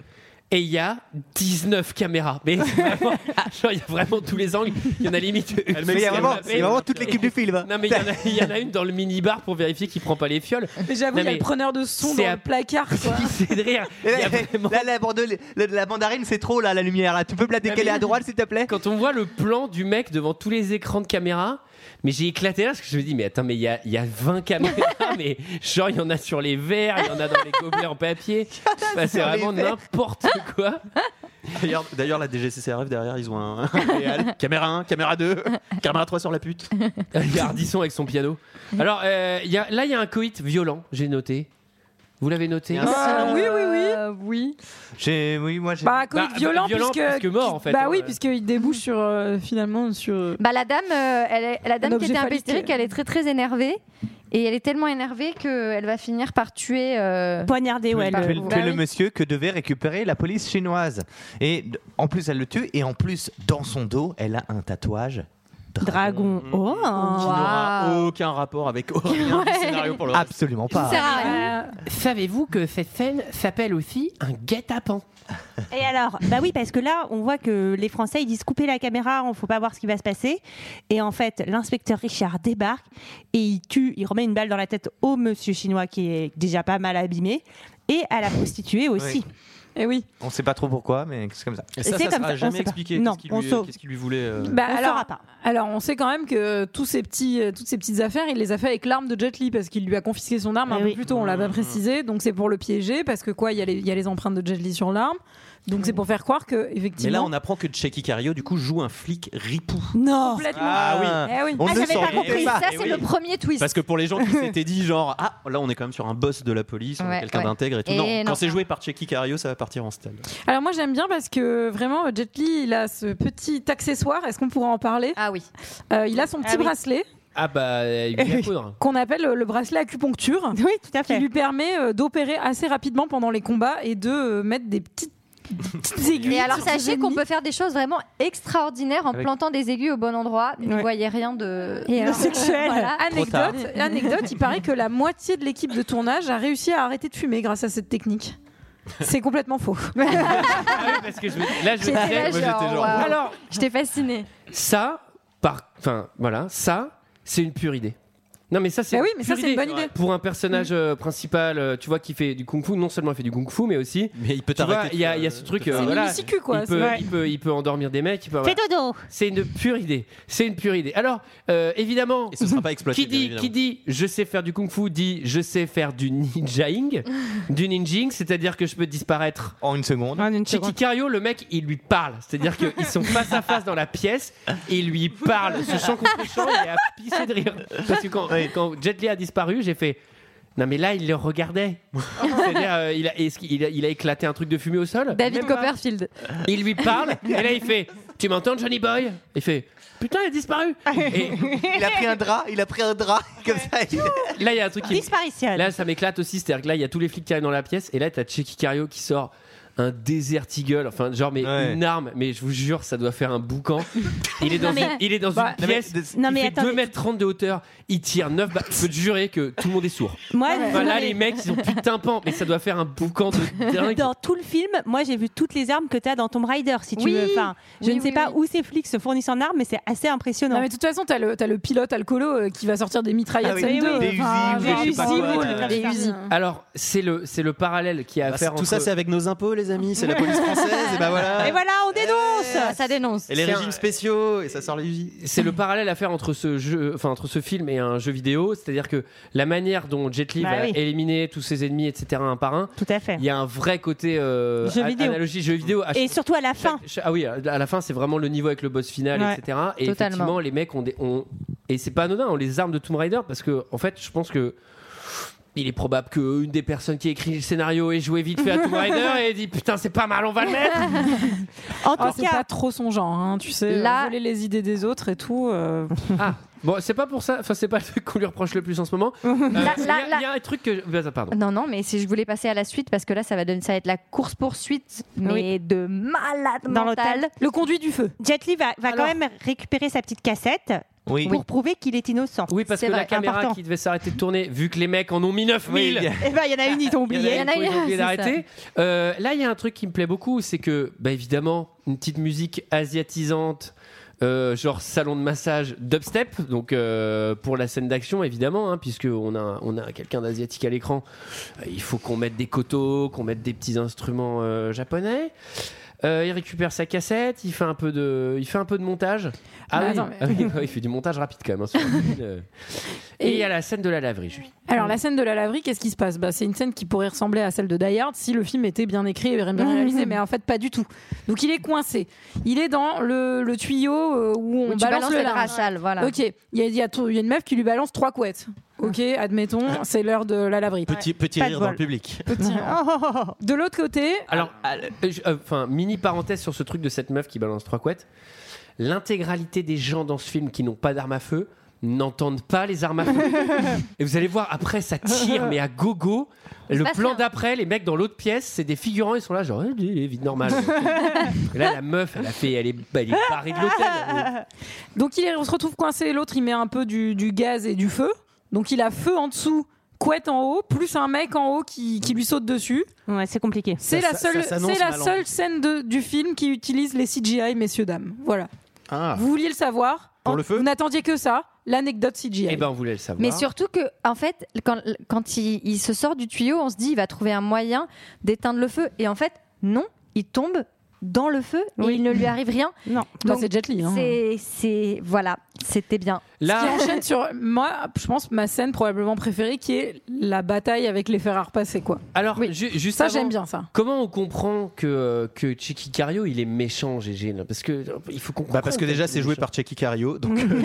[SPEAKER 1] Et il y a 19 caméras. Mais vraiment, genre, il y a vraiment tous les angles. Il y en a limite. une
[SPEAKER 11] Mais
[SPEAKER 1] sous
[SPEAKER 11] il y a
[SPEAKER 1] le
[SPEAKER 11] vraiment,
[SPEAKER 1] canapé.
[SPEAKER 11] il y a vraiment toute l'équipe du film. hein.
[SPEAKER 1] Non, mais il y en a- il y, en a une dans le minibar pour vérifier qu'il prend pas les fioles.
[SPEAKER 6] mais j'avoue,
[SPEAKER 1] Non,
[SPEAKER 6] il y a
[SPEAKER 1] mais
[SPEAKER 6] le preneur de son
[SPEAKER 1] c'est
[SPEAKER 6] dans
[SPEAKER 1] à-
[SPEAKER 6] le placard quoi.
[SPEAKER 1] C'est de rire. Il y a vraiment-
[SPEAKER 11] Là, la, bordel- la- la mandarine, c'est trop là, la lumière. Là. Tu peux me la décaler à droite, s'il te plaît
[SPEAKER 1] Quand on voit le plan du mec devant tous les écrans de caméra, mais j'ai éclaté là parce que je me dis, mais attends, mais il y a, il y a 20 caméras, mais genre il y en a sur les verres, il y en a dans les gobelets en papier. Bah, c'est
[SPEAKER 11] sur les
[SPEAKER 1] vraiment
[SPEAKER 11] verres.
[SPEAKER 1] n'importe quoi.
[SPEAKER 7] D'ailleurs, d'ailleurs, la DGCCRF derrière, ils ont un. un réal. caméra 1, caméra 2, caméra 3 sur la pute.
[SPEAKER 1] Il y a Ardisson avec son piano.
[SPEAKER 11] Mm.
[SPEAKER 1] Alors euh, il y a- là, il y a un coït violent, j'ai noté. Vous l'avez noté
[SPEAKER 11] Bien
[SPEAKER 6] Ah, oui, oui, oui.
[SPEAKER 10] Euh,
[SPEAKER 9] oui.
[SPEAKER 11] J'ai- Oui, moi, j'ai.
[SPEAKER 6] Bah, Covid
[SPEAKER 1] Bah,
[SPEAKER 6] violent,
[SPEAKER 1] violent
[SPEAKER 6] puisque,
[SPEAKER 1] parce que mort, en fait,
[SPEAKER 6] Bah
[SPEAKER 1] hein,
[SPEAKER 6] oui,
[SPEAKER 1] ouais.
[SPEAKER 6] puisqu'il
[SPEAKER 10] Mm.
[SPEAKER 6] débouche sur euh, finalement sur. euh,
[SPEAKER 9] Bah, la dame, euh, elle est- la dame qui
[SPEAKER 6] objet
[SPEAKER 9] était un peu
[SPEAKER 6] phallique.
[SPEAKER 9] hystérique, elle est très très énervée. Et elle est tellement énervée qu'elle va finir par tuer. euh,
[SPEAKER 10] Poignardé, ouais.
[SPEAKER 11] Tu es
[SPEAKER 10] le-
[SPEAKER 9] Bah
[SPEAKER 11] le
[SPEAKER 9] oui.
[SPEAKER 11] monsieur que devait récupérer la police chinoise. Et d- en plus, elle le tue. Et en plus, dans son dos, elle a un tatouage.
[SPEAKER 10] Dragon. Oh.
[SPEAKER 7] Mm, Qui n'aura aucun rapport avec rien du scénario pour le reste.
[SPEAKER 11] Absolument pas.
[SPEAKER 9] sert
[SPEAKER 10] Ah
[SPEAKER 9] à rien.
[SPEAKER 1] Euh, Savez-vous que cette scène s'appelle aussi un guet-apens
[SPEAKER 10] Et alors Bah oui, parce que là, on voit que les Français, ils disent couper la caméra, on faut pas voir ce qui va se passer. Et en fait, l'inspecteur Richard débarque et il tue, il remet une balle dans la tête au monsieur chinois qui est déjà pas mal abîmé et à la prostituée aussi.
[SPEAKER 6] Eh oui.
[SPEAKER 11] On sait pas trop pourquoi, mais c'est comme ça.
[SPEAKER 7] Et
[SPEAKER 10] C'est
[SPEAKER 7] ça, ça
[SPEAKER 10] comme
[SPEAKER 7] sera
[SPEAKER 10] ça, on
[SPEAKER 7] jamais
[SPEAKER 10] sait pas.
[SPEAKER 7] expliqué.
[SPEAKER 10] Non,
[SPEAKER 7] qu'est-ce,
[SPEAKER 10] on
[SPEAKER 7] qu'il lui,
[SPEAKER 10] saute.
[SPEAKER 7] qu'est-ce qu'il lui voulait. euh,
[SPEAKER 6] Bah,
[SPEAKER 10] On
[SPEAKER 6] alors,
[SPEAKER 10] saura pas.
[SPEAKER 6] alors, on sait quand même que tous ces petits, euh, toutes ces petites affaires, il les a fait avec l'arme de Jet Li parce qu'il lui a confisqué son arme un
[SPEAKER 10] Eh
[SPEAKER 6] peu
[SPEAKER 10] oui.
[SPEAKER 6] plus tôt. On l'a
[SPEAKER 1] Mm,
[SPEAKER 6] pas précisé, donc c'est pour le piéger parce que quoi, il y, a les- il y a les empreintes de Jet Li sur l'arme,
[SPEAKER 10] Mm.
[SPEAKER 6] donc c'est pour faire croire que
[SPEAKER 7] Mais là,
[SPEAKER 6] effectivement.
[SPEAKER 7] on apprend que Checky Cario, du coup, joue un flic ripou.
[SPEAKER 10] Non
[SPEAKER 6] complètement.
[SPEAKER 11] Ah
[SPEAKER 6] Eh oui.
[SPEAKER 11] On
[SPEAKER 10] Ah,
[SPEAKER 11] ne
[SPEAKER 10] j'avais
[SPEAKER 11] s'en
[SPEAKER 10] pas
[SPEAKER 11] doutait
[SPEAKER 10] compris.
[SPEAKER 11] pas.
[SPEAKER 9] Ça,
[SPEAKER 11] Eh
[SPEAKER 9] c'est
[SPEAKER 11] oui.
[SPEAKER 9] le premier twist.
[SPEAKER 7] Parce que pour les gens qui s'étaient dit, genre, ah, là, on est quand même sur un boss de la police, on est
[SPEAKER 9] Ouais,
[SPEAKER 7] quelqu'un
[SPEAKER 9] ouais.
[SPEAKER 7] d'intègre et tout.
[SPEAKER 9] Et
[SPEAKER 7] non,
[SPEAKER 9] non.
[SPEAKER 7] quand c'est joué par Checky Cario, ça va partir en style.
[SPEAKER 6] Alors moi j'aime bien parce que vraiment Jet Li il a ce petit accessoire. Est-ce qu'on pourra en parler
[SPEAKER 9] Ah oui.
[SPEAKER 6] Euh, Il a son petit
[SPEAKER 10] oui.
[SPEAKER 6] bracelet
[SPEAKER 1] Ah bah, il y a coudre.
[SPEAKER 6] qu'on appelle euh, le bracelet acupuncture.
[SPEAKER 10] Oui, tout à
[SPEAKER 6] qui
[SPEAKER 10] fait.
[SPEAKER 6] lui permet euh, d'opérer assez rapidement pendant les combats et de euh, mettre des petites, petites aiguilles.
[SPEAKER 9] Et alors
[SPEAKER 6] sur ses
[SPEAKER 9] sachez qu'on
[SPEAKER 6] ennemis.
[SPEAKER 9] peut faire des choses vraiment extraordinaires en
[SPEAKER 7] Avec-
[SPEAKER 9] plantant des aiguilles au bon endroit. Vous ne
[SPEAKER 10] Ouais.
[SPEAKER 9] voyez rien de.
[SPEAKER 10] Et alors- sexuel.
[SPEAKER 6] Voilà,
[SPEAKER 11] tard.
[SPEAKER 6] anecdote, anecdote, il paraît que la moitié de l'équipe de tournage a réussi à arrêter de fumer grâce à cette technique. C'est complètement faux.
[SPEAKER 1] Ah oui, parce que je me- là, je me
[SPEAKER 9] J'étais là,
[SPEAKER 1] disais,
[SPEAKER 9] genre, waouh.
[SPEAKER 1] alors,
[SPEAKER 9] J'étais fascinée.
[SPEAKER 1] ça, par, enfin voilà, ça, c'est une pure idée. Non mais ça c'est
[SPEAKER 6] Bah oui, mais ça,
[SPEAKER 1] pure
[SPEAKER 6] c'est une bonne idée. Mm.
[SPEAKER 1] pour un personnage euh, principal, euh, tu vois, qui fait du kung-fu. Non seulement il fait du kung-fu, mais aussi,
[SPEAKER 7] Mais il peut
[SPEAKER 1] tu vois,
[SPEAKER 7] t'arrêter.
[SPEAKER 1] il y, a-
[SPEAKER 7] de-
[SPEAKER 1] il y a ce truc,
[SPEAKER 7] de-
[SPEAKER 1] euh,
[SPEAKER 6] C'est
[SPEAKER 1] voilà,
[SPEAKER 6] mini-sicu, quoi.
[SPEAKER 1] il
[SPEAKER 6] C'est
[SPEAKER 1] peut,
[SPEAKER 6] vrai.
[SPEAKER 1] il peut, il peut endormir des mecs. il peut-
[SPEAKER 10] Fais
[SPEAKER 1] voilà.
[SPEAKER 10] dodo
[SPEAKER 1] C'est une pure idée. C'est une pure idée. Alors, euh, évidemment,
[SPEAKER 7] Et ce sera pas exploité.
[SPEAKER 1] qui dit,
[SPEAKER 7] bien
[SPEAKER 1] qui dit je sais faire du kung fu dit je sais faire du ninjaing, du ninjing, c'est-à-dire que je peux disparaître.
[SPEAKER 11] En une seconde.
[SPEAKER 1] Chiki Cario, le mec, il lui parle. C'est-à-dire qu'ils sont face à face dans la pièce et il lui parle. Ce chant contre chant, il a pissé de rire. Parce que quand, quand Jet Li a disparu, j'ai fait. Non mais là il le regardait. C'est-à-dire euh, il, a, est-ce qu'il a- il a éclaté un truc de fumée au sol.
[SPEAKER 9] David Copperfield.
[SPEAKER 1] Il lui parle et là il fait Tu m'entends, Johnny Boy Il fait Putain, il a disparu Et
[SPEAKER 11] Il a pris un drap, il a pris un drap comme ça.
[SPEAKER 1] là, il y a un truc qui.
[SPEAKER 10] Disparition.
[SPEAKER 1] Là, ça m'éclate aussi. C'est-à-dire que là, il y a tous les flics qui arrivent dans la pièce. Et là, t'as Checky Cario qui sort un désert eagle. Enfin, genre, mais
[SPEAKER 11] Ouais.
[SPEAKER 1] une arme. Mais je vous jure, ça doit faire un boucan. Il est dans,
[SPEAKER 9] Non, mais-
[SPEAKER 1] une, il est dans
[SPEAKER 11] Bah,
[SPEAKER 1] une
[SPEAKER 11] non, mais-
[SPEAKER 1] pièce.
[SPEAKER 10] non, mais
[SPEAKER 1] il fait
[SPEAKER 10] attendez.
[SPEAKER 1] 2 mètres 30 de hauteur. Il tire 9 balles. Je peux te jurer que tout le monde est sourd.
[SPEAKER 10] Moi,
[SPEAKER 1] Enfin,
[SPEAKER 10] non,
[SPEAKER 1] là,
[SPEAKER 10] mais
[SPEAKER 1] les mecs, ils ont plus de tympan. Mais ça doit faire un boucan de dingue.
[SPEAKER 10] dans tout le film, moi j'ai vu toutes les armes que tu as dans Tomb Raider, si tu
[SPEAKER 9] Oui.
[SPEAKER 10] veux. Enfin, je
[SPEAKER 9] Oui,
[SPEAKER 10] ne sais
[SPEAKER 9] oui,
[SPEAKER 10] pas
[SPEAKER 9] oui.
[SPEAKER 10] où ces flics se fournissent en armes, mais c'est assez impressionnant.
[SPEAKER 6] Non, mais de toute façon, t'as le, t'as le pilote alcoolo euh, qui va sortir des mitraillettes
[SPEAKER 11] Ah oui,
[SPEAKER 6] scène
[SPEAKER 11] oui,
[SPEAKER 6] deux,
[SPEAKER 11] des
[SPEAKER 6] enfin,
[SPEAKER 11] usines,
[SPEAKER 6] genre,
[SPEAKER 11] des
[SPEAKER 6] je sais pas
[SPEAKER 11] usines,
[SPEAKER 6] quoi,
[SPEAKER 11] ouais,
[SPEAKER 6] ouais.
[SPEAKER 11] des
[SPEAKER 6] Des
[SPEAKER 10] usines.
[SPEAKER 6] usines.
[SPEAKER 1] Alors, c'est le, c'est le parallèle qui a à
[SPEAKER 7] Bah, c'est-
[SPEAKER 1] faire
[SPEAKER 7] tout ça,
[SPEAKER 1] entre-
[SPEAKER 7] c'est avec nos impôts, les amis. C'est la police française. et bah voilà.
[SPEAKER 10] Et voilà, on dénonce
[SPEAKER 9] Ça dénonce.
[SPEAKER 7] Et les
[SPEAKER 1] C'est
[SPEAKER 7] régimes
[SPEAKER 1] un-
[SPEAKER 7] spéciaux, et ça sort les usines.
[SPEAKER 1] c'est le parallèle à faire entre ce jeu, enfin entre ce film et un jeu vidéo, c'est-à-dire que la manière dont Jet Li
[SPEAKER 10] Bah
[SPEAKER 1] va
[SPEAKER 10] oui.
[SPEAKER 1] éliminer tous ses ennemis, etc., un par un,
[SPEAKER 10] Tout à fait.
[SPEAKER 1] il y a un vrai côté euh,
[SPEAKER 10] Jeu
[SPEAKER 1] a-
[SPEAKER 10] vidéo.
[SPEAKER 1] analogie jeu vidéo. À
[SPEAKER 10] Et
[SPEAKER 1] chaque-
[SPEAKER 10] surtout à la
[SPEAKER 1] chaque-
[SPEAKER 10] fin.
[SPEAKER 1] chaque- ah oui, à la fin, c'est vraiment le niveau avec le boss final,
[SPEAKER 10] Ouais.
[SPEAKER 1] etc. Et
[SPEAKER 9] Totalement.
[SPEAKER 1] effectivement, les mecs ont des, ont- et c'est pas anodin, ont les armes de Tomb Raider parce que en fait, je pense que il est probable qu'une des personnes qui écrit le scénario ait joué vite fait à Tomb Raider et dit putain c'est pas mal on va le mettre
[SPEAKER 10] En
[SPEAKER 6] Ah,
[SPEAKER 10] tout
[SPEAKER 6] c'est
[SPEAKER 10] cas,
[SPEAKER 6] pas trop son genre, hein, tu sais.
[SPEAKER 9] Là-
[SPEAKER 6] Là... Voler les idées des autres et tout. euh,
[SPEAKER 1] ah bon c'est pas pour ça enfin c'est pas le truc qu'on lui reproche le plus en ce moment Euh, il y,
[SPEAKER 9] Là, là,
[SPEAKER 1] a-
[SPEAKER 9] là.
[SPEAKER 1] il y a un truc que bah, pardon
[SPEAKER 9] Non, non, mais si je voulais passer à la suite, parce que là, ça va, donner, ça va être la course-poursuite, mais
[SPEAKER 10] Oui.
[SPEAKER 9] de malade
[SPEAKER 10] Dans
[SPEAKER 9] mental.
[SPEAKER 10] l'hôtel.
[SPEAKER 6] Le conduit du feu.
[SPEAKER 10] Jet Li va, va
[SPEAKER 6] Alors-
[SPEAKER 10] quand même récupérer sa petite cassette
[SPEAKER 11] Oui.
[SPEAKER 10] pour prouver qu'il est innocent.
[SPEAKER 1] Oui, parce que
[SPEAKER 9] C'est
[SPEAKER 1] la
[SPEAKER 9] vrai,
[SPEAKER 1] caméra
[SPEAKER 10] important.
[SPEAKER 1] qui devait s'arrêter de tourner, vu que les mecs en ont mis 9000
[SPEAKER 11] Oui,
[SPEAKER 10] Eh ben, il y en a une, ils ont oublié.
[SPEAKER 9] Il y en a eu,
[SPEAKER 1] ils ont oublié
[SPEAKER 9] c'est
[SPEAKER 1] d'arrêter. Euh, là, il y a un truc qui me plaît beaucoup, c'est que, bah, évidemment, une petite musique asiatisante, euh, genre salon de massage dubstep, donc euh, pour la scène d'action, évidemment, hein, puisque on a, on a quelqu'un d'asiatique à l'écran, Euh, il faut qu'on mette des kotos, qu'on mette des petits instruments euh, japonais. Euh, il récupère sa cassette, il fait un peu de, il fait un peu de montage. Ah
[SPEAKER 6] Mais
[SPEAKER 9] Bah,
[SPEAKER 1] oui,
[SPEAKER 6] attends, mais-
[SPEAKER 1] Ah oui, il fait du montage rapide quand même. hein, sur le film, euh. Et il
[SPEAKER 6] Et-
[SPEAKER 1] y a la scène de la laverie, Julie.
[SPEAKER 6] Alors la scène de la laverie, qu'est-ce qui se passe bah, C'est une scène qui pourrait ressembler à celle de Die Hard si le film était bien écrit et bien réalisé, mais en fait pas du tout. Donc il est coincé. Il est dans le, le tuyau euh, où on
[SPEAKER 9] Où tu
[SPEAKER 6] balance
[SPEAKER 9] balances
[SPEAKER 6] le
[SPEAKER 9] le
[SPEAKER 6] linge.
[SPEAKER 9] rachal, voilà.
[SPEAKER 6] Ok, il y, a- il y a tout- il y a une meuf qui lui balance trois couettes. Ok,
[SPEAKER 9] Ah.
[SPEAKER 6] admettons, c'est l'heure de la laverie.
[SPEAKER 7] Petit, petit
[SPEAKER 10] Pas de
[SPEAKER 7] rire dans
[SPEAKER 10] bol.
[SPEAKER 7] le public.
[SPEAKER 6] Petit- De l'autre côté,
[SPEAKER 1] Alors, euh, je- euh, enfin, mini parenthèse sur ce truc de cette meuf qui balance trois couettes. L'intégralité des gens dans ce film qui n'ont pas d'armes à feu n'entendent pas les armes à feu. Et vous allez voir, après, ça tire, mais à gogo. Le
[SPEAKER 9] passe
[SPEAKER 1] plan
[SPEAKER 9] rien.
[SPEAKER 1] d'après, les mecs dans l'autre pièce, c'est des figurants, ils sont là, genre, eh, il est vide normal. Et là, la meuf, elle a fait, elle est, elle est barrée de l'hôtel.
[SPEAKER 6] donc il est- on se retrouve coincé, l'autre il met un peu du, du gaz et du feu. Donc il a feu en dessous, couette en haut, plus un mec en haut qui, qui lui saute dessus.
[SPEAKER 10] Ouais, c'est compliqué.
[SPEAKER 6] C'est
[SPEAKER 7] Ça-
[SPEAKER 6] la
[SPEAKER 7] ça-
[SPEAKER 6] seule,
[SPEAKER 7] ça s'annonce
[SPEAKER 6] c'est la
[SPEAKER 7] mal en
[SPEAKER 6] seule scène de- du film qui utilise les CGI, messieurs dames. Voilà.
[SPEAKER 7] Ah.
[SPEAKER 6] Vous vouliez le savoir
[SPEAKER 7] Pour
[SPEAKER 6] En-
[SPEAKER 7] le feu
[SPEAKER 6] Vous n'attendiez que ça, l'anecdote CGI.
[SPEAKER 1] Et ben, on voulait le savoir.
[SPEAKER 9] Mais surtout que, en fait, quand, quand il, il se sort du tuyau, on se dit il va trouver un moyen d'éteindre le feu. Et en fait, non, il tombe dans le feu et
[SPEAKER 10] Oui.
[SPEAKER 9] il ne lui arrive rien.
[SPEAKER 10] Non.
[SPEAKER 6] Bah,
[SPEAKER 9] Donc,
[SPEAKER 6] c'est Jet Li. hein.
[SPEAKER 9] C'est, c'est, voilà, c'était bien.
[SPEAKER 6] Qui
[SPEAKER 1] là,
[SPEAKER 6] enchaîne sur moi, je pense ma scène probablement préférée qui est la bataille avec les fers à repasser quoi.
[SPEAKER 1] alors, ju- juste
[SPEAKER 6] Ça
[SPEAKER 1] avant-
[SPEAKER 6] j'aime bien ça.
[SPEAKER 1] Comment on comprend que, que Chicky Cario, il est méchant, GG là Parce que euh, il faut qu'on
[SPEAKER 7] Bah parce que
[SPEAKER 1] comprenne qu'il
[SPEAKER 7] déjà
[SPEAKER 1] est
[SPEAKER 7] c'est joué
[SPEAKER 1] méchant.
[SPEAKER 7] par Checky Cario, donc euh,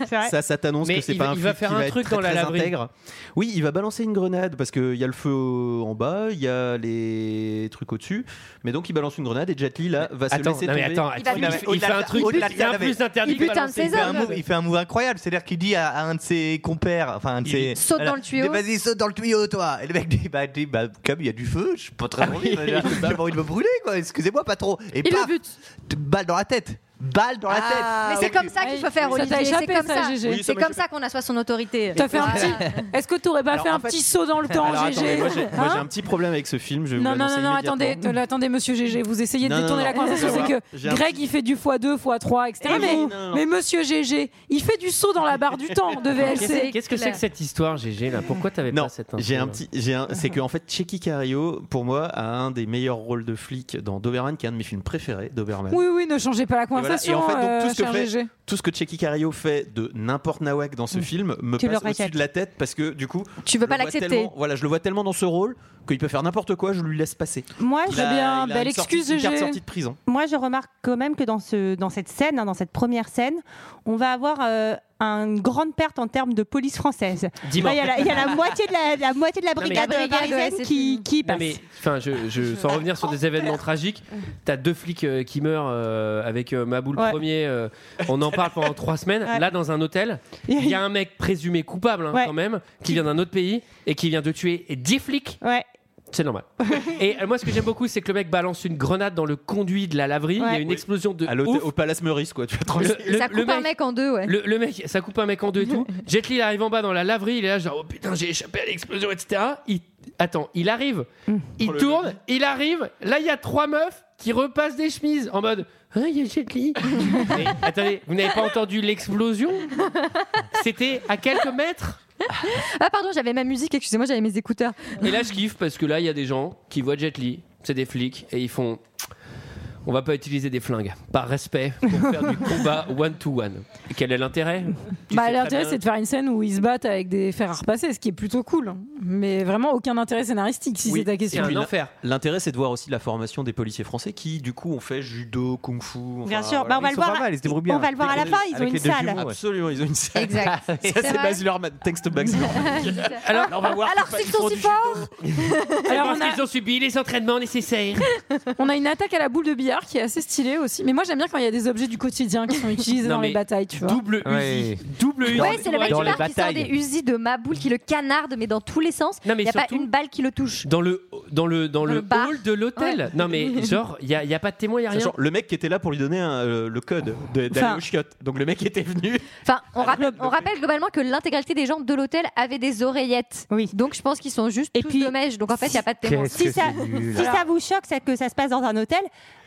[SPEAKER 10] C'est vrai.
[SPEAKER 7] ça, ça t'annonce
[SPEAKER 1] Mais
[SPEAKER 7] que c'est
[SPEAKER 1] il
[SPEAKER 7] pas
[SPEAKER 1] va-
[SPEAKER 7] un
[SPEAKER 1] il
[SPEAKER 7] flic
[SPEAKER 1] va faire
[SPEAKER 7] qui
[SPEAKER 1] un
[SPEAKER 7] va
[SPEAKER 1] truc
[SPEAKER 7] être très,
[SPEAKER 1] dans la
[SPEAKER 7] très
[SPEAKER 1] laverie.
[SPEAKER 7] intègre. Oui, il va balancer une grenade parce qu'il y a le feu au- en bas, il y a les trucs au-dessus, mais donc il balance une grenade et Jet Li là va se
[SPEAKER 1] Attends,
[SPEAKER 7] laisser
[SPEAKER 1] non,
[SPEAKER 7] tomber.
[SPEAKER 1] mais attends,
[SPEAKER 9] Il va
[SPEAKER 1] attends, il,
[SPEAKER 9] plus-
[SPEAKER 1] fait- il fait un truc
[SPEAKER 11] au-delà de
[SPEAKER 1] il y a
[SPEAKER 11] la
[SPEAKER 1] un plus interdit.
[SPEAKER 9] Il bute
[SPEAKER 1] de
[SPEAKER 9] un de
[SPEAKER 1] balancer.
[SPEAKER 9] ses
[SPEAKER 11] Il fait, un
[SPEAKER 9] hommes.
[SPEAKER 11] move, il fait un move incroyable, c'est-à-dire qu'il dit à, à un de ses compères, enfin un de ses.
[SPEAKER 9] Saute dans le tuyau.
[SPEAKER 11] Vas-y, saute dans le tuyau, toi Et le mec dit Bah, dit, bah, comme il y a du feu, je suis pas
[SPEAKER 1] Ah
[SPEAKER 11] très envie, j'ai j'ai pas envie de me brûler, quoi, excusez-moi, pas trop Et
[SPEAKER 6] Il
[SPEAKER 11] paf,
[SPEAKER 6] le bute.
[SPEAKER 11] t- balle dans la tête Balle dans la tête
[SPEAKER 9] Ah,
[SPEAKER 11] Ah,
[SPEAKER 9] Mais c'est comme ça qu'il faut faire,
[SPEAKER 6] Ça t'a
[SPEAKER 9] Olivier. C'est
[SPEAKER 6] échappé,
[SPEAKER 9] comme
[SPEAKER 6] ça,
[SPEAKER 9] ça.
[SPEAKER 6] GG. Oui, ça
[SPEAKER 9] C'est
[SPEAKER 7] m'a
[SPEAKER 9] comme ça qu'on assoit son autorité.
[SPEAKER 6] T'as fait un
[SPEAKER 9] Voilà.
[SPEAKER 6] Est-ce que t'aurais pas
[SPEAKER 7] Alors,
[SPEAKER 6] fait
[SPEAKER 7] en
[SPEAKER 6] un
[SPEAKER 7] fait-
[SPEAKER 6] petit saut dans le temps,
[SPEAKER 7] Alors, attends, mais
[SPEAKER 6] GG
[SPEAKER 7] moi j'ai moi, j'ai
[SPEAKER 6] Hein
[SPEAKER 7] un petit problème avec ce film, je vais vous
[SPEAKER 6] Non, non,
[SPEAKER 7] l'annoncer
[SPEAKER 6] non, non,
[SPEAKER 7] immédiatement.
[SPEAKER 6] attendez, te- attendez, monsieur GG, vous essayez de
[SPEAKER 7] Non,
[SPEAKER 6] détourner
[SPEAKER 7] non,
[SPEAKER 6] la
[SPEAKER 7] non,
[SPEAKER 6] conversation.
[SPEAKER 7] je vais
[SPEAKER 6] C'est
[SPEAKER 7] voir.
[SPEAKER 6] que
[SPEAKER 7] J'ai un
[SPEAKER 6] Greg, il fait du x2, x3, etc.
[SPEAKER 7] Et
[SPEAKER 6] mais,
[SPEAKER 7] vous Non, non.
[SPEAKER 6] mais monsieur GG, il fait du saut dans la barre du temps de
[SPEAKER 1] Qu'est-ce
[SPEAKER 6] VLC.
[SPEAKER 1] qu'est-ce que c'est que cette histoire, GG là Pourquoi t'avais
[SPEAKER 7] Non,
[SPEAKER 1] pas cette info, hein.
[SPEAKER 7] j'ai un
[SPEAKER 1] là
[SPEAKER 7] petit, j'ai un, c'est que en fait, Checky Cario, pour moi, a un des meilleurs rôles de flic dans Doberman, qui est un de mes films préférés, Doberman.
[SPEAKER 6] Oui, oui, ne changez pas la
[SPEAKER 7] voilà.
[SPEAKER 6] conversation,
[SPEAKER 7] Et en fait, donc, tout
[SPEAKER 6] euh,
[SPEAKER 7] ce que
[SPEAKER 6] cher
[SPEAKER 7] fait-
[SPEAKER 6] GG.
[SPEAKER 7] Tout ce que Checky Cario fait de n'importe nawak dans ce film me
[SPEAKER 10] Mm. Tu le
[SPEAKER 7] passe au-dessus
[SPEAKER 10] rejettes.
[SPEAKER 7] de la tête parce que du coup,
[SPEAKER 9] Tu veux
[SPEAKER 7] je le
[SPEAKER 9] pas
[SPEAKER 7] vois
[SPEAKER 9] l'accepter.
[SPEAKER 7] tellement- Voilà, je le vois tellement dans ce rôle qu'il peut faire n'importe quoi, je lui laisse passer.
[SPEAKER 10] Moi,
[SPEAKER 7] Il
[SPEAKER 10] je,
[SPEAKER 7] a-
[SPEAKER 6] bien,
[SPEAKER 7] il a
[SPEAKER 6] belle
[SPEAKER 7] une sortie-
[SPEAKER 6] excuse,
[SPEAKER 7] une carte
[SPEAKER 6] GG.
[SPEAKER 7] sortie de prison.
[SPEAKER 10] moi, je remarque quand même que dans, ce, dans cette scène, hein, dans cette première scène, on va avoir euh, une grande perte en termes de police française.
[SPEAKER 1] Dis-moi.
[SPEAKER 10] Là, Il y, a la- il y a la moitié de la, la moitié de la
[SPEAKER 1] Non, mais-
[SPEAKER 10] brigade
[SPEAKER 1] La brigade,
[SPEAKER 10] parisienne
[SPEAKER 1] ouais,
[SPEAKER 10] qui, qui
[SPEAKER 1] Non,
[SPEAKER 10] passe.
[SPEAKER 1] mais enfin, je, je- sans revenir sur des événements tragiques, t'as deux flics euh, qui meurent euh, avec euh, Maboul
[SPEAKER 10] Ouais.
[SPEAKER 1] premier. euh, on en parle pendant trois semaines.
[SPEAKER 10] Ouais.
[SPEAKER 1] Là, dans un hôtel, il y a un mec présumé coupable hein,
[SPEAKER 10] Ouais.
[SPEAKER 1] quand même, qui vient d'un autre pays et qui vient de tuer dix flics. C'est normal. et euh, moi, ce que j'aime beaucoup, c'est que le mec balance une grenade dans le conduit de la laverie. Il y a une explosion de
[SPEAKER 7] à l'hôtel-
[SPEAKER 1] ouf.
[SPEAKER 7] au Palace Meurice, quoi. Tu vois,
[SPEAKER 1] Le-
[SPEAKER 7] tranquille.
[SPEAKER 1] le-
[SPEAKER 9] ça coupe
[SPEAKER 1] le
[SPEAKER 9] un mec en deux, ouais.
[SPEAKER 1] Le, le mec, ça coupe un mec en deux et tout. Jet Li, il arrive en bas dans la laverie, il est là, genre, oh putain, j'ai échappé à l'explosion, etc. Il... Attends, il arrive, il tourne, il arrive, là, il y a trois meufs qui repassent des chemises en mode, ah, il y a Jet Li. Mais, attendez, vous n'avez pas entendu l'explosion C'était à quelques mètres
[SPEAKER 9] Ah, pardon, j'avais ma musique, excusez-moi, j'avais mes écouteurs.
[SPEAKER 1] Et là, je kiffe parce que là, il y a des gens qui voient Jet Li, c'est des flics, et ils font. On va pas utiliser des flingues, par respect, pour faire du combat one-to-one. Et Quel est l'intérêt Tu
[SPEAKER 6] Bah,
[SPEAKER 1] sais très
[SPEAKER 6] L'intérêt,
[SPEAKER 1] bien-
[SPEAKER 6] c'est de faire une scène où ils se battent avec des fers à repasser, ce qui est plutôt cool. Mais vraiment, aucun intérêt scénaristique, si
[SPEAKER 7] Oui,
[SPEAKER 6] c'est ta question.
[SPEAKER 7] et puis l'in- L'intérêt, c'est de voir aussi la formation des policiers français qui, du coup, ont fait judo, kung-fu. enfin,
[SPEAKER 10] Bien sûr,
[SPEAKER 7] voilà.
[SPEAKER 10] bah, on va
[SPEAKER 7] Ils
[SPEAKER 10] le
[SPEAKER 7] sont
[SPEAKER 10] voir
[SPEAKER 7] pas
[SPEAKER 10] à-
[SPEAKER 7] mal, ils étaient
[SPEAKER 10] on
[SPEAKER 7] bien.
[SPEAKER 10] va le voir à la
[SPEAKER 7] Avec
[SPEAKER 10] fin, ils
[SPEAKER 7] les
[SPEAKER 10] ont une
[SPEAKER 7] deux
[SPEAKER 10] salle.
[SPEAKER 7] jumeaux, ouais. Absolument, ils ont une salle.
[SPEAKER 9] Exact.
[SPEAKER 7] Ça,
[SPEAKER 9] C'est
[SPEAKER 7] c'est
[SPEAKER 9] vrai.
[SPEAKER 7] Baz Luhrmann, texte Baz Luhrmann.
[SPEAKER 1] Alors,
[SPEAKER 7] on va voir.
[SPEAKER 9] Alors,
[SPEAKER 7] pas-
[SPEAKER 9] s'ils
[SPEAKER 7] ils
[SPEAKER 9] sont
[SPEAKER 7] font
[SPEAKER 9] si
[SPEAKER 7] du
[SPEAKER 9] forts
[SPEAKER 1] Alors parce qu'ils ont subi les entraînements nécessaires.
[SPEAKER 6] On a une attaque à la boule de billard qui est assez stylée aussi. Mais moi, j'aime bien quand il y a des objets du quotidien qui sont utilisés
[SPEAKER 1] Non,
[SPEAKER 6] dans
[SPEAKER 1] mais
[SPEAKER 6] les batailles, tu vois.
[SPEAKER 1] Double
[SPEAKER 7] Ouais.
[SPEAKER 1] Uzi, double Uzi.
[SPEAKER 9] Ouais, c'est le mec
[SPEAKER 7] dans
[SPEAKER 9] qui
[SPEAKER 7] les
[SPEAKER 9] part qui sort
[SPEAKER 7] batailles.
[SPEAKER 9] des usines de Maboul, qui le canarde, mais dans tous les sens.
[SPEAKER 1] Non,
[SPEAKER 9] Il
[SPEAKER 1] mais
[SPEAKER 9] n'y a pas
[SPEAKER 1] surtout-
[SPEAKER 9] une balle qui le touche.
[SPEAKER 1] dans le dans le dans, le,
[SPEAKER 9] le bar.
[SPEAKER 1] hall de l'hôtel. Non mais genre il y, a- y a pas de témoin, il y a rien.
[SPEAKER 7] Sachant, le mec qui était là pour lui donner un, euh, le code de- d'aller
[SPEAKER 10] Enfin-
[SPEAKER 7] aux chiottes. Donc le mec était venu.
[SPEAKER 9] Enfin, on rappelle, on rappelle globalement que l'intégralité des gens de l'hôtel avaient des oreillettes.
[SPEAKER 10] Oui.
[SPEAKER 9] Donc je pense qu'ils sont juste
[SPEAKER 10] Et
[SPEAKER 9] tous
[SPEAKER 10] puis-
[SPEAKER 9] de mèche. Donc en fait, il n'y a pas de témoin.
[SPEAKER 10] Si ça, si ça vous choque ça- que ça se passe dans un hôtel,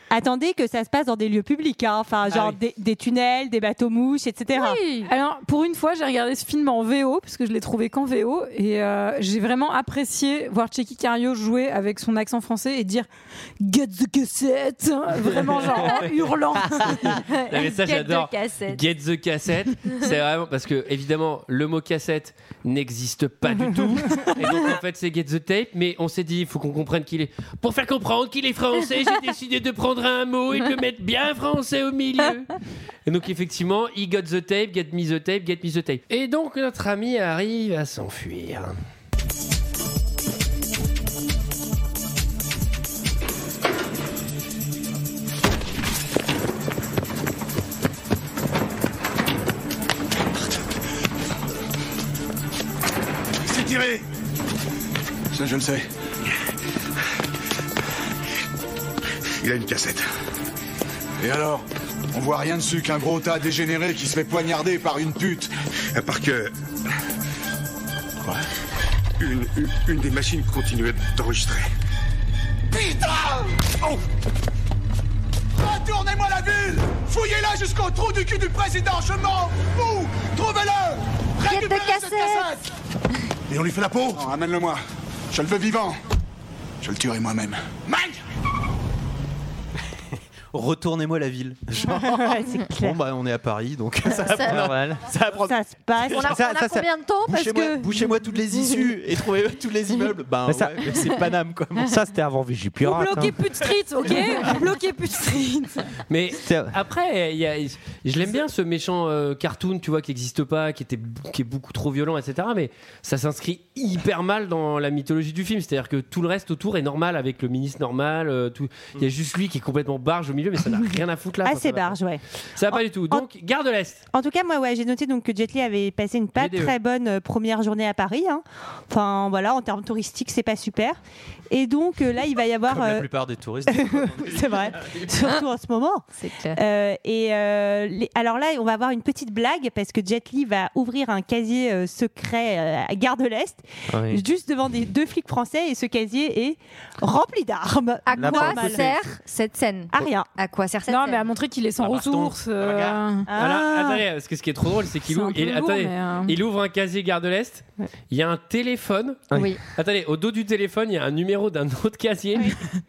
[SPEAKER 10] attendez que ça se passe dans des lieux publics, hein. enfin genre
[SPEAKER 1] oui.
[SPEAKER 10] des, des tunnels, des bateaux mouches, etc.
[SPEAKER 9] Oui.
[SPEAKER 6] Alors, pour une fois, j'ai regardé ce film en VO, parce que je l'ai trouvé qu'en VO, et euh, j'ai vraiment apprécié voir Checky Cario jouer avec son accent français et dire Get the cassette Vraiment, genre, en hurlant.
[SPEAKER 1] Non, mais ça
[SPEAKER 9] Quête de
[SPEAKER 1] j'adore.
[SPEAKER 9] cassette.
[SPEAKER 1] Get the cassette, c'est vraiment parce que évidemment le mot cassette n'existe pas du tout. Et donc en fait c'est get the tape, mais on s'est dit il faut qu'on comprenne qu'il est. Pour faire comprendre qu'il est français, j'ai décidé de prendre un mot et de le mettre bien français au milieu. Et donc effectivement, he got the tape, get me the tape, get me the tape. Et donc notre ami arrive à s'enfuir.
[SPEAKER 4] C'est tiré Ça, je le sais. Il a une cassette. Et alors On voit rien dessus qu'un gros tas dégénéré qui se fait poignarder par une pute. À part que. Quoi une, une, une des machines continuait d'enregistrer.
[SPEAKER 2] Putain
[SPEAKER 4] Oh
[SPEAKER 2] Retournez-moi la ville Fouillez-la jusqu'au trou du cul du président, je m'en fous Trouvez-le
[SPEAKER 9] Quête de cassette.
[SPEAKER 4] Et on lui fait la peau Non, amène-le-moi. Je le veux vivant. Je le tuerai moi-même.
[SPEAKER 2] Mike
[SPEAKER 7] Retournez-moi la ville. Genre,
[SPEAKER 10] Ouais, c'est clair.
[SPEAKER 7] bon, bah, on est à Paris, donc ça va
[SPEAKER 9] Ça-
[SPEAKER 7] prendre. Ça va prendre-
[SPEAKER 10] Ça se passe.
[SPEAKER 9] On a,
[SPEAKER 7] Ça-
[SPEAKER 9] on a
[SPEAKER 7] ça- ça-
[SPEAKER 9] combien de temps Parce
[SPEAKER 7] Bouchez-moi
[SPEAKER 9] que
[SPEAKER 7] bouchez-moi toutes les issues et trouvez tous les immeubles. Ben,
[SPEAKER 11] Mais ça-
[SPEAKER 7] ouais, mais c'est Paname, quoi.
[SPEAKER 11] Ça, c'était avant
[SPEAKER 6] Vous
[SPEAKER 11] Vigipirate.
[SPEAKER 6] bloquez Put Street, ok Bloquez Put Street
[SPEAKER 1] Mais
[SPEAKER 11] C'est-
[SPEAKER 1] après, il y a- je l'aime bien ce méchant euh, cartoon, tu vois, qui n'existe pas, qui, était, qui est beaucoup trop violent, etc. Mais ça s'inscrit hyper mal dans la mythologie du film. C'est-à-dire que tout le reste autour est normal avec le ministre normal. euh, tout. Il y a juste lui qui est complètement barge au milieu, mais ça n'a rien à foutre là. Enfin,
[SPEAKER 10] Assez
[SPEAKER 1] ça va
[SPEAKER 10] barge, ouais.
[SPEAKER 1] pas. Ça va pas du tout. Donc, garde l'Est.
[SPEAKER 10] En tout cas, moi, ouais, j'ai noté donc que Jet Li avait passé une pas
[SPEAKER 1] BDE.
[SPEAKER 10] très bonne euh, première journée à Paris. hein. Enfin, voilà, en termes touristiques, c'est pas super. Et donc euh, là, il va y avoir.
[SPEAKER 7] Comme la
[SPEAKER 10] euh,
[SPEAKER 7] plupart des touristes.
[SPEAKER 10] c'est vrai, surtout en ce moment.
[SPEAKER 9] c'est clair.
[SPEAKER 10] Euh, et euh, les- alors là, on va avoir une petite blague parce que Jet Li va ouvrir un casier euh, secret euh, à Gare de l'Est,
[SPEAKER 7] Ah
[SPEAKER 11] Oui.
[SPEAKER 10] juste devant des deux flics français, et ce casier est rempli d'armes.
[SPEAKER 9] À
[SPEAKER 11] La
[SPEAKER 9] quoi
[SPEAKER 11] bande-
[SPEAKER 9] sert cette scène
[SPEAKER 10] À rien.
[SPEAKER 9] À quoi sert cette
[SPEAKER 6] Non,
[SPEAKER 9] scène
[SPEAKER 6] mais à montrer qu'il est sans
[SPEAKER 7] Ah, par
[SPEAKER 6] ressources. euh,
[SPEAKER 10] Ah.
[SPEAKER 1] Alors, attendez, parce que ce qui est trop drôle, c'est
[SPEAKER 6] c'est
[SPEAKER 1] qu'il
[SPEAKER 6] un
[SPEAKER 1] ouvre,
[SPEAKER 6] peu
[SPEAKER 1] il,
[SPEAKER 6] lourd,
[SPEAKER 1] attendez,
[SPEAKER 6] mais, euh,
[SPEAKER 1] il ouvre un casier garde l'Est. Il y a un téléphone.
[SPEAKER 9] Oui.
[SPEAKER 1] Attendez, au dos du téléphone, il y a un numéro d'un autre casier.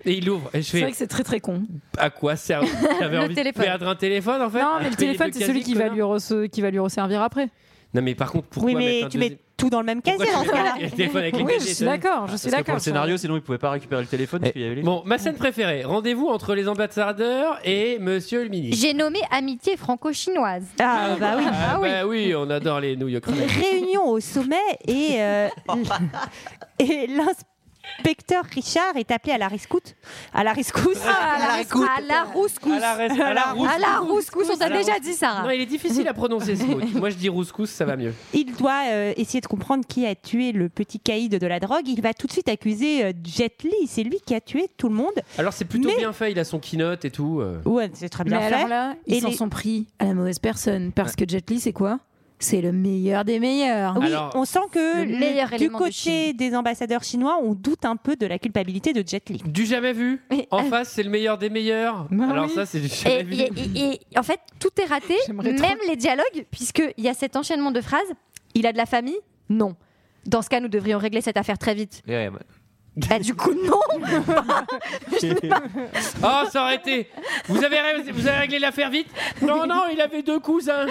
[SPEAKER 1] Et il l'ouvre. Et je
[SPEAKER 6] C'est
[SPEAKER 1] fais.
[SPEAKER 6] vrai que c'est très très con.
[SPEAKER 1] À quoi sert T'avais
[SPEAKER 9] Le
[SPEAKER 1] envie
[SPEAKER 9] téléphone.
[SPEAKER 1] de perdre un téléphone en fait
[SPEAKER 6] Non, mais le
[SPEAKER 1] Payer
[SPEAKER 6] téléphone,
[SPEAKER 1] deux
[SPEAKER 6] c'est celui
[SPEAKER 1] casiers,
[SPEAKER 6] qui va,
[SPEAKER 1] connard.
[SPEAKER 6] lui rese- qui va lui resservir après.
[SPEAKER 1] Non, mais par contre, pourquoi
[SPEAKER 10] oui, mais
[SPEAKER 1] mettre un
[SPEAKER 10] tu mets,
[SPEAKER 1] deuxième-
[SPEAKER 10] tout dans le même casier dans ce cas-là.
[SPEAKER 1] Le téléphone avec les hein.
[SPEAKER 10] Oui,
[SPEAKER 1] casiers,
[SPEAKER 10] je suis
[SPEAKER 1] ça.
[SPEAKER 10] d'accord, je suis
[SPEAKER 7] Parce que pour le scénario, sinon, il pouvait pas récupérer le téléphone parce qu'il y avait les.
[SPEAKER 1] Bon, ma scène préférée, rendez-vous entre les ambassadeurs et monsieur le ministre.
[SPEAKER 9] J'ai nommé amitié franco-chinoise.
[SPEAKER 10] Ah bah oui.
[SPEAKER 1] Ah, bah oui, on adore les New York.
[SPEAKER 10] Réunion au sommet et, euh, et l'inspecteur Richard est appelé à la rescoute. À la rescousse.
[SPEAKER 9] Ah, à la rescousse. À la rouscousse.
[SPEAKER 1] À la res- à la rouscousse.
[SPEAKER 9] À la rouscousse, on t'a
[SPEAKER 1] À la
[SPEAKER 9] déjà
[SPEAKER 1] rouscousse.
[SPEAKER 9] dit, Sarah.
[SPEAKER 1] Non, il est difficile à prononcer ce mot. Moi, je dis rouscous, ça va mieux.
[SPEAKER 10] Il doit euh, essayer de comprendre qui a tué le petit caïd de la drogue. Il va tout de suite accuser euh, Jet Li. C'est lui qui a tué tout le monde.
[SPEAKER 1] Alors, c'est plutôt
[SPEAKER 10] Mais-
[SPEAKER 1] bien fait, il a son keynote et tout. euh.
[SPEAKER 10] Ouais, c'est très bien
[SPEAKER 6] Mais
[SPEAKER 10] fait.
[SPEAKER 6] alors là, ils
[SPEAKER 10] Et
[SPEAKER 6] s'en
[SPEAKER 10] les-
[SPEAKER 6] sont pris à la mauvaise personne parce que Jet Li, c'est quoi C'est le meilleur des meilleurs.
[SPEAKER 10] Oui,
[SPEAKER 1] Alors-
[SPEAKER 10] on sent que
[SPEAKER 9] Le
[SPEAKER 10] le-
[SPEAKER 9] meilleur
[SPEAKER 10] du
[SPEAKER 9] élément de
[SPEAKER 10] côté des ambassadeurs chinois, on doute un peu de la culpabilité de Jet Li.
[SPEAKER 1] Du jamais vu.
[SPEAKER 9] Mais-
[SPEAKER 1] En face, c'est le meilleur des meilleurs.
[SPEAKER 6] Bah
[SPEAKER 1] Alors,
[SPEAKER 6] oui.
[SPEAKER 1] ça, c'est du
[SPEAKER 9] Et,
[SPEAKER 1] jamais vu.
[SPEAKER 9] et- et- et en fait, tout est raté,
[SPEAKER 6] J'aimerais trop.
[SPEAKER 9] même les dialogues, puisqu'il y a cet enchaînement de phrases. Il a de la famille Non. Dans ce cas, nous devrions régler cette affaire très vite.
[SPEAKER 11] Ouais, bah,
[SPEAKER 9] Bah, du coup, non
[SPEAKER 1] Oh, ça aurait été. Vous avez, ré- vous avez réglé l'affaire vite Non, non, il avait deux cousins.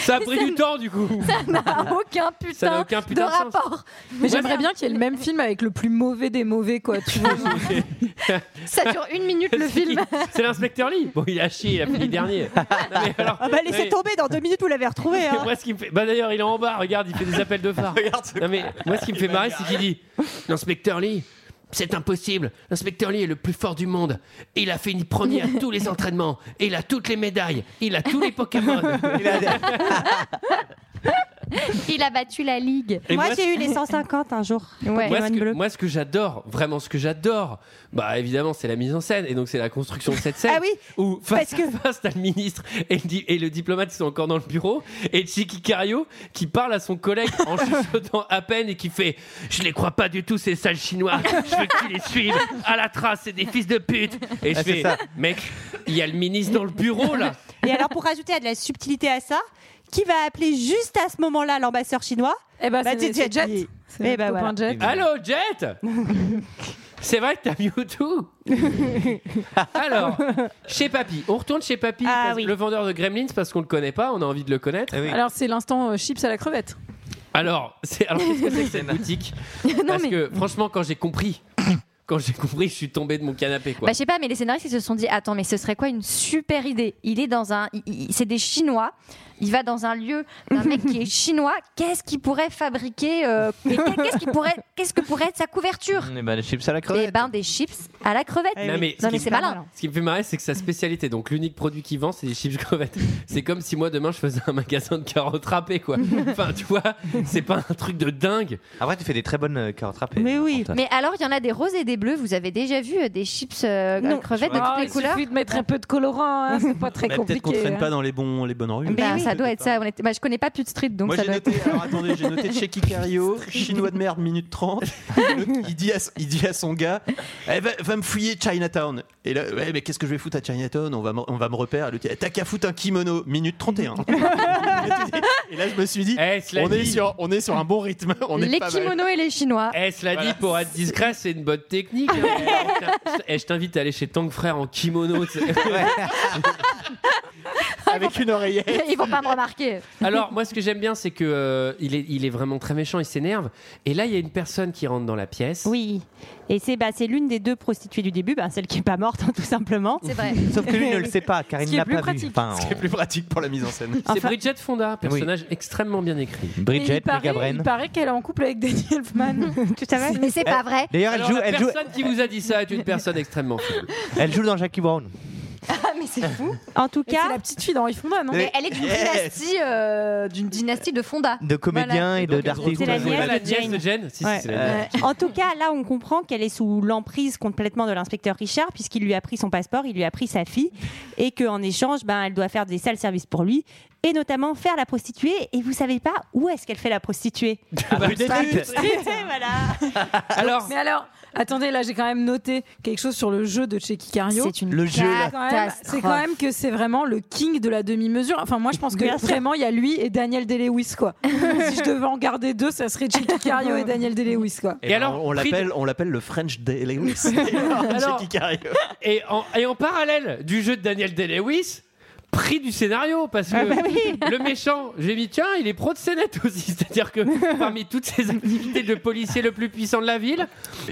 [SPEAKER 1] Ça a pris du temps, du coup.
[SPEAKER 9] n'a aucun
[SPEAKER 1] Ça n'a
[SPEAKER 9] putain,
[SPEAKER 1] aucun putain
[SPEAKER 9] de
[SPEAKER 1] de sens.
[SPEAKER 9] rapport.
[SPEAKER 6] Mais j'aimerais bien qu'il y ait le même film avec le plus mauvais des mauvais, quoi. Tu vois, genre.
[SPEAKER 9] Ça dure une minute le film.
[SPEAKER 1] C'est l'inspecteur Lee. Bon, il a chié, il a pris les derniers. Non, mais alors,
[SPEAKER 10] Ah bah laissez
[SPEAKER 1] mais-
[SPEAKER 10] tomber, dans deux minutes vous l'avez retrouvé. hein.
[SPEAKER 1] Moi, ce qui me fait... bah, d'ailleurs, il est en bas, regarde, il fait des appels de phare. non, mais moi, ce qui me fait marrer, c'est qu'il dit L'inspecteur Lee, c'est impossible. L'inspecteur Lee est le plus fort du monde. Il a fait une première à tous les entraînements. Et il a toutes les médailles. Il a tous les Pokémon.
[SPEAKER 9] Il a battu la ligue.
[SPEAKER 1] Et
[SPEAKER 10] moi
[SPEAKER 1] moi,
[SPEAKER 10] j'ai eu les 150 un jour.
[SPEAKER 1] Moi
[SPEAKER 9] Ouais.
[SPEAKER 1] ce,
[SPEAKER 10] Pokémon
[SPEAKER 1] que,
[SPEAKER 10] bleu.
[SPEAKER 1] moi, ce que j'adore, vraiment ce que j'adore, bah évidemment, c'est la mise en scène et donc c'est la construction de cette scène.
[SPEAKER 10] Ah oui,
[SPEAKER 1] Où face
[SPEAKER 10] parce que-
[SPEAKER 1] à face, t'as le ministre et le, di- et le diplomate qui sont encore dans le bureau et Chiki Cario qui parle à son collègue en chuchotant à peine et qui fait Je les crois pas du tout, ces sales chinois, je veux qu'ils les suivent à la trace, c'est des fils de pute. Et je
[SPEAKER 11] Ah, c'est
[SPEAKER 1] fais
[SPEAKER 11] ça.
[SPEAKER 1] Mec, il y a le ministre dans le bureau là.
[SPEAKER 10] Et alors, pour rajouter à de la subtilité à ça, qui va appeler juste à ce moment-là l'ambassadeur chinois
[SPEAKER 6] Eh ben,
[SPEAKER 10] Bah,
[SPEAKER 6] c'est
[SPEAKER 10] c'est
[SPEAKER 6] c'est
[SPEAKER 10] Jet
[SPEAKER 6] Jet.
[SPEAKER 10] Li.
[SPEAKER 6] C'est notre
[SPEAKER 10] Eh ben,
[SPEAKER 6] copain Jet.
[SPEAKER 1] Allô, Jet C'est vrai que t'as Mewtwo Alors, chez Papy, on retourne chez Papy,
[SPEAKER 10] Ah
[SPEAKER 1] parce-
[SPEAKER 10] oui.
[SPEAKER 1] le vendeur de Gremlins, parce qu'on le connaît pas, on a envie de le connaître.
[SPEAKER 11] eh oui.
[SPEAKER 6] Alors c'est l'instant euh, chips à la crevette.
[SPEAKER 1] Alors, c'est- alors, qu'est-ce que c'est que cette boutique Parce
[SPEAKER 9] mais-
[SPEAKER 1] que franchement, quand j'ai compris, quand j'ai compris, je suis tombé de mon canapé. Quoi.
[SPEAKER 9] Bah, je sais pas, mais les scénaristes ils se sont dit attends, mais ce serait quoi une super idée Il est dans un, il- il- c'est des Chinois. Il va dans un lieu d'un mec qui est chinois. Qu'est-ce qu'il pourrait fabriquer euh, et Qu'est-ce qu'il pourrait, qu'est-ce que pourrait être sa couverture
[SPEAKER 11] Eh ben, les chips à la
[SPEAKER 9] Eh
[SPEAKER 11] crevette.
[SPEAKER 9] ben des chips à la crevette.
[SPEAKER 1] Non, mais,
[SPEAKER 9] Non
[SPEAKER 1] ce, qui,
[SPEAKER 9] mais c'est malin.
[SPEAKER 1] ce qui me fait marrer, c'est que sa spécialité, donc l'unique produit qu'il vend, c'est des chips crevettes. C'est comme si moi demain je faisais un magasin de carottes râpées, quoi. Enfin, tu vois, c'est pas un truc de dingue.
[SPEAKER 11] Après, tu fais des très bonnes euh, carottes râpées.
[SPEAKER 10] Mais oui.
[SPEAKER 11] Antoine.
[SPEAKER 9] Mais alors il y en a des roses et des bleus. Vous avez déjà vu euh, des chips euh,
[SPEAKER 10] Non.
[SPEAKER 9] crevettes de toutes les
[SPEAKER 6] il
[SPEAKER 9] couleurs
[SPEAKER 6] suffit de mettre un peu de colorant, hein, c'est pas très
[SPEAKER 7] Bah,
[SPEAKER 6] compliqué.
[SPEAKER 7] Peut-être qu'on traîne
[SPEAKER 6] hein.
[SPEAKER 7] pas dans les, bons, les bonnes rues.
[SPEAKER 9] Bah,
[SPEAKER 7] Je
[SPEAKER 9] ça
[SPEAKER 7] sais
[SPEAKER 9] doit être
[SPEAKER 7] pas.
[SPEAKER 9] ça. honnêtement. Bah, je connais pas Pute Street, donc
[SPEAKER 7] Moi
[SPEAKER 9] ça
[SPEAKER 7] j'ai
[SPEAKER 9] doit
[SPEAKER 7] noté, alors attendez, j'ai noté chez Kikario, chinois de merde, minute 30. il, dit à, il dit à son gars eh, va, va me fouiller Chinatown. Et là, ouais, mais qu'est-ce que je vais foutre à Chinatown on va, me- on va me repérer. Le T'as qu'à foutre un kimono, minute 31. et là, je me suis dit
[SPEAKER 1] Eh, cela
[SPEAKER 7] on, est
[SPEAKER 1] dit-
[SPEAKER 7] sur, on est sur un bon rythme. On
[SPEAKER 9] être
[SPEAKER 7] est
[SPEAKER 9] les
[SPEAKER 7] pas mal.
[SPEAKER 9] kimonos et les chinois.
[SPEAKER 1] Eh, cela dit, pour être discret, c'est une bonne technique. hein. Eh, je t'invite à aller chez Tang Frère en kimono. tu sais.
[SPEAKER 7] Ah, Avec une oreillette.
[SPEAKER 9] Ils vont pas me remarquer.
[SPEAKER 1] Alors, moi, ce que j'aime bien, c'est que euh, il, est, il est vraiment très méchant, il s'énerve. Et là, il y a une personne qui rentre dans la pièce.
[SPEAKER 10] Oui. Et c'est bah, c'est l'une des deux prostituées du début, bah, celle qui est pas morte, hein, tout simplement.
[SPEAKER 9] C'est vrai.
[SPEAKER 11] Sauf que lui ne le sait pas, car
[SPEAKER 6] Ce
[SPEAKER 11] il
[SPEAKER 6] qui
[SPEAKER 11] n'a
[SPEAKER 6] est plus
[SPEAKER 11] pas vu.
[SPEAKER 6] pratique.
[SPEAKER 11] Enfin,
[SPEAKER 7] C'est plus pratique pour la mise en scène.
[SPEAKER 1] C'est Bridget Fonda, personnage extrêmement bien écrit.
[SPEAKER 11] on-
[SPEAKER 6] Mais
[SPEAKER 11] Bridget,
[SPEAKER 6] il paraît,
[SPEAKER 11] Megabren.
[SPEAKER 6] il paraît qu'elle est en couple avec Danny Elfman.
[SPEAKER 10] Tout à fait.
[SPEAKER 9] Mais c'est pas vrai.
[SPEAKER 11] D'ailleurs, elle
[SPEAKER 1] Alors,
[SPEAKER 11] joue,
[SPEAKER 1] la
[SPEAKER 11] elle, joue,
[SPEAKER 1] personne qui vous a dit ça est une personne extrêmement faible.
[SPEAKER 11] elle joue dans Jackie Brown.
[SPEAKER 9] Ah, mais c'est fou.
[SPEAKER 10] En tout
[SPEAKER 6] Et C'est la
[SPEAKER 10] cas,
[SPEAKER 6] petite fille dans Fonda, non
[SPEAKER 9] Mais elle est d'une
[SPEAKER 11] Yes.
[SPEAKER 9] dynastie, euh, d'une dynastie de Fonda.
[SPEAKER 11] De comédien et de d'artiste.
[SPEAKER 10] C'est la nièce
[SPEAKER 1] la
[SPEAKER 10] de
[SPEAKER 1] nièce
[SPEAKER 10] Jane.
[SPEAKER 1] de Jane Si, si,
[SPEAKER 10] Ouais.
[SPEAKER 1] c'est la nièce.
[SPEAKER 10] en tout cas, là, on comprend qu'elle est sous l'emprise complètement de l'inspecteur Richard, puisqu'il lui a pris son passeport, il lui a pris sa fille, et qu'en échange, ben, elle doit faire des sales services pour lui, et notamment faire la prostituée. Et vous savez pas où est-ce qu'elle fait la prostituée
[SPEAKER 11] Ah, Bridget.
[SPEAKER 10] Voilà.
[SPEAKER 1] Alors,
[SPEAKER 6] Ah, Mais alors, attendez, là j'ai quand même noté quelque chose sur le jeu de Checky Cario. Ah,
[SPEAKER 9] C'est une
[SPEAKER 11] Le jeu, là.
[SPEAKER 6] Quand même, C'est quand même que c'est vraiment le king de la demi-mesure. Enfin, moi, je pense que
[SPEAKER 10] Bien sûr.
[SPEAKER 6] vraiment, il y a lui et Daniel Day-Lewis, quoi. si je devais en garder deux, ça serait Checky Cario et Daniel Day-Lewis, quoi.
[SPEAKER 1] Et
[SPEAKER 7] ben,
[SPEAKER 1] alors,
[SPEAKER 7] on
[SPEAKER 1] Fried-
[SPEAKER 7] l'appelle, on l'appelle le French Daily
[SPEAKER 1] Alors-
[SPEAKER 7] Chez Kikario.
[SPEAKER 1] et en, et en parallèle du jeu de Daniel Day-Lewis, prix du scénario parce que
[SPEAKER 13] Ah bah oui.
[SPEAKER 1] le méchant, j'ai mis tiens, il est pro de scénette aussi, c'est-à-dire que parmi toutes ses activités de policier le plus puissant de la ville,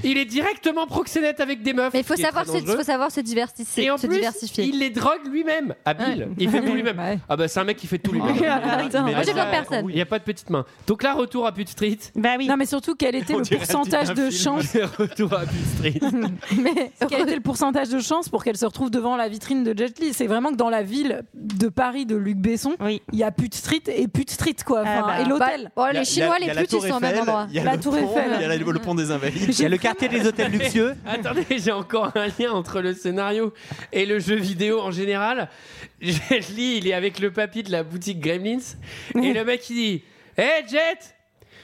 [SPEAKER 1] il est directement proxénète avec des meufs.
[SPEAKER 9] Mais il faut
[SPEAKER 1] ce qui est
[SPEAKER 9] savoir,
[SPEAKER 1] très
[SPEAKER 9] se,
[SPEAKER 1] dangereux.
[SPEAKER 9] faut savoir se diversifier.
[SPEAKER 1] Et en
[SPEAKER 9] se
[SPEAKER 1] plus,
[SPEAKER 9] diversifier.
[SPEAKER 1] il les drogue lui-même, habile. Il fait tout lui-même. Ah bah c'est un mec qui fait tout lui-même.
[SPEAKER 6] Ah, attends. Moi, j'ai besoin de personne.
[SPEAKER 1] Il n'y a pas de petite main. Donc là, retour à Put Street.
[SPEAKER 6] Non, mais surtout, quel était
[SPEAKER 1] On
[SPEAKER 6] le
[SPEAKER 1] dirait un
[SPEAKER 6] pourcentage
[SPEAKER 1] titre d'un
[SPEAKER 6] de
[SPEAKER 1] film.
[SPEAKER 6] chance
[SPEAKER 1] retour à Put Street.
[SPEAKER 6] Mais quel était le pourcentage de chance pour qu'elle se retrouve devant la vitrine de Jet Li C'est vraiment que dans la ville de Paris de Luc Besson, il y a Put Street et Put Street quoi. Enfin,
[SPEAKER 9] bah.
[SPEAKER 6] et l'hôtel.
[SPEAKER 9] Bah, oh,
[SPEAKER 7] Il y a-
[SPEAKER 9] les Chinois, les putes, ils sont au même endroit.
[SPEAKER 7] Il y a
[SPEAKER 6] La
[SPEAKER 7] le
[SPEAKER 6] Tour
[SPEAKER 7] pont,
[SPEAKER 6] Eiffel.
[SPEAKER 7] Il y a la- le pont des Invalides.
[SPEAKER 6] Il y a le
[SPEAKER 11] quartier des hôtels luxueux.
[SPEAKER 1] Attendez, j'ai encore un lien entre le scénario et le jeu vidéo en général. Jet Li, il est avec le papy de la boutique Gremlins et le mec il dit Hé Jet,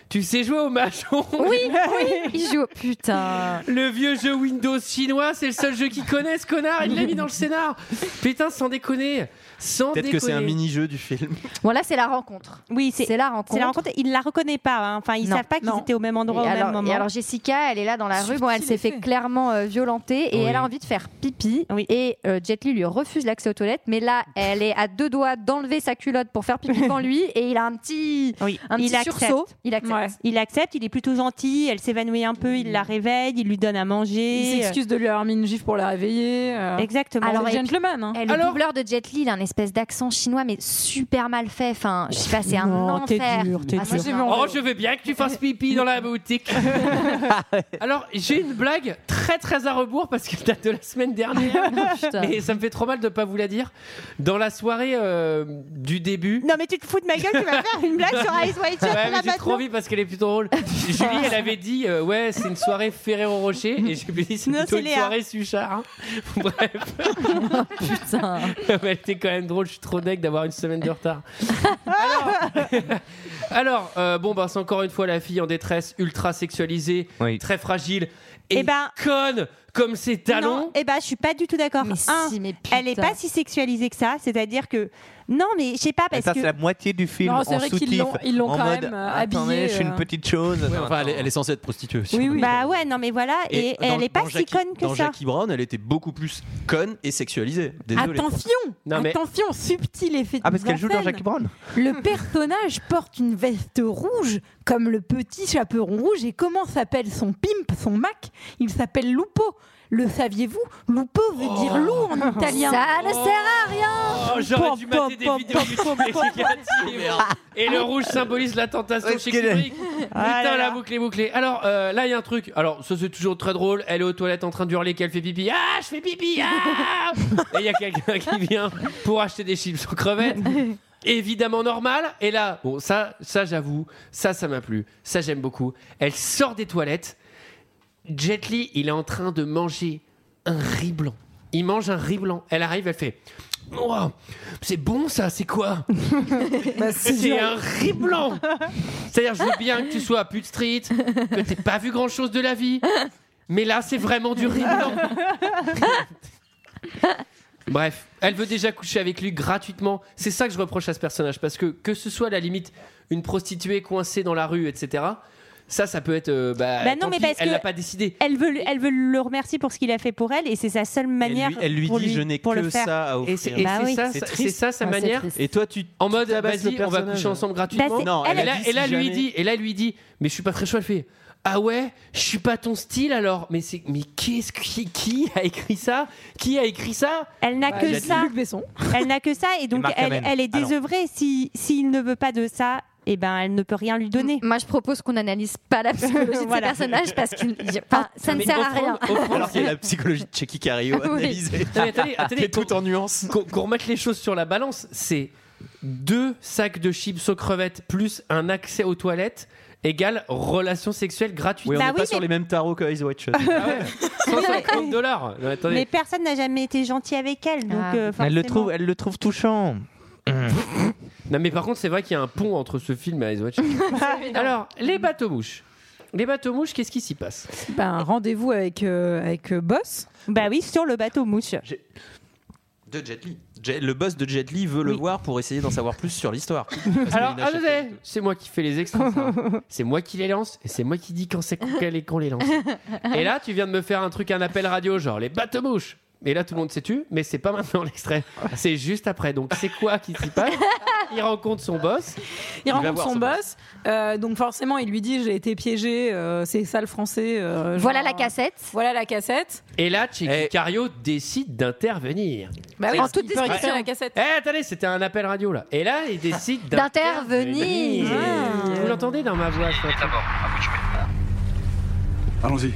[SPEAKER 1] tu sais jouer au machon
[SPEAKER 9] Oui, oui, il joue. Putain.
[SPEAKER 1] Le vieux jeu Windows chinois, c'est le seul jeu qu'il connaît, ce connard. Il l'a mis dans le scénar. Putain, sans déconner. Sans
[SPEAKER 7] Peut-être que c'est un
[SPEAKER 1] déconner.
[SPEAKER 7] mini-jeu du film.
[SPEAKER 9] Bon, là, c'est la rencontre.
[SPEAKER 10] Oui, c'est
[SPEAKER 9] la rencontre.
[SPEAKER 10] C'est la rencontre. Ils la reconnaissent pas. hein. Enfin, ils
[SPEAKER 9] Non.
[SPEAKER 10] savent pas qu'ils étaient au même endroit
[SPEAKER 9] et
[SPEAKER 10] au
[SPEAKER 9] alors,
[SPEAKER 10] même moment.
[SPEAKER 9] et alors Jessica, elle est là dans la rue, bon, elle s'est fait clairement euh, violenter et
[SPEAKER 10] Oui.
[SPEAKER 9] elle a envie de faire pipi. Et euh, Jet Li lui refuse l'accès aux toilettes, mais là, elle est à deux doigts d'enlever sa culotte pour faire pipi devant lui et il a un petit, un
[SPEAKER 10] il
[SPEAKER 9] petit
[SPEAKER 10] accepte.
[SPEAKER 9] sursaut. Il accepte. Mm.
[SPEAKER 10] Il accepte, il est plutôt gentil, elle s'évanouit un peu, il la réveille, il lui donne à manger.
[SPEAKER 6] Il s'excuse de lui avoir mis une gifle pour la réveiller. euh.
[SPEAKER 10] euh, Exactement.
[SPEAKER 6] Alors,
[SPEAKER 10] C'est le
[SPEAKER 6] gentleman. hein.
[SPEAKER 9] Et le doubleur de Jet Li, il a un espèce d'accent chinois, mais super mal fait. Enfin, je sais pas, c'est un
[SPEAKER 10] Oh,
[SPEAKER 1] Non, t'es
[SPEAKER 9] enfer.
[SPEAKER 1] dur,
[SPEAKER 9] Ah, moi, j'ai vu en-
[SPEAKER 1] Oh, je veux bien que tu fasses pipi dans la boutique. Alors, j'ai une blague très très à rebours parce qu'elle date de la semaine dernière.
[SPEAKER 9] Oh,
[SPEAKER 13] Putain.
[SPEAKER 1] et ça me fait trop mal de pas vous la dire. Dans la soirée euh, du début.
[SPEAKER 10] Non, mais tu te fous de ma gueule, tu vas faire une blague sur Ice White Shot,
[SPEAKER 1] Ouais, mais
[SPEAKER 10] là,
[SPEAKER 1] j'ai trop
[SPEAKER 10] maintenant.
[SPEAKER 1] vite parce qu'elle est plutôt drôle. Julie, elle avait dit euh, Ouais, c'est une soirée Ferrero Rocher. Et j'ai dit C'est plutôt
[SPEAKER 10] c'est
[SPEAKER 1] une
[SPEAKER 10] Léa.
[SPEAKER 1] soirée Suchard. hein. Bref.
[SPEAKER 9] Oh, Putain.
[SPEAKER 1] Elle était quand même drôle. Je suis trop deg d'avoir une semaine de retard. Alors, euh, bon, bah, c'est encore une fois la fille en détresse, ultra sexualisée, très fragile et, conne comme ses talons.
[SPEAKER 10] Non, eh ben, je suis pas du tout d'accord. Un, elle est pas si sexualisée que ça. C'est-à-dire que non, mais je sais pas parce
[SPEAKER 11] ça,
[SPEAKER 10] que
[SPEAKER 11] c'est la moitié du film
[SPEAKER 10] Non, c'est
[SPEAKER 11] en
[SPEAKER 10] vrai qu'ils
[SPEAKER 11] soutif.
[SPEAKER 10] l'ont- ils l'ont
[SPEAKER 11] en
[SPEAKER 10] quand
[SPEAKER 11] mode,
[SPEAKER 10] même, euh,
[SPEAKER 11] Attendez,
[SPEAKER 10] habillée,
[SPEAKER 11] je suis
[SPEAKER 10] euh.
[SPEAKER 11] une petite chose.
[SPEAKER 7] Ouais, enfin, elle est, elle est censée être prostituée aussi.
[SPEAKER 10] Bah ouais, non, mais voilà, et,
[SPEAKER 7] Et
[SPEAKER 10] elle
[SPEAKER 7] dans-
[SPEAKER 10] est pas
[SPEAKER 7] dans
[SPEAKER 10] si
[SPEAKER 7] Jackie-
[SPEAKER 10] conne que
[SPEAKER 7] Dans
[SPEAKER 10] ça.
[SPEAKER 7] Jackie Brown, elle était beaucoup plus conne et sexualisée. Désolé.
[SPEAKER 6] Attention,
[SPEAKER 7] Non, mais-
[SPEAKER 6] attention, subtil effet. de
[SPEAKER 7] Ah, parce qu'elle joue dans
[SPEAKER 6] Waffen.
[SPEAKER 7] Jackie Brown.
[SPEAKER 6] Le personnage porte une veste rouge, comme le petit chaperon rouge. Et comment s'appelle son pimp, son mac Il s'appelle Lupo. Le saviez-vous Lupo veut
[SPEAKER 7] Oh.
[SPEAKER 6] dire loup en italien.
[SPEAKER 9] Ça ne sert
[SPEAKER 10] Ah,
[SPEAKER 9] à rien.
[SPEAKER 1] Oh, J'aurais dû mater des vidéos YouTube explicatives. Oh, Et le rouge symbolise la tentation chez Kubrick.
[SPEAKER 6] Ah
[SPEAKER 1] Putain, la boucle est bouclée. Alors euh, là, il y a un truc. Alors, ça, c'est toujours très drôle. Elle est aux toilettes en train d'hurler qu'elle fait pipi. Ah, je fais pipi. Ah Et il y a quelqu'un qui vient pour acheter des chips aux crevettes. Évidemment normal. Et là, bon, ça, ça, j'avoue, ça, ça m'a plu. Ça, j'aime beaucoup. Elle sort des toilettes. Jet Li, il est en train de manger un riz blanc. Il mange un riz blanc. Elle arrive, elle fait Wow, c'est bon ça, c'est quoi
[SPEAKER 13] Bah, c'est
[SPEAKER 1] C'est
[SPEAKER 13] dur.
[SPEAKER 1] un riz blanc C'est-à-dire, je veux bien que tu sois à Put Street, que t'aies pas vu grand-chose de la vie, mais là, c'est vraiment du riz blanc Bref, elle veut déjà coucher avec lui gratuitement. C'est ça que je reproche à ce personnage, parce que que ce soit à la limite une prostituée coincée dans la rue, etc., ça, ça peut être. euh, bah,
[SPEAKER 10] Bah non,
[SPEAKER 1] tant
[SPEAKER 10] mais
[SPEAKER 1] pis,
[SPEAKER 10] parce
[SPEAKER 1] elle
[SPEAKER 10] que-
[SPEAKER 1] l'a pas décidé.
[SPEAKER 10] Elle veut, lui- elle veut le remercier pour ce qu'il a fait pour elle et c'est sa seule manière.
[SPEAKER 7] elle lui
[SPEAKER 10] pour
[SPEAKER 7] dit je n'ai
[SPEAKER 10] pour le
[SPEAKER 7] que
[SPEAKER 10] faire. Bah Ah,
[SPEAKER 7] ça à offrir.
[SPEAKER 1] Et c'est et c'est ça, ça- c'est ça sa manière.
[SPEAKER 7] Et toi tu
[SPEAKER 1] en mode
[SPEAKER 7] tabasses le
[SPEAKER 1] vas-y, on va
[SPEAKER 7] personnage.
[SPEAKER 1] coucher ensemble
[SPEAKER 7] Bah,
[SPEAKER 1] gratuitement.
[SPEAKER 7] c'est- Non, elle
[SPEAKER 1] et
[SPEAKER 7] a
[SPEAKER 1] là,
[SPEAKER 7] dit
[SPEAKER 1] et là,
[SPEAKER 7] si
[SPEAKER 1] lui
[SPEAKER 7] jamais.
[SPEAKER 1] dit, et là lui dit, mais je suis pas très chaud. Elle fait, ah ouais, je suis pas ton style alors. Mais c'est, mais qu'est-ce qui, qui a écrit ça Qui a écrit ça Bah,
[SPEAKER 10] Elle n'a que ça. Elle n'a que ça et donc
[SPEAKER 1] Marc
[SPEAKER 10] elle,
[SPEAKER 1] Amen.
[SPEAKER 10] elle est
[SPEAKER 1] Allons.
[SPEAKER 10] désœuvrée. Si s'il ne veut pas de ça, et ben elle ne peut rien lui donner.
[SPEAKER 9] Moi, je propose qu'on analyse pas la psychologie de ces personnages parce que ça ne
[SPEAKER 10] Ah, Mais
[SPEAKER 9] sert à
[SPEAKER 10] offrons-
[SPEAKER 9] rien.
[SPEAKER 7] Alors qu'il y a la psychologie de Checky Cario
[SPEAKER 9] Oui.
[SPEAKER 7] analysée.
[SPEAKER 1] Attendez, attendez, attendez.
[SPEAKER 7] Et tout en nuances.
[SPEAKER 1] Qu'on qu'on remette les choses sur la balance, c'est deux sacs de chips aux crevettes plus un accès aux toilettes égale relation sexuelle gratuite. Ah
[SPEAKER 7] Oui, on
[SPEAKER 10] Bah
[SPEAKER 7] n'est pas sur les mêmes tarots que Eyes White Shut.
[SPEAKER 1] 150 dollars. Non, attendez.
[SPEAKER 10] Mais personne n'a jamais été gentil avec elle, donc
[SPEAKER 1] Ah.
[SPEAKER 10] euh,
[SPEAKER 11] Elle le,
[SPEAKER 10] forcément.
[SPEAKER 11] trouve, elle le trouve touchant.
[SPEAKER 1] Non, mais par contre, c'est vrai qu'il y a un pont entre ce film et Eyes Watch. Alors, les bateaux mouches. Les bateaux mouches, qu'est-ce qui s'y passe
[SPEAKER 6] Ben, rendez-vous avec, euh, avec euh, Boss.
[SPEAKER 10] Bah oui, sur le bateau mouche.
[SPEAKER 7] De Jet Li. Jet- le boss de Jet Li veut le voir pour essayer d'en savoir plus sur l'histoire.
[SPEAKER 1] Alors, attendez, c'est moi qui fais les extras. ça. hein. C'est moi qui les lance et c'est moi qui dis quand c'est qu'on les, qu'on les lance. Et là, tu viens de me faire un truc, un appel radio, genre les bateaux mouches. Et là, tout le monde s'est tu, mais c'est pas maintenant l'extrait. C'est juste après. Donc, c'est quoi qui s'y passe Il rencontre son boss.
[SPEAKER 6] Il, rencontre son boss, euh, donc forcément il lui dit j'ai été piégé, euh, c'est ça le français. euh,
[SPEAKER 9] Voilà
[SPEAKER 6] genre,
[SPEAKER 9] la cassette.
[SPEAKER 6] Voilà la cassette.
[SPEAKER 1] Et là, Chicky Cario décide d'intervenir.
[SPEAKER 6] Bah oui,
[SPEAKER 1] En
[SPEAKER 6] parce
[SPEAKER 1] toute
[SPEAKER 6] qu'il peut récupérer
[SPEAKER 1] discrétion.
[SPEAKER 6] la cassette.
[SPEAKER 1] Eh, attendez, c'était un appel radio là. Et là, il décide
[SPEAKER 9] D'intervenir.
[SPEAKER 1] Vous l'entendez dans ma voix, je pense.
[SPEAKER 4] Allons-y.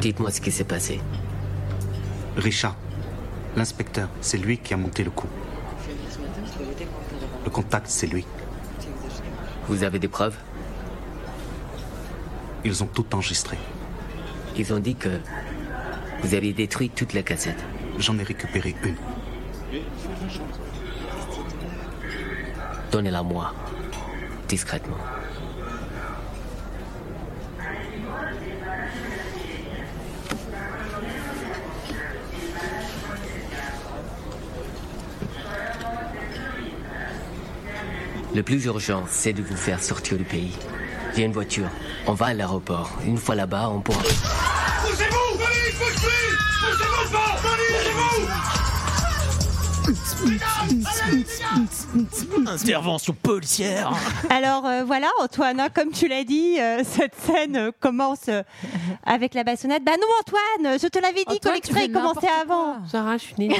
[SPEAKER 13] Dites-moi ce qui s'est passé.
[SPEAKER 14] Richard, l'inspecteur, c'est lui qui a monté le coup. Le contact, c'est lui.
[SPEAKER 13] Vous avez des preuves
[SPEAKER 14] Ils ont tout enregistré.
[SPEAKER 13] Ils ont dit que vous avez détruit toute la cassette.
[SPEAKER 14] J'en ai récupéré une.
[SPEAKER 13] Donnez-la moi, discrètement. Le plus urgent, c'est de vous faire sortir du pays. J'ai une voiture. On va à l'aéroport. Une fois là-bas, on pourra...
[SPEAKER 2] Poussez-vous Police, poussez-vous Poussez-vous pas
[SPEAKER 7] Intervention policière
[SPEAKER 10] Alors euh, voilà, Antoine, hein, comme tu l'as dit, euh, cette scène euh, commence euh, avec la bassonnette. Bah non, Antoine, je te l'avais dit que
[SPEAKER 9] Antoine, tu
[SPEAKER 10] l'extrait
[SPEAKER 9] fais
[SPEAKER 10] commençait avant. Ah,
[SPEAKER 1] Sarah, je suis nulle.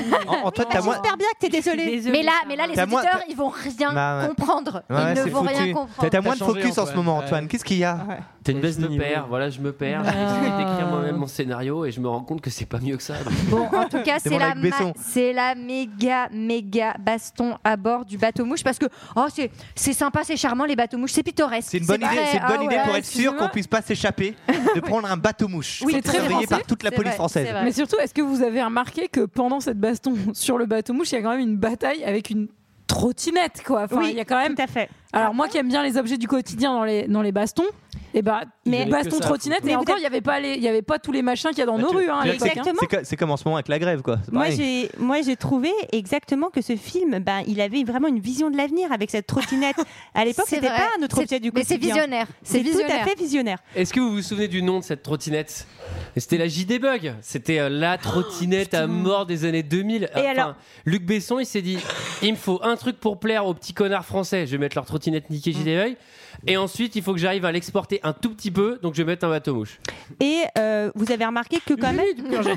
[SPEAKER 11] Antoine, t'as moins-
[SPEAKER 10] J'espère bien que t'es désolé.
[SPEAKER 9] Mais là, mais là, les
[SPEAKER 11] T'as moins-
[SPEAKER 9] auditeurs,
[SPEAKER 11] t'as-
[SPEAKER 9] ils vont rien
[SPEAKER 11] Bah ouais.
[SPEAKER 9] comprendre. Ils
[SPEAKER 11] Ouais,
[SPEAKER 9] ne
[SPEAKER 11] c'est
[SPEAKER 9] vont rien
[SPEAKER 11] foutu.
[SPEAKER 9] comprendre.
[SPEAKER 11] T'as moins de
[SPEAKER 7] T'as changé,
[SPEAKER 11] focus en ce
[SPEAKER 7] Antoine.
[SPEAKER 11] moment, Antoine. Qu'est-ce qu'il y
[SPEAKER 9] Ah.
[SPEAKER 11] a
[SPEAKER 7] T'as une baisse
[SPEAKER 1] Je
[SPEAKER 7] de
[SPEAKER 1] me
[SPEAKER 7] niveau.
[SPEAKER 1] perds, voilà, je me perds.
[SPEAKER 6] Ah.
[SPEAKER 1] J'essaie d'écrire moi-même mon scénario et je me rends compte que c'est pas mieux que ça. euh,
[SPEAKER 9] Bon, en tout cas, c'est
[SPEAKER 11] Demande
[SPEAKER 9] la,
[SPEAKER 11] avec Besson.
[SPEAKER 9] ma- c'est la méga, méga baston à bord du bateau mouche parce que oh, c'est, c'est sympa, c'est charmant les bateaux mouches, c'est pittoresque.
[SPEAKER 11] C'est une bonne idée,
[SPEAKER 9] vrai,
[SPEAKER 11] c'est une bonne
[SPEAKER 9] ah
[SPEAKER 11] idée
[SPEAKER 9] ouais.
[SPEAKER 11] pour être sûr qu'on puisse pas s'échapper de prendre un bateau mouche.
[SPEAKER 6] Oui, c'est très
[SPEAKER 11] surveillé
[SPEAKER 6] français.
[SPEAKER 11] par toute la
[SPEAKER 9] C'est
[SPEAKER 11] police
[SPEAKER 9] vrai,
[SPEAKER 11] française.
[SPEAKER 9] c'est vrai.
[SPEAKER 6] Mais surtout, est-ce que vous avez remarqué que pendant cette baston sur le bateau mouche, il y a quand même une bataille avec une trottinette quoi. Enfin,
[SPEAKER 10] Oui,
[SPEAKER 6] il y a quand même.
[SPEAKER 10] Tout à fait.
[SPEAKER 6] Alors moi qui aime bien les objets du quotidien dans les dans les bastons, et bah
[SPEAKER 1] Il y
[SPEAKER 6] mais
[SPEAKER 1] avait que
[SPEAKER 6] baston
[SPEAKER 1] ça à
[SPEAKER 6] trottinette.
[SPEAKER 1] foutre.
[SPEAKER 6] Mais
[SPEAKER 10] Mais
[SPEAKER 6] encore,
[SPEAKER 10] vous
[SPEAKER 6] il y avait pas les, il y avait pas tous les machins qu'il y a dans nos
[SPEAKER 11] tu-
[SPEAKER 6] rues. hein, à
[SPEAKER 11] tu-
[SPEAKER 6] l'époque, hein.
[SPEAKER 10] Exactement.
[SPEAKER 11] C'est co- C'est comme en ce moment avec la grève, quoi. C'est
[SPEAKER 10] Moi
[SPEAKER 11] pareil.
[SPEAKER 10] j'ai, moi j'ai trouvé exactement que ce film, ben, il avait vraiment une vision de l'avenir avec cette trottinette. À l'époque,
[SPEAKER 9] C'est
[SPEAKER 10] c'était
[SPEAKER 9] vrai.
[SPEAKER 10] pas un autre
[SPEAKER 9] C'est-
[SPEAKER 10] objet du
[SPEAKER 9] Mais c'est
[SPEAKER 10] quotidien.
[SPEAKER 9] visionnaire. C'est
[SPEAKER 10] tout à
[SPEAKER 9] visionnaire.
[SPEAKER 10] fait visionnaire.
[SPEAKER 1] Est-ce que vous vous souvenez du nom de cette trottinette C'était la JD Bug. C'était euh, la trottinette à mort des années 2000.
[SPEAKER 10] Et alors
[SPEAKER 1] Luc Besson, il s'est dit il me faut un truc pour plaire aux petits connards français. Je vais mettre leur trottinette niquée JD Bug. Et ensuite, il faut que j'arrive à l'exporter un tout petit peu. Donc, je vais mettre un bateau mouche.
[SPEAKER 10] Et euh, vous avez remarqué que quand même,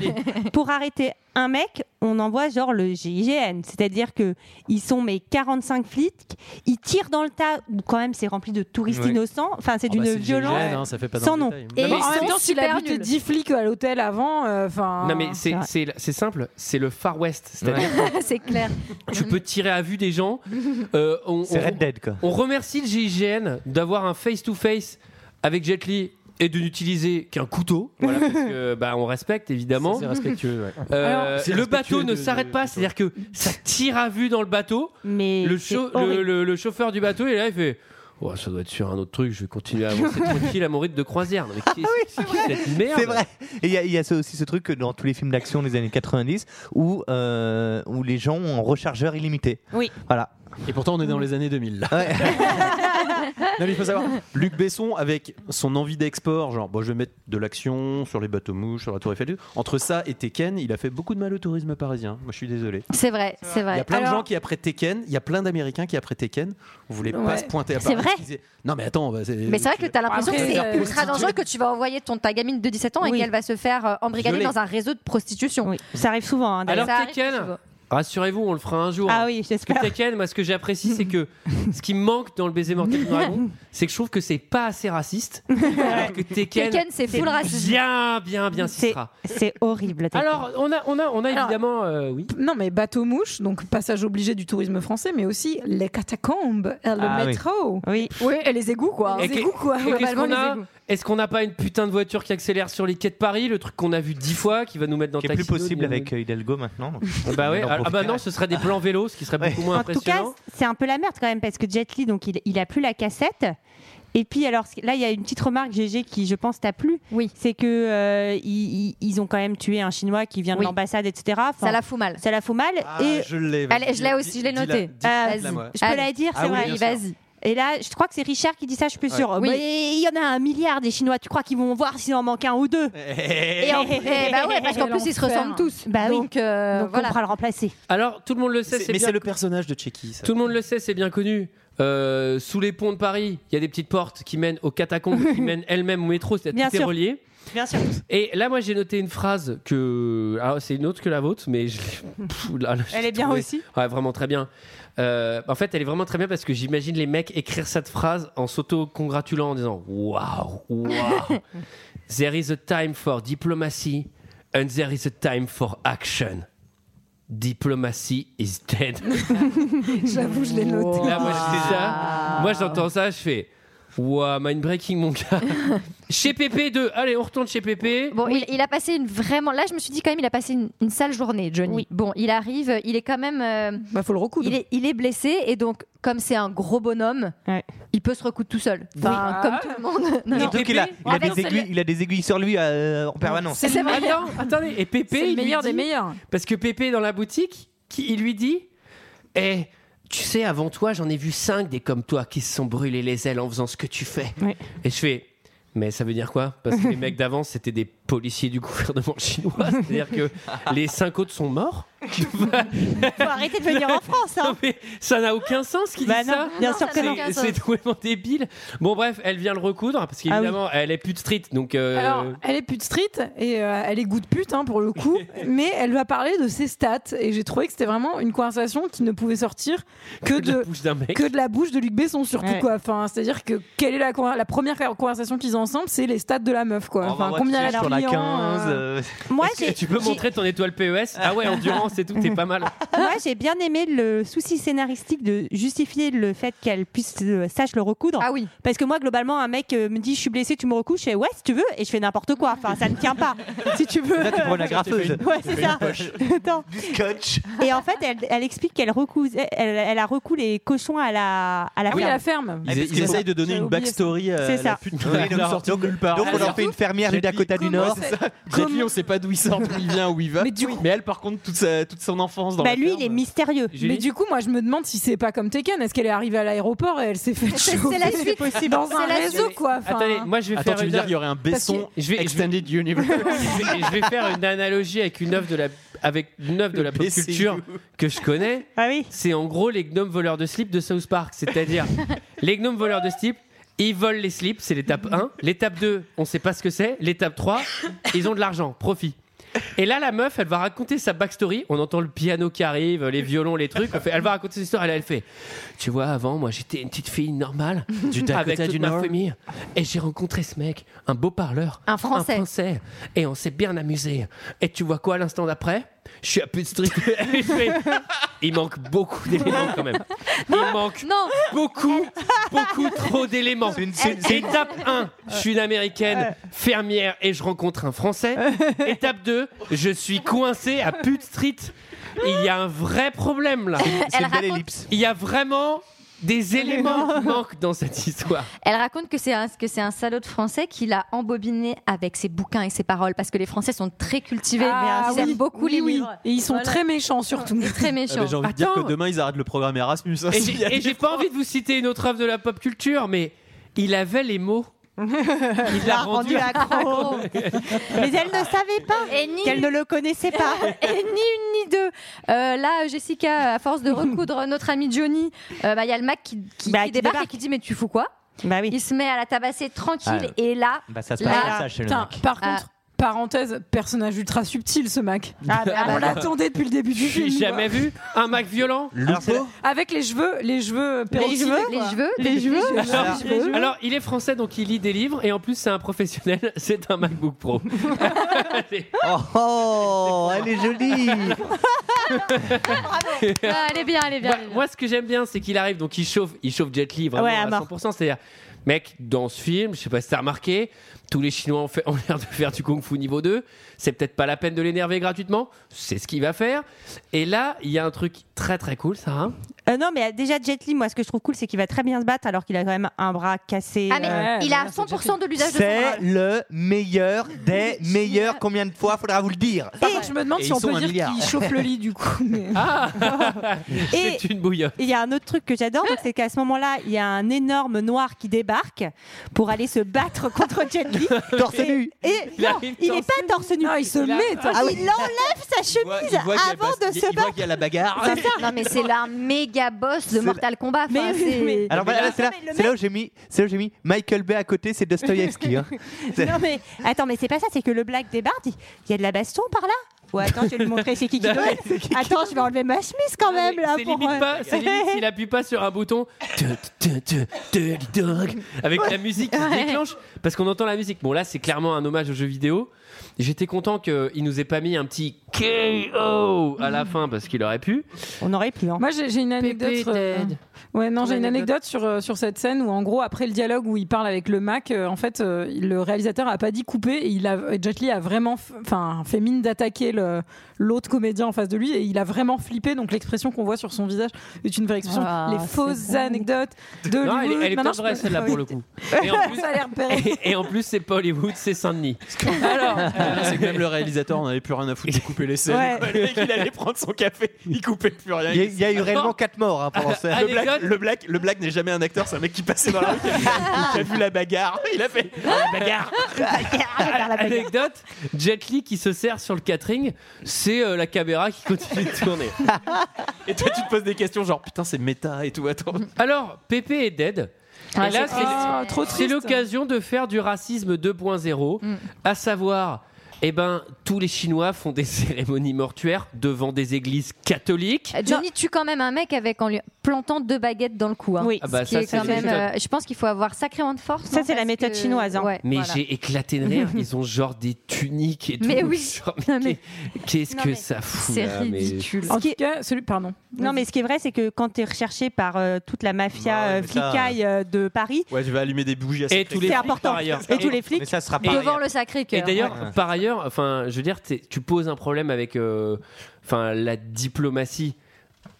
[SPEAKER 10] pour arrêter un mec, on envoie genre le GIGN, c'est-à-dire que ils sont mais 45 flics, ils tirent dans le tas où quand même c'est rempli de touristes
[SPEAKER 7] Ouais.
[SPEAKER 10] innocents. Enfin, c'est
[SPEAKER 7] Ah bah,
[SPEAKER 10] d'une
[SPEAKER 7] le
[SPEAKER 10] violence.
[SPEAKER 7] GIGN, hein, ça fait pas
[SPEAKER 10] sans
[SPEAKER 7] dans le
[SPEAKER 10] nom.
[SPEAKER 7] détail.
[SPEAKER 9] Et
[SPEAKER 1] Non, mais
[SPEAKER 9] ils
[SPEAKER 6] En
[SPEAKER 9] sont
[SPEAKER 6] même temps, s'il a
[SPEAKER 9] super
[SPEAKER 6] buté
[SPEAKER 9] nuls.
[SPEAKER 6] 10 flics à l'hôtel avant, euh, enfin.
[SPEAKER 1] Non, mais c'est-
[SPEAKER 10] c'est vrai.
[SPEAKER 1] c'est c'est simple. C'est le Far West. C'est-à-dire,
[SPEAKER 9] c'est clair.
[SPEAKER 1] tu peux tirer à vue des gens. Euh, on-
[SPEAKER 11] C'est
[SPEAKER 1] on-
[SPEAKER 11] Red Dead, quoi.
[SPEAKER 1] On remercie le GIGN d'avoir un face-to-face avec Jet Li et de n'utiliser qu'un couteau. Voilà, parce que bah, on respecte évidemment.
[SPEAKER 7] C'est respectueux, ouais.
[SPEAKER 1] Euh,
[SPEAKER 6] Alors,
[SPEAKER 7] c'est
[SPEAKER 1] le
[SPEAKER 7] respectueux
[SPEAKER 1] bateau ne
[SPEAKER 7] de-
[SPEAKER 1] s'arrête
[SPEAKER 7] de-
[SPEAKER 1] pas,
[SPEAKER 7] de-
[SPEAKER 1] c'est-à-dire que ça tire à vue dans le bateau.
[SPEAKER 10] Mais
[SPEAKER 1] Le,
[SPEAKER 10] c'est
[SPEAKER 1] chau-
[SPEAKER 10] horrible.
[SPEAKER 1] le, le- le chauffeur du bateau, il est là, il fait. Oh, ça doit être sur un autre truc, je vais continuer à avancer tranquille à mon rythme de croisière. Non, mais
[SPEAKER 7] Ah
[SPEAKER 1] qu'est-ce que c'est que cette merde
[SPEAKER 11] C'est vrai. Et il y a, il y a ce- aussi ce truc que dans tous les films d'action des années 90 où, euh, où les gens ont un rechargeur illimité.
[SPEAKER 10] Oui.
[SPEAKER 11] Voilà.
[SPEAKER 7] Et pourtant, on est dans les années 2000. Là.
[SPEAKER 11] Ouais.
[SPEAKER 7] Non, mais il faut savoir, Luc Besson, avec son envie d'export, genre, bon, je vais mettre de l'action sur les bateaux mouches, sur la Tour Eiffel, entre ça et Tekken, il a fait beaucoup de mal au tourisme parisien. Moi, je suis désolé.
[SPEAKER 9] C'est vrai,
[SPEAKER 7] Il
[SPEAKER 9] c'est
[SPEAKER 7] y
[SPEAKER 9] vrai.
[SPEAKER 7] a plein de
[SPEAKER 6] Alors-
[SPEAKER 7] gens qui, après Tekken, il y a plein d'Américains qui, après Tekken, voulaient
[SPEAKER 6] Ouais.
[SPEAKER 7] pas se pointer à
[SPEAKER 9] C'est
[SPEAKER 7] Paris.
[SPEAKER 9] vrai.
[SPEAKER 7] Ils disaient, non, mais attends, bah,
[SPEAKER 9] Mais c'est vrai que t'as l'impression que
[SPEAKER 6] Après,
[SPEAKER 9] c'est
[SPEAKER 6] euh,
[SPEAKER 9] ultra dangereux que tu vas envoyer ton ta gamine de 17 ans et
[SPEAKER 10] Oui.
[SPEAKER 9] qu'elle va se faire euh, embrigader
[SPEAKER 7] Violer.
[SPEAKER 9] dans un réseau de prostitution.
[SPEAKER 10] Oui, ça arrive souvent. hein, d'ailleurs.
[SPEAKER 1] Alors,
[SPEAKER 9] Ça arrive
[SPEAKER 1] Tekken,
[SPEAKER 9] souvent.
[SPEAKER 1] Rassurez-vous, on le fera un jour.
[SPEAKER 10] ah oui,
[SPEAKER 1] Parce
[SPEAKER 10] j'espère.
[SPEAKER 1] que Tekken, moi, ce que j'apprécie, c'est que ce qui me manque dans le baiser mortel du dragon, c'est que je trouve que c'est pas assez raciste. Alors que Tekken,
[SPEAKER 9] Tekken, c'est full racisme.
[SPEAKER 1] bien, bien, bien
[SPEAKER 10] C'est,
[SPEAKER 1] sera.
[SPEAKER 10] c'est horrible. Tekken.
[SPEAKER 1] Alors, on a, on a, on a
[SPEAKER 6] Alors-
[SPEAKER 1] évidemment, euh, oui.
[SPEAKER 6] Non, mais bateau mouche, donc passage obligé du tourisme français, mais aussi les catacombes, et le
[SPEAKER 11] Ah oui.
[SPEAKER 6] métro.
[SPEAKER 10] oui.
[SPEAKER 6] Oui, et les égouts, quoi.
[SPEAKER 1] Et
[SPEAKER 6] les
[SPEAKER 1] qu'est-
[SPEAKER 6] égouts, quoi.
[SPEAKER 1] et qu'est-ce
[SPEAKER 6] globalement,
[SPEAKER 1] qu'on
[SPEAKER 6] les
[SPEAKER 1] a
[SPEAKER 6] égouts.
[SPEAKER 1] Est-ce qu'on n'a pas une putain de voiture qui accélère sur les quais de Paris, le truc qu'on a vu dix fois, qui va nous mettre dans
[SPEAKER 11] Qui est
[SPEAKER 1] Taxi
[SPEAKER 11] plus possible
[SPEAKER 1] Dog,
[SPEAKER 11] avec euh, Hidalgo maintenant.
[SPEAKER 1] Ah Bah ouais.
[SPEAKER 11] On en
[SPEAKER 1] Ah, ah bah
[SPEAKER 11] profite.
[SPEAKER 1] non, ce serait des plans vélos, ce qui serait
[SPEAKER 11] Ouais.
[SPEAKER 1] beaucoup moins
[SPEAKER 10] En tout cas,
[SPEAKER 1] impressionnant.
[SPEAKER 10] c'est un peu la merde quand même parce que Jet Li, donc il, il a plus la cassette. Et puis alors ce- là, il y a une petite remarque GG qui, je pense, t'a plu.
[SPEAKER 9] Oui.
[SPEAKER 10] C'est que euh, ils, ils- ils ont quand même tué un Chinois qui vient de
[SPEAKER 9] Oui.
[SPEAKER 10] l'ambassade, etc.
[SPEAKER 9] Ça la fout mal.
[SPEAKER 10] Ça la fout mal.
[SPEAKER 9] Ah,
[SPEAKER 10] et
[SPEAKER 7] je l'ai.
[SPEAKER 9] Allez, je l'ai aussi, je l'ai noté.
[SPEAKER 10] Euh,
[SPEAKER 9] Vas-y.
[SPEAKER 10] je peux la dire, c'est vrai. Et là, je crois que c'est Richard qui dit ça, je suis plus
[SPEAKER 9] Ouais.
[SPEAKER 10] sûre.
[SPEAKER 9] Oui.
[SPEAKER 10] Mais Il y en a un milliard des Chinois, tu crois qu'ils vont voir s'il en manque un ou deux
[SPEAKER 9] Et en- eh bah ouais, parce qu'en plus, ils se ressemblent tous.
[SPEAKER 10] Bah oui.
[SPEAKER 9] Donc, euh,
[SPEAKER 10] Donc,
[SPEAKER 9] voilà.
[SPEAKER 10] on pourra le remplacer.
[SPEAKER 1] Alors, tout le monde le sait,
[SPEAKER 7] C'est-
[SPEAKER 1] c'est
[SPEAKER 7] mais
[SPEAKER 1] bien
[SPEAKER 7] c'est le personnage de Checky. ça.
[SPEAKER 1] Tout le monde le sait, c'est bien connu. Euh, sous les ponts de Paris, il y a des petites portes qui mènent aux catacombes, qui mènent elles-mêmes au métro, c'est-à-dire
[SPEAKER 10] Bien
[SPEAKER 1] tout est
[SPEAKER 10] sûr.
[SPEAKER 1] relié.
[SPEAKER 10] Bien sûr.
[SPEAKER 1] Et là, moi, j'ai noté une phrase que. alors, c'est une autre que la vôtre, mais je l'ai- Pff, là, là, je
[SPEAKER 10] Elle
[SPEAKER 1] l'ai
[SPEAKER 10] est bien
[SPEAKER 1] trouvée.
[SPEAKER 10] aussi
[SPEAKER 1] Ouais, vraiment très bien. Euh, en fait, elle est vraiment très bien parce que j'imagine les mecs écrire cette phrase en s'auto-congratulant en disant Waouh, waouh There is a time for diplomacy and there is a time for action. Diplomacy is dead.
[SPEAKER 6] J'avoue, je l'ai noté.
[SPEAKER 1] Là, Ah, moi, je
[SPEAKER 10] Ah.
[SPEAKER 1] dis ça. Moi, j'entends ça, je fais. Ouah, mind breaking, mon gars. chez PP2, allez, on retourne chez PP.
[SPEAKER 9] Bon, il, il a passé une vraiment. Là, je me suis dit quand même, il a passé une, une sale journée, Johnny. Bon, il arrive, il est quand même. euh,
[SPEAKER 6] bah, faut le recoudre.
[SPEAKER 9] Il est, il est blessé et donc, comme c'est un gros bonhomme, il peut se recoudre tout seul. Enfin, Bah, comme tout le monde.
[SPEAKER 11] Et
[SPEAKER 9] Non.
[SPEAKER 11] donc, il, a, il, a
[SPEAKER 9] Avec
[SPEAKER 11] des aiguilles, il a des aiguilles sur lui euh, en permanence.
[SPEAKER 9] C'est vrai.
[SPEAKER 1] Attends, attendez, et Pépé.
[SPEAKER 6] C'est le
[SPEAKER 1] il lui
[SPEAKER 6] meilleur des
[SPEAKER 1] dit-
[SPEAKER 6] meilleurs.
[SPEAKER 1] Parce que Pépé, dans la boutique, qui, il lui dit Eh, tu sais, avant toi, j'en ai vu cinq des comme toi qui se sont brûlés les ailes en faisant ce que tu fais. Et je fais. Mais ça veut dire quoi Parce que les mecs d'avant, c'était des policiers du gouvernement chinois. C'est-à-dire que les cinq autres sont morts.
[SPEAKER 10] Faut arrêter de venir en France. Hein.
[SPEAKER 1] Non, mais ça n'a aucun sens qu'il
[SPEAKER 10] Bah
[SPEAKER 1] dise
[SPEAKER 10] non,
[SPEAKER 1] ça.
[SPEAKER 10] bien sûr que
[SPEAKER 1] C'est-
[SPEAKER 10] non. aucun sens.
[SPEAKER 1] C'est complètement débile. Bon, bref, elle vient le recoudre
[SPEAKER 10] Ah
[SPEAKER 1] parce qu'évidemment, elle est plus de street. Donc, euh,
[SPEAKER 6] Alors, elle est pute street et euh, elle est goût de pute hein, pour le coup, mais elle va parler de ses stats et j'ai trouvé que c'était vraiment une conversation qui ne pouvait sortir que,
[SPEAKER 1] de la
[SPEAKER 6] de,
[SPEAKER 1] bouche d'un mec.
[SPEAKER 6] que de la bouche de Luc Besson surtout
[SPEAKER 1] Ouais.
[SPEAKER 6] quoi. Enfin, c'est-à-dire que quelle est la, conver- la première conversation qu'ils ont ensemble, c'est les stats de la meuf
[SPEAKER 1] Oh, bah,
[SPEAKER 6] quoi. Enfin, combien elle a
[SPEAKER 11] sur la
[SPEAKER 6] pris en,
[SPEAKER 11] 15
[SPEAKER 6] euh,
[SPEAKER 11] euh,
[SPEAKER 10] Moi,
[SPEAKER 1] Est-ce que
[SPEAKER 10] j'ai-
[SPEAKER 1] tu peux
[SPEAKER 10] j'ai-
[SPEAKER 1] montrer ton étoile PES Ah ouais, endurance et tout, t'es pas mal.
[SPEAKER 10] Moi, Ah j'ai bien aimé le souci scénaristique de justifier le fait qu'elle puisse euh, sache le recoudre.
[SPEAKER 9] Ah oui.
[SPEAKER 10] Parce que moi, globalement, un mec euh, me dit je suis blessé, tu me recouches, je fais ouais si tu veux, et je fais n'importe quoi. Enfin, ça ne tient pas. si tu veux.
[SPEAKER 11] Là, tu prends la graffeuse.
[SPEAKER 10] Ouais, c'est ça. Attends.
[SPEAKER 11] Coach.
[SPEAKER 10] Et en fait, elle, elle explique qu'elle recouse, elle, elle a recou les cochons à la à la
[SPEAKER 6] Ah oui, à
[SPEAKER 10] ferme.
[SPEAKER 6] la ferme.
[SPEAKER 7] Ils, ils essayent de donner une backstory à
[SPEAKER 10] C'est
[SPEAKER 7] la
[SPEAKER 10] ça.
[SPEAKER 7] pute
[SPEAKER 11] Oui, donc,
[SPEAKER 7] sortie
[SPEAKER 11] donc-
[SPEAKER 7] de nulle part.
[SPEAKER 11] donc, on
[SPEAKER 7] Alors,
[SPEAKER 11] en fait une fermière du
[SPEAKER 7] Jet Li,
[SPEAKER 11] Dakota du
[SPEAKER 7] comment-
[SPEAKER 11] Nord.
[SPEAKER 7] Ouais, c'est ça. Jet Li, on sait pas d'où il sort, d'où il vient, où il va. Mais, elle, par contre, toute, sa- toute son enfance dans
[SPEAKER 6] Bah,
[SPEAKER 7] la Ah,
[SPEAKER 6] lui,
[SPEAKER 7] ferme.
[SPEAKER 10] Il est mystérieux.
[SPEAKER 6] Mais du coup, moi, je me demande si c'est pas comme Tekken. Est-ce qu'elle est arrivée à l'aéroport et elle s'est fait
[SPEAKER 9] C'est- c'est
[SPEAKER 6] chauffer
[SPEAKER 9] la suite.
[SPEAKER 6] possible. dans
[SPEAKER 9] C'est
[SPEAKER 6] un
[SPEAKER 9] la
[SPEAKER 6] réseau,
[SPEAKER 9] suite.
[SPEAKER 6] quoi. Enfin, hein.
[SPEAKER 1] Attendez, moi je vais
[SPEAKER 7] Attends,
[SPEAKER 1] faire
[SPEAKER 7] tu veux
[SPEAKER 1] une...
[SPEAKER 7] dire qu'il y aurait un Besson
[SPEAKER 1] Je vais-
[SPEAKER 7] Extended Universe
[SPEAKER 1] je vais- je vais faire une analogie avec une œuvre de la avec une œuvre de la pop
[SPEAKER 7] BCU.
[SPEAKER 1] culture que je connais. C'est en gros les gnomes voleurs de slip de South Park, c'est-à-dire les gnomes voleurs de slip. Ils volent les slips, c'est l'étape 1. L'étape 2, on sait pas ce que c'est. L'étape 3, ils ont de l'argent, profit. Et là, la meuf, elle va raconter sa backstory. On entend le piano qui arrive, les violons, les trucs. On fait- Elle va raconter cette histoire. Elle, elle fait Tu vois, avant, moi, j'étais une petite fille normale,
[SPEAKER 7] Du Dakota
[SPEAKER 1] avec toute
[SPEAKER 7] du
[SPEAKER 1] ma
[SPEAKER 7] Nord.
[SPEAKER 1] famille. Et j'ai rencontré ce mec, un beau parleur.
[SPEAKER 9] Un Français.
[SPEAKER 1] Et on s'est bien amusé. Et tu vois quoi, l'instant d'après Je suis à plus de strip. Et je fais, Il manque beaucoup d'éléments quand même. Il manque
[SPEAKER 9] Non.
[SPEAKER 1] beaucoup, beaucoup trop d'éléments.
[SPEAKER 11] c'est une- c'est une-
[SPEAKER 1] Étape 1, je suis une américaine fermière et je rencontre un français. Étape 2, je suis coincé à Put Street. Il y a un vrai problème là.
[SPEAKER 9] Elle une belle raconte- ellipse.
[SPEAKER 1] Il y a vraiment des éléments qui manquent dans cette histoire.
[SPEAKER 9] Elle raconte que c'est un, que c'est un salaud de français qui l'a embobiné avec ses bouquins et ses paroles parce que les français sont très cultivés.
[SPEAKER 6] Ah
[SPEAKER 9] ils aiment
[SPEAKER 6] oui,
[SPEAKER 9] beaucoup
[SPEAKER 6] oui,
[SPEAKER 9] les
[SPEAKER 6] oui.
[SPEAKER 9] livres.
[SPEAKER 6] Et ils sont très méchants surtout.
[SPEAKER 9] Très
[SPEAKER 7] Ah,
[SPEAKER 9] méchants.
[SPEAKER 7] bah, J'ai envie de dire que demain, ils arrêtent le programme Erasmus. hein,
[SPEAKER 1] Et
[SPEAKER 7] s'il y
[SPEAKER 1] j'ai-
[SPEAKER 7] a
[SPEAKER 1] et j'ai pas envie de vous citer une autre œuvre de la pop culture, mais il avait les mots. Il l'a rendu.
[SPEAKER 10] Ah, accro. Ah, Mais elle ne savait pas
[SPEAKER 9] Et ni-
[SPEAKER 10] qu'elle ne le connaissait pas.
[SPEAKER 9] Et ni une ni deux. Euh, là, Jessica, à force de recoudre notre ami Johnny, euh, bah, il y a le Mac qui, qui-
[SPEAKER 10] Bah,
[SPEAKER 9] qui
[SPEAKER 10] qui
[SPEAKER 9] débarque,
[SPEAKER 10] débarque.
[SPEAKER 9] et qui dit Mais tu fous quoi Il se met à la tabasser tranquille
[SPEAKER 11] Ah.
[SPEAKER 9] et là.
[SPEAKER 11] Bah, ça se
[SPEAKER 9] là- Ah.
[SPEAKER 11] passe comme ça chez le
[SPEAKER 6] Putain,
[SPEAKER 11] mec.
[SPEAKER 6] par contre, parenthèse, personnage ultra subtil ce Mac.
[SPEAKER 10] Ah, bah,
[SPEAKER 6] on l'attendait depuis le début du film.
[SPEAKER 1] J'ai
[SPEAKER 6] quoi.
[SPEAKER 1] jamais vu un Mac violent.
[SPEAKER 11] Alors, c'est la-
[SPEAKER 6] Avec les cheveux, les cheveux,
[SPEAKER 9] les
[SPEAKER 6] peroxydés,
[SPEAKER 9] cheveux, les
[SPEAKER 6] quoi.
[SPEAKER 9] cheveux,
[SPEAKER 6] les cheveux, les cheveux.
[SPEAKER 1] Alors, alors, il est français, donc il lit des livres, et en plus, c'est un professionnel, c'est un MacBook Pro.
[SPEAKER 11] Oh, oh, elle est jolie.
[SPEAKER 9] Ah, elle est bien, elle est bien.
[SPEAKER 1] Moi, moi, ce que j'aime bien, c'est qu'il arrive, donc il chauffe, il chauffe Jet Li vraiment
[SPEAKER 10] Ouais, à
[SPEAKER 1] à
[SPEAKER 10] mort.
[SPEAKER 1] 100%. C'est-à-dire, mec, dans ce film, je sais pas si t'as remarqué, tous les Chinois ont, fait- ont l'air de faire du Kung Fu niveau 2. C'est peut-être pas la peine de l'énerver gratuitement. C'est ce qu'il va faire. Et là, il y a un truc très très cool, Sarah.
[SPEAKER 10] Euh, non, mais euh, déjà, Jet Li, moi, ce que je trouve cool, c'est qu'il va très bien se battre alors qu'il a quand même un bras cassé. euh,
[SPEAKER 9] Ah, mais il a 100% de l'usage de son bras.
[SPEAKER 11] C'est le meilleur des meilleurs. Combien de fois faudra vous le dire
[SPEAKER 6] Par contre, je me demande si on peut dire qu'il chauffe le lit du coup. mais-
[SPEAKER 9] Ah.
[SPEAKER 10] Et-
[SPEAKER 1] C'est une bouillotte.
[SPEAKER 10] Il y a un autre truc que j'adore, donc, c'est qu'à ce moment-là, il y a un énorme noir qui débarque pour aller se battre contre Jet Li.
[SPEAKER 11] Torse nu.
[SPEAKER 10] Et,
[SPEAKER 11] Il
[SPEAKER 10] non,
[SPEAKER 11] arrive
[SPEAKER 10] il n'est pas torse nu. il se
[SPEAKER 11] met torse Ah oui. nu.
[SPEAKER 10] Il enlève sa chemise avant de se battre.
[SPEAKER 11] y a la bagarre.
[SPEAKER 9] Non, mais c'est la méga boss de Mortal Kombat. Enfin, c'est-
[SPEAKER 11] Alors voilà, là, c'est là, c'est là où j'ai mis, c'est là où j'ai mis Michael Bay à côté, c'est Dostoïevski. hein. C'est-
[SPEAKER 10] Non mais attends, mais c'est pas ça, c'est que le black débarque, il il y a de la baston par là. Ouais, attends, je vais lui montrer c'est qui qui
[SPEAKER 1] Non,
[SPEAKER 10] donne.
[SPEAKER 1] mais c'est
[SPEAKER 10] Attends, je vais enlever ma chemise quand même là
[SPEAKER 1] C'est
[SPEAKER 10] pour.
[SPEAKER 1] limite
[SPEAKER 10] euh,
[SPEAKER 1] pas, c'est limite s'il appuie pas sur un bouton avec la musique qui se
[SPEAKER 10] Ouais.
[SPEAKER 1] déclenche parce qu'on entend la musique. Bon là c'est clairement un hommage au jeu vidéo. J'étais content qu'il nous ait pas mis un petit KO à la fin parce qu'il aurait pu.
[SPEAKER 10] On aurait pu. hein.
[SPEAKER 1] Oh.
[SPEAKER 6] Moi, j'ai j'ai une anecdote. euh, Ouais, non, j'ai une anecdote sur, euh, sur cette scène où, en gros, après le dialogue où il parle avec le Mac, euh, en fait, euh, le réalisateur a pas dit couper et il a, et Jet Li a vraiment f- enfin, fait mine d'attaquer le- l'autre comédien en face de lui et il a vraiment flippé. Donc, l'expression qu'on voit sur son visage est une vraie expression.
[SPEAKER 1] Ah,
[SPEAKER 6] les
[SPEAKER 1] c'est
[SPEAKER 6] fausses
[SPEAKER 1] bon.
[SPEAKER 6] anecdotes de
[SPEAKER 1] Non, elle, est-
[SPEAKER 6] Hollywood.
[SPEAKER 1] elle est
[SPEAKER 6] Maintenant,
[SPEAKER 1] pas vraie
[SPEAKER 6] je peux-
[SPEAKER 1] celle-là pour le coup. Et en plus,
[SPEAKER 6] Ça a l'air
[SPEAKER 1] et, et en plus c'est pas Hollywood, c'est Saint-Denis.
[SPEAKER 7] c'est que même le réalisateur, on n'avait plus rien à foutre de couper les scènes.
[SPEAKER 1] Ouais.
[SPEAKER 7] quoi. Le mec, il allait prendre son café, il coupait plus rien.
[SPEAKER 11] Il y a- il y a eu réellement quatre morts hein, pendant ça.
[SPEAKER 7] Le black, le black, le black n'est jamais un acteur, c'est un mec qui passait dans la rue, qui a vu, qui a vu la bagarre, il a fait la bagarre.
[SPEAKER 1] Anecdote, Jet Li qui se sert sur le catering, c'est euh, la caméra qui continue de tourner.
[SPEAKER 7] Et toi, tu te poses des questions genre putain, c'est méta et tout. Attends.
[SPEAKER 1] Alors, Pépé est dead.
[SPEAKER 7] Ah,
[SPEAKER 1] et là,
[SPEAKER 7] c'est-
[SPEAKER 1] c'est
[SPEAKER 7] Ah, trop
[SPEAKER 1] c'est
[SPEAKER 7] triste.
[SPEAKER 1] l'occasion de faire du racisme 2.0, à savoir, eh ben, tous les Chinois font des cérémonies mortuaires devant des églises catholiques.
[SPEAKER 9] Ah, Johnny tue quand même un mec avec en lui plantant deux baguettes dans le cou. hein.
[SPEAKER 1] Oui. Ah bah
[SPEAKER 9] Ce qui
[SPEAKER 1] ça,
[SPEAKER 9] est
[SPEAKER 1] c'est
[SPEAKER 9] quand même,
[SPEAKER 1] méthode.
[SPEAKER 9] euh, je pense qu'il faut avoir sacrément de force. Ça, c'est la méthode chinoise.
[SPEAKER 1] Mais j'ai éclaté de rire. Ils ont genre des tuniques et tout.
[SPEAKER 9] Mais oui.
[SPEAKER 1] Genre, mais qu'est- Qu'est-ce que ça fout là, mais-
[SPEAKER 6] En tout cas, celui, pardon.
[SPEAKER 10] Non mais ce qui est vrai, c'est que quand tu es recherché par euh, toute la mafia
[SPEAKER 7] Ouais,
[SPEAKER 10] euh,
[SPEAKER 7] mais ça,
[SPEAKER 10] flicaille euh, de Paris,
[SPEAKER 7] Ouais, je vais allumer des bougies à
[SPEAKER 1] Et tous les
[SPEAKER 10] c'est
[SPEAKER 1] flics,
[SPEAKER 10] important.
[SPEAKER 1] par ailleurs.
[SPEAKER 10] Et tous les flics.
[SPEAKER 1] Et-
[SPEAKER 9] devant le sacré cœur.
[SPEAKER 1] Et d'ailleurs,
[SPEAKER 9] ouais.
[SPEAKER 1] par ailleurs, enfin, je veux dire, t'es- tu poses un problème avec, euh, enfin, la diplomatie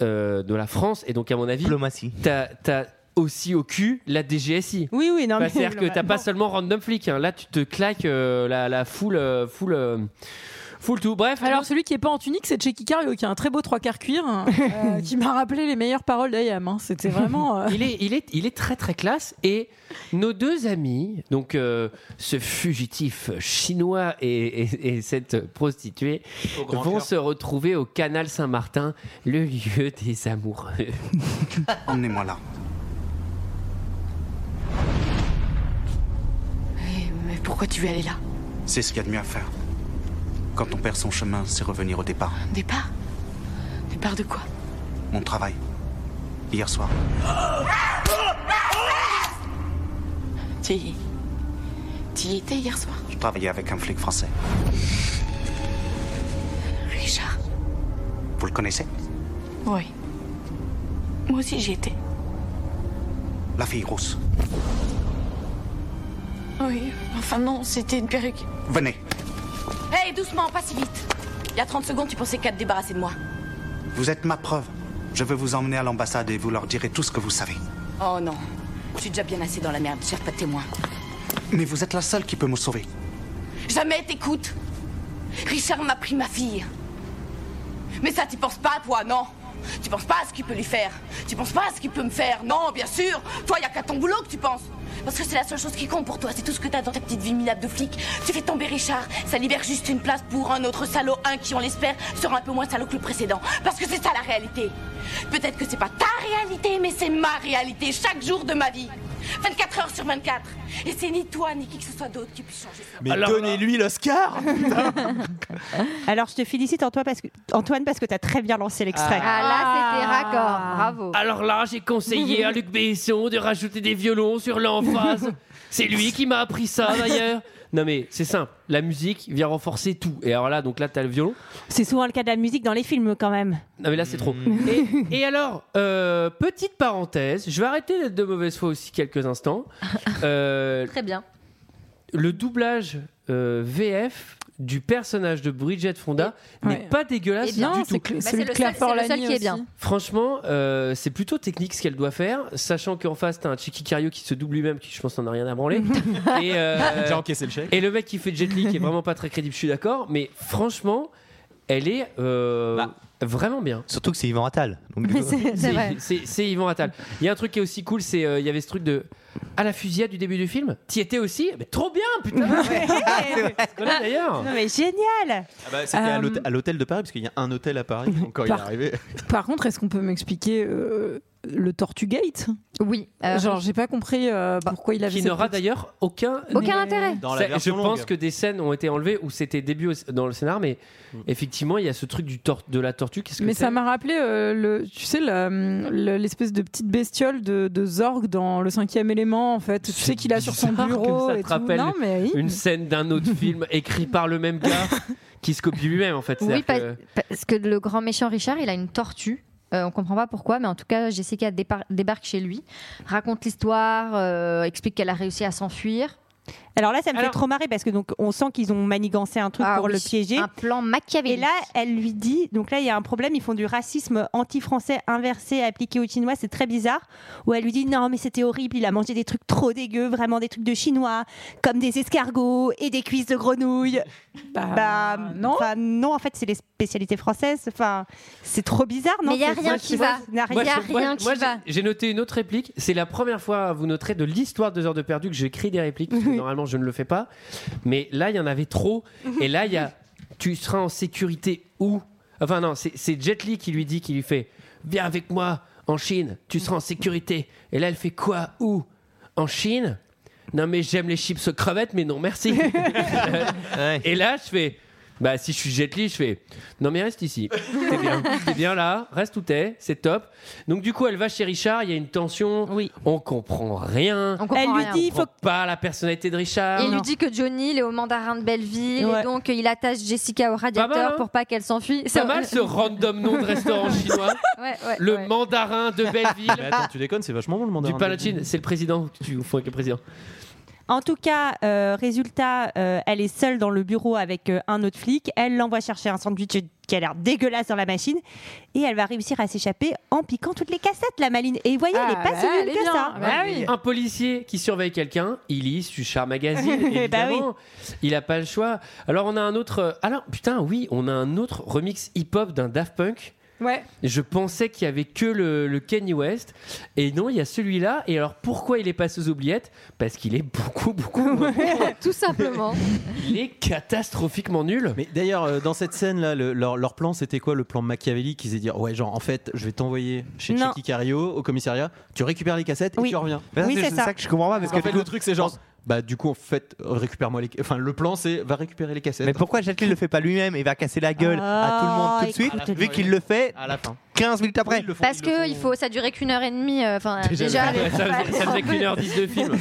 [SPEAKER 1] euh, de la France, et donc à mon avis,
[SPEAKER 11] diplomatie.
[SPEAKER 1] T'as, t'as aussi au cul la DGSI.
[SPEAKER 10] Oui, oui, non.
[SPEAKER 1] Enfin,
[SPEAKER 10] mais-
[SPEAKER 1] C'est-à-dire que t'as pas seulement random flic. hein. Là, tu te claques euh, la, la foule, euh, foule, euh, foule tout. Bref.
[SPEAKER 6] Alors celui qui est pas en tunique, c'est Checky Cario qui a un très beau trois quarts cuir hein, euh, qui m'a rappelé les meilleures paroles d'Ayam. hein. C'était vraiment. euh,
[SPEAKER 1] Il est, il, est, il est très très classe et nos deux amis, donc euh, ce fugitif chinois et, et- et cette prostituée,
[SPEAKER 7] Au grand
[SPEAKER 1] vont
[SPEAKER 7] cœur.
[SPEAKER 1] se retrouver au canal Saint-Martin, le lieu des amoureux.
[SPEAKER 14] Emmenez-moi là.
[SPEAKER 12] Mais pourquoi tu veux aller là
[SPEAKER 14] C'est ce qu'il y a de mieux à faire. Quand on perd son chemin, c'est revenir au départ.
[SPEAKER 12] Départ Départ de quoi
[SPEAKER 14] Mon travail. Hier soir.
[SPEAKER 12] Tu y... tu y étais hier soir
[SPEAKER 14] Je travaillais avec un flic français.
[SPEAKER 12] Richard
[SPEAKER 14] Vous le connaissez
[SPEAKER 12] Oui. Moi aussi j'y étais.
[SPEAKER 14] La fille rousse.
[SPEAKER 12] Oui, enfin non, c'était une perruque.
[SPEAKER 14] Venez.
[SPEAKER 12] Hey, doucement, pas si vite Il y a 30 secondes, tu pensais qu'à te débarrasser de moi.
[SPEAKER 14] Vous êtes ma preuve. Je veux vous emmener à l'ambassade et vous leur direz tout ce que vous savez.
[SPEAKER 12] Oh non, je suis déjà bien assez dans la merde, cherche pas de témoin.
[SPEAKER 14] Mais vous êtes la seule qui peut me sauver.
[SPEAKER 12] Jamais t'écoutes Richard m'a pris ma fille. Mais ça, tu penses pas, toi, non Tu penses pas à ce qu'il peut lui faire Tu penses pas à ce qu'il peut me faire Non, bien sûr Toi, y a qu'à ton boulot que tu penses Parce que c'est la seule chose qui compte pour toi, c'est tout ce que t'as dans ta petite vie minable de flic. Tu fais tomber Richard, ça libère juste une place pour un autre salaud, un qui, on l'espère, sera un peu moins salaud que le précédent. Parce que c'est ça la réalité. Peut-être que c'est pas ta réalité, mais c'est ma réalité, chaque jour de ma vie. 24 heures sur 24. Et c'est ni toi, ni qui que ce soit d'autre qui puisse changer ça.
[SPEAKER 7] Mais donnez-lui l'Oscar
[SPEAKER 10] Alors je te félicite Antoine parce que Antoine parce que t'as très bien lancé l'extrait.
[SPEAKER 9] Ah, là, c'était raccord. Bravo.
[SPEAKER 1] Alors là, j'ai conseillé à Luc Besson de rajouter des violons sur l'emphase. C'est lui qui m'a appris ça d'ailleurs. Non mais c'est simple, la musique vient renforcer tout. Et alors là, donc là, t'as le violon.
[SPEAKER 10] C'est souvent le cas de la musique dans les films quand même.
[SPEAKER 1] Non mais là, c'est trop.
[SPEAKER 9] Mm.
[SPEAKER 1] Et, et alors, euh, petite parenthèse, je vais arrêter d'être de mauvaise foi aussi quelques instants. Euh,
[SPEAKER 9] Très bien.
[SPEAKER 1] le doublage euh, VF du personnage de Bridget Fonda n'est pas dégueulasse
[SPEAKER 9] Eh bien,
[SPEAKER 1] du
[SPEAKER 9] c'est
[SPEAKER 1] tout.
[SPEAKER 9] cl- Bah, celui c'est de le Claire seul- c'est le seul Forlani qui est aussi. bien.
[SPEAKER 1] Franchement, euh, c'est plutôt technique ce qu'elle doit faire, sachant qu'en face, t'as un Chicky Cario qui se double lui-même, qui je pense n'en a rien à branler. et, euh,
[SPEAKER 7] Déjà encaissé le chèque.
[SPEAKER 1] et le mec qui fait Jet Li, qui est vraiment pas très crédible, je suis d'accord, mais franchement, elle est euh,
[SPEAKER 7] Bah.
[SPEAKER 1] vraiment bien.
[SPEAKER 11] Surtout que c'est Yvan Attal. donc du coup-
[SPEAKER 1] C'est c'est Yvan Attal. Il y a un truc qui est aussi cool, c'est euh, il y avait ce truc de à la fusillade du début du film. T'y étais aussi, mais trop bien, putain. On se connaît d'ailleurs.
[SPEAKER 10] Non, Ah, mais génial
[SPEAKER 7] Ah bah, c'était
[SPEAKER 6] Euh,
[SPEAKER 7] à l'hôtel- à l'hôtel de Paris, parce qu'il y a un hôtel à Paris encore il est
[SPEAKER 6] Par-
[SPEAKER 7] arrivé.
[SPEAKER 6] Par contre, est-ce qu'on peut m'expliquer euh, le Tortugate
[SPEAKER 9] Oui. euh,
[SPEAKER 6] Genre, j'ai pas compris euh, pourquoi il avait.
[SPEAKER 1] Bah, Qui
[SPEAKER 6] cette
[SPEAKER 1] n'aura
[SPEAKER 6] petite-
[SPEAKER 1] d'ailleurs aucun
[SPEAKER 9] Aucun intérêt.
[SPEAKER 6] Dans la
[SPEAKER 1] Ça, je
[SPEAKER 6] version
[SPEAKER 1] pense
[SPEAKER 6] longue.
[SPEAKER 1] que des scènes ont été enlevées où c'était début au- dans le scénar, mais effectivement il y a ce truc du tor- de la tortue. Qu'est-ce que
[SPEAKER 6] Mais
[SPEAKER 1] c'est
[SPEAKER 6] ça m'a rappelé, euh, le, tu sais, la, hum, le- l'espèce de petite bestiole de, de Zorg dans Le Cinquième Élément, en fait. Tu sais qu'il a sur son
[SPEAKER 1] bizarre
[SPEAKER 6] bureau
[SPEAKER 1] que ça
[SPEAKER 6] et
[SPEAKER 1] te
[SPEAKER 6] tout.
[SPEAKER 1] rappelle
[SPEAKER 6] Non, mais oui.
[SPEAKER 1] une scène d'un autre film écrit par le même gars qui se copie lui-même en fait.
[SPEAKER 9] Oui,
[SPEAKER 1] C'est-à-dire
[SPEAKER 9] pa-
[SPEAKER 1] que-
[SPEAKER 9] parce que le grand méchant Richard, il a une tortue. Euh, on comprend pas pourquoi, mais en tout cas, Jessica dépar- débarque chez lui, raconte l'histoire, euh, explique qu'elle a réussi à s'enfuir.
[SPEAKER 10] Alors là, ça me fait trop marrer parce que donc on sent qu'ils ont manigancé un truc
[SPEAKER 9] Ah
[SPEAKER 10] pour
[SPEAKER 9] oui,
[SPEAKER 10] le piéger. Un
[SPEAKER 9] plan machiavélique.
[SPEAKER 10] Et là, elle lui dit donc là, il y a un problème. Ils font du racisme anti-français inversé appliqué aux Chinois. C'est très bizarre. Où elle lui dit non, mais c'était horrible. Il a mangé des trucs trop dégueux, vraiment des trucs de Chinois, comme des escargots et des cuisses de grenouille.
[SPEAKER 6] Bah,
[SPEAKER 10] non. non, en fait, c'est les spécialités françaises. Enfin, c'est trop bizarre. Non,
[SPEAKER 9] Mais il y a
[SPEAKER 10] c'est-
[SPEAKER 9] rien
[SPEAKER 10] moi,
[SPEAKER 9] qui
[SPEAKER 10] c'est-
[SPEAKER 9] va.
[SPEAKER 10] n'a
[SPEAKER 1] Moi,
[SPEAKER 10] rien-
[SPEAKER 1] je- moi, moi, j'ai- J'ai noté une autre réplique. C'est la première fois, vous noterez, de l'histoire de 2 heures de perdu que j'écris des répliques. parce que normalement, je ne le fais pas. Mais là, il y en avait trop.
[SPEAKER 9] Mhm.
[SPEAKER 1] Et là, il y a Tu seras en sécurité où Enfin, non, c'est- c'est Jet Li qui lui dit, qui lui fait Viens avec moi en Chine, tu seras en sécurité. Et là, elle fait quoi Où En Chine Non, mais j'aime les chips aux crevettes, mais non, merci. Et là, je fais. Bah, si je suis Jet Li, je fais. Non, mais reste ici. T'es bien. T'es bien là. Reste où t'es. C'est top. Donc, du coup, elle va chez Richard. Il y a une tension. Oui. On comprend rien.
[SPEAKER 9] On comprend Elle lui rien. dit, il
[SPEAKER 1] On
[SPEAKER 9] faut
[SPEAKER 1] comprend pas la personnalité de Richard.
[SPEAKER 9] Et
[SPEAKER 10] Ah
[SPEAKER 9] il lui dit que Johnny, il est au mandarin de Belleville,
[SPEAKER 1] Ouais.
[SPEAKER 9] et donc euh, il attache Jessica au radiateur
[SPEAKER 1] mal, hein
[SPEAKER 9] pour pas qu'elle s'enfuie.
[SPEAKER 1] Pas mal ce random nom de restaurant chinois.
[SPEAKER 9] Ouais, ouais,
[SPEAKER 1] Le
[SPEAKER 9] ouais.
[SPEAKER 1] mandarin de Belleville.
[SPEAKER 7] Mais attends, tu déconnes, c'est vachement bon le mandarin.
[SPEAKER 1] Du Palatine. C'est le président. Tu confonds avec le président.
[SPEAKER 10] En tout cas, euh, résultat, euh, elle est seule dans le bureau avec euh, un autre flic. Elle l'envoie chercher un sandwich qui a l'air dégueulasse dans la machine. Et elle va réussir à s'échapper en piquant toutes les cassettes, la maline. Et vous voyez, elle
[SPEAKER 6] Ah,
[SPEAKER 10] est pas
[SPEAKER 6] bah,
[SPEAKER 10] si
[SPEAKER 6] elle
[SPEAKER 10] nulle
[SPEAKER 6] est
[SPEAKER 10] que
[SPEAKER 6] bien.
[SPEAKER 10] ça.
[SPEAKER 6] Ah, bah oui.
[SPEAKER 1] Un policier qui surveille quelqu'un, il lit Char Magazine,
[SPEAKER 10] Eh bah oui.
[SPEAKER 1] évidemment. Il a pas le choix. Alors, on a un autre. euh, Alors, putain, oui, on a un autre remix hip-hop d'un Daft Punk.
[SPEAKER 6] Ouais.
[SPEAKER 1] Je pensais qu'il y avait que le, le Kanye West. Et non, il y a celui-là. Et alors, pourquoi il est passé aux oubliettes Parce qu'il est beaucoup, beaucoup. moins bon.
[SPEAKER 9] Tout simplement.
[SPEAKER 1] Il est catastrophiquement nul.
[SPEAKER 7] Mais d'ailleurs, euh, dans cette scène-là, le- leur, leur plan, c'était quoi Le plan machiavélique Ils allaient dire Ouais, genre, en fait, je vais t'envoyer chez
[SPEAKER 11] Non.
[SPEAKER 7] Checky Cario au commissariat, tu récupères les cassettes et tu reviens.
[SPEAKER 11] Bah, c'est- c'est ça. que je comprends pas parce
[SPEAKER 7] En
[SPEAKER 11] que
[SPEAKER 7] fait, le truc, c'est genre. Bah, du coup, en fait, euh, récupère-moi les. Enfin, le plan, c'est va récupérer les cassettes.
[SPEAKER 11] Mais pourquoi Jet Li le fait pas lui-même et va casser la gueule à tout le monde tout de
[SPEAKER 7] Ah,
[SPEAKER 11] suite
[SPEAKER 7] écoute.
[SPEAKER 11] vu qu'il le fait
[SPEAKER 7] À la fin.
[SPEAKER 11] 15 minutes après
[SPEAKER 9] Parce que il faut, ça durait qu'une heure et demie. euh, Enfin, déjà,
[SPEAKER 1] ça, faisait- ça faisait qu'une heure dix de film.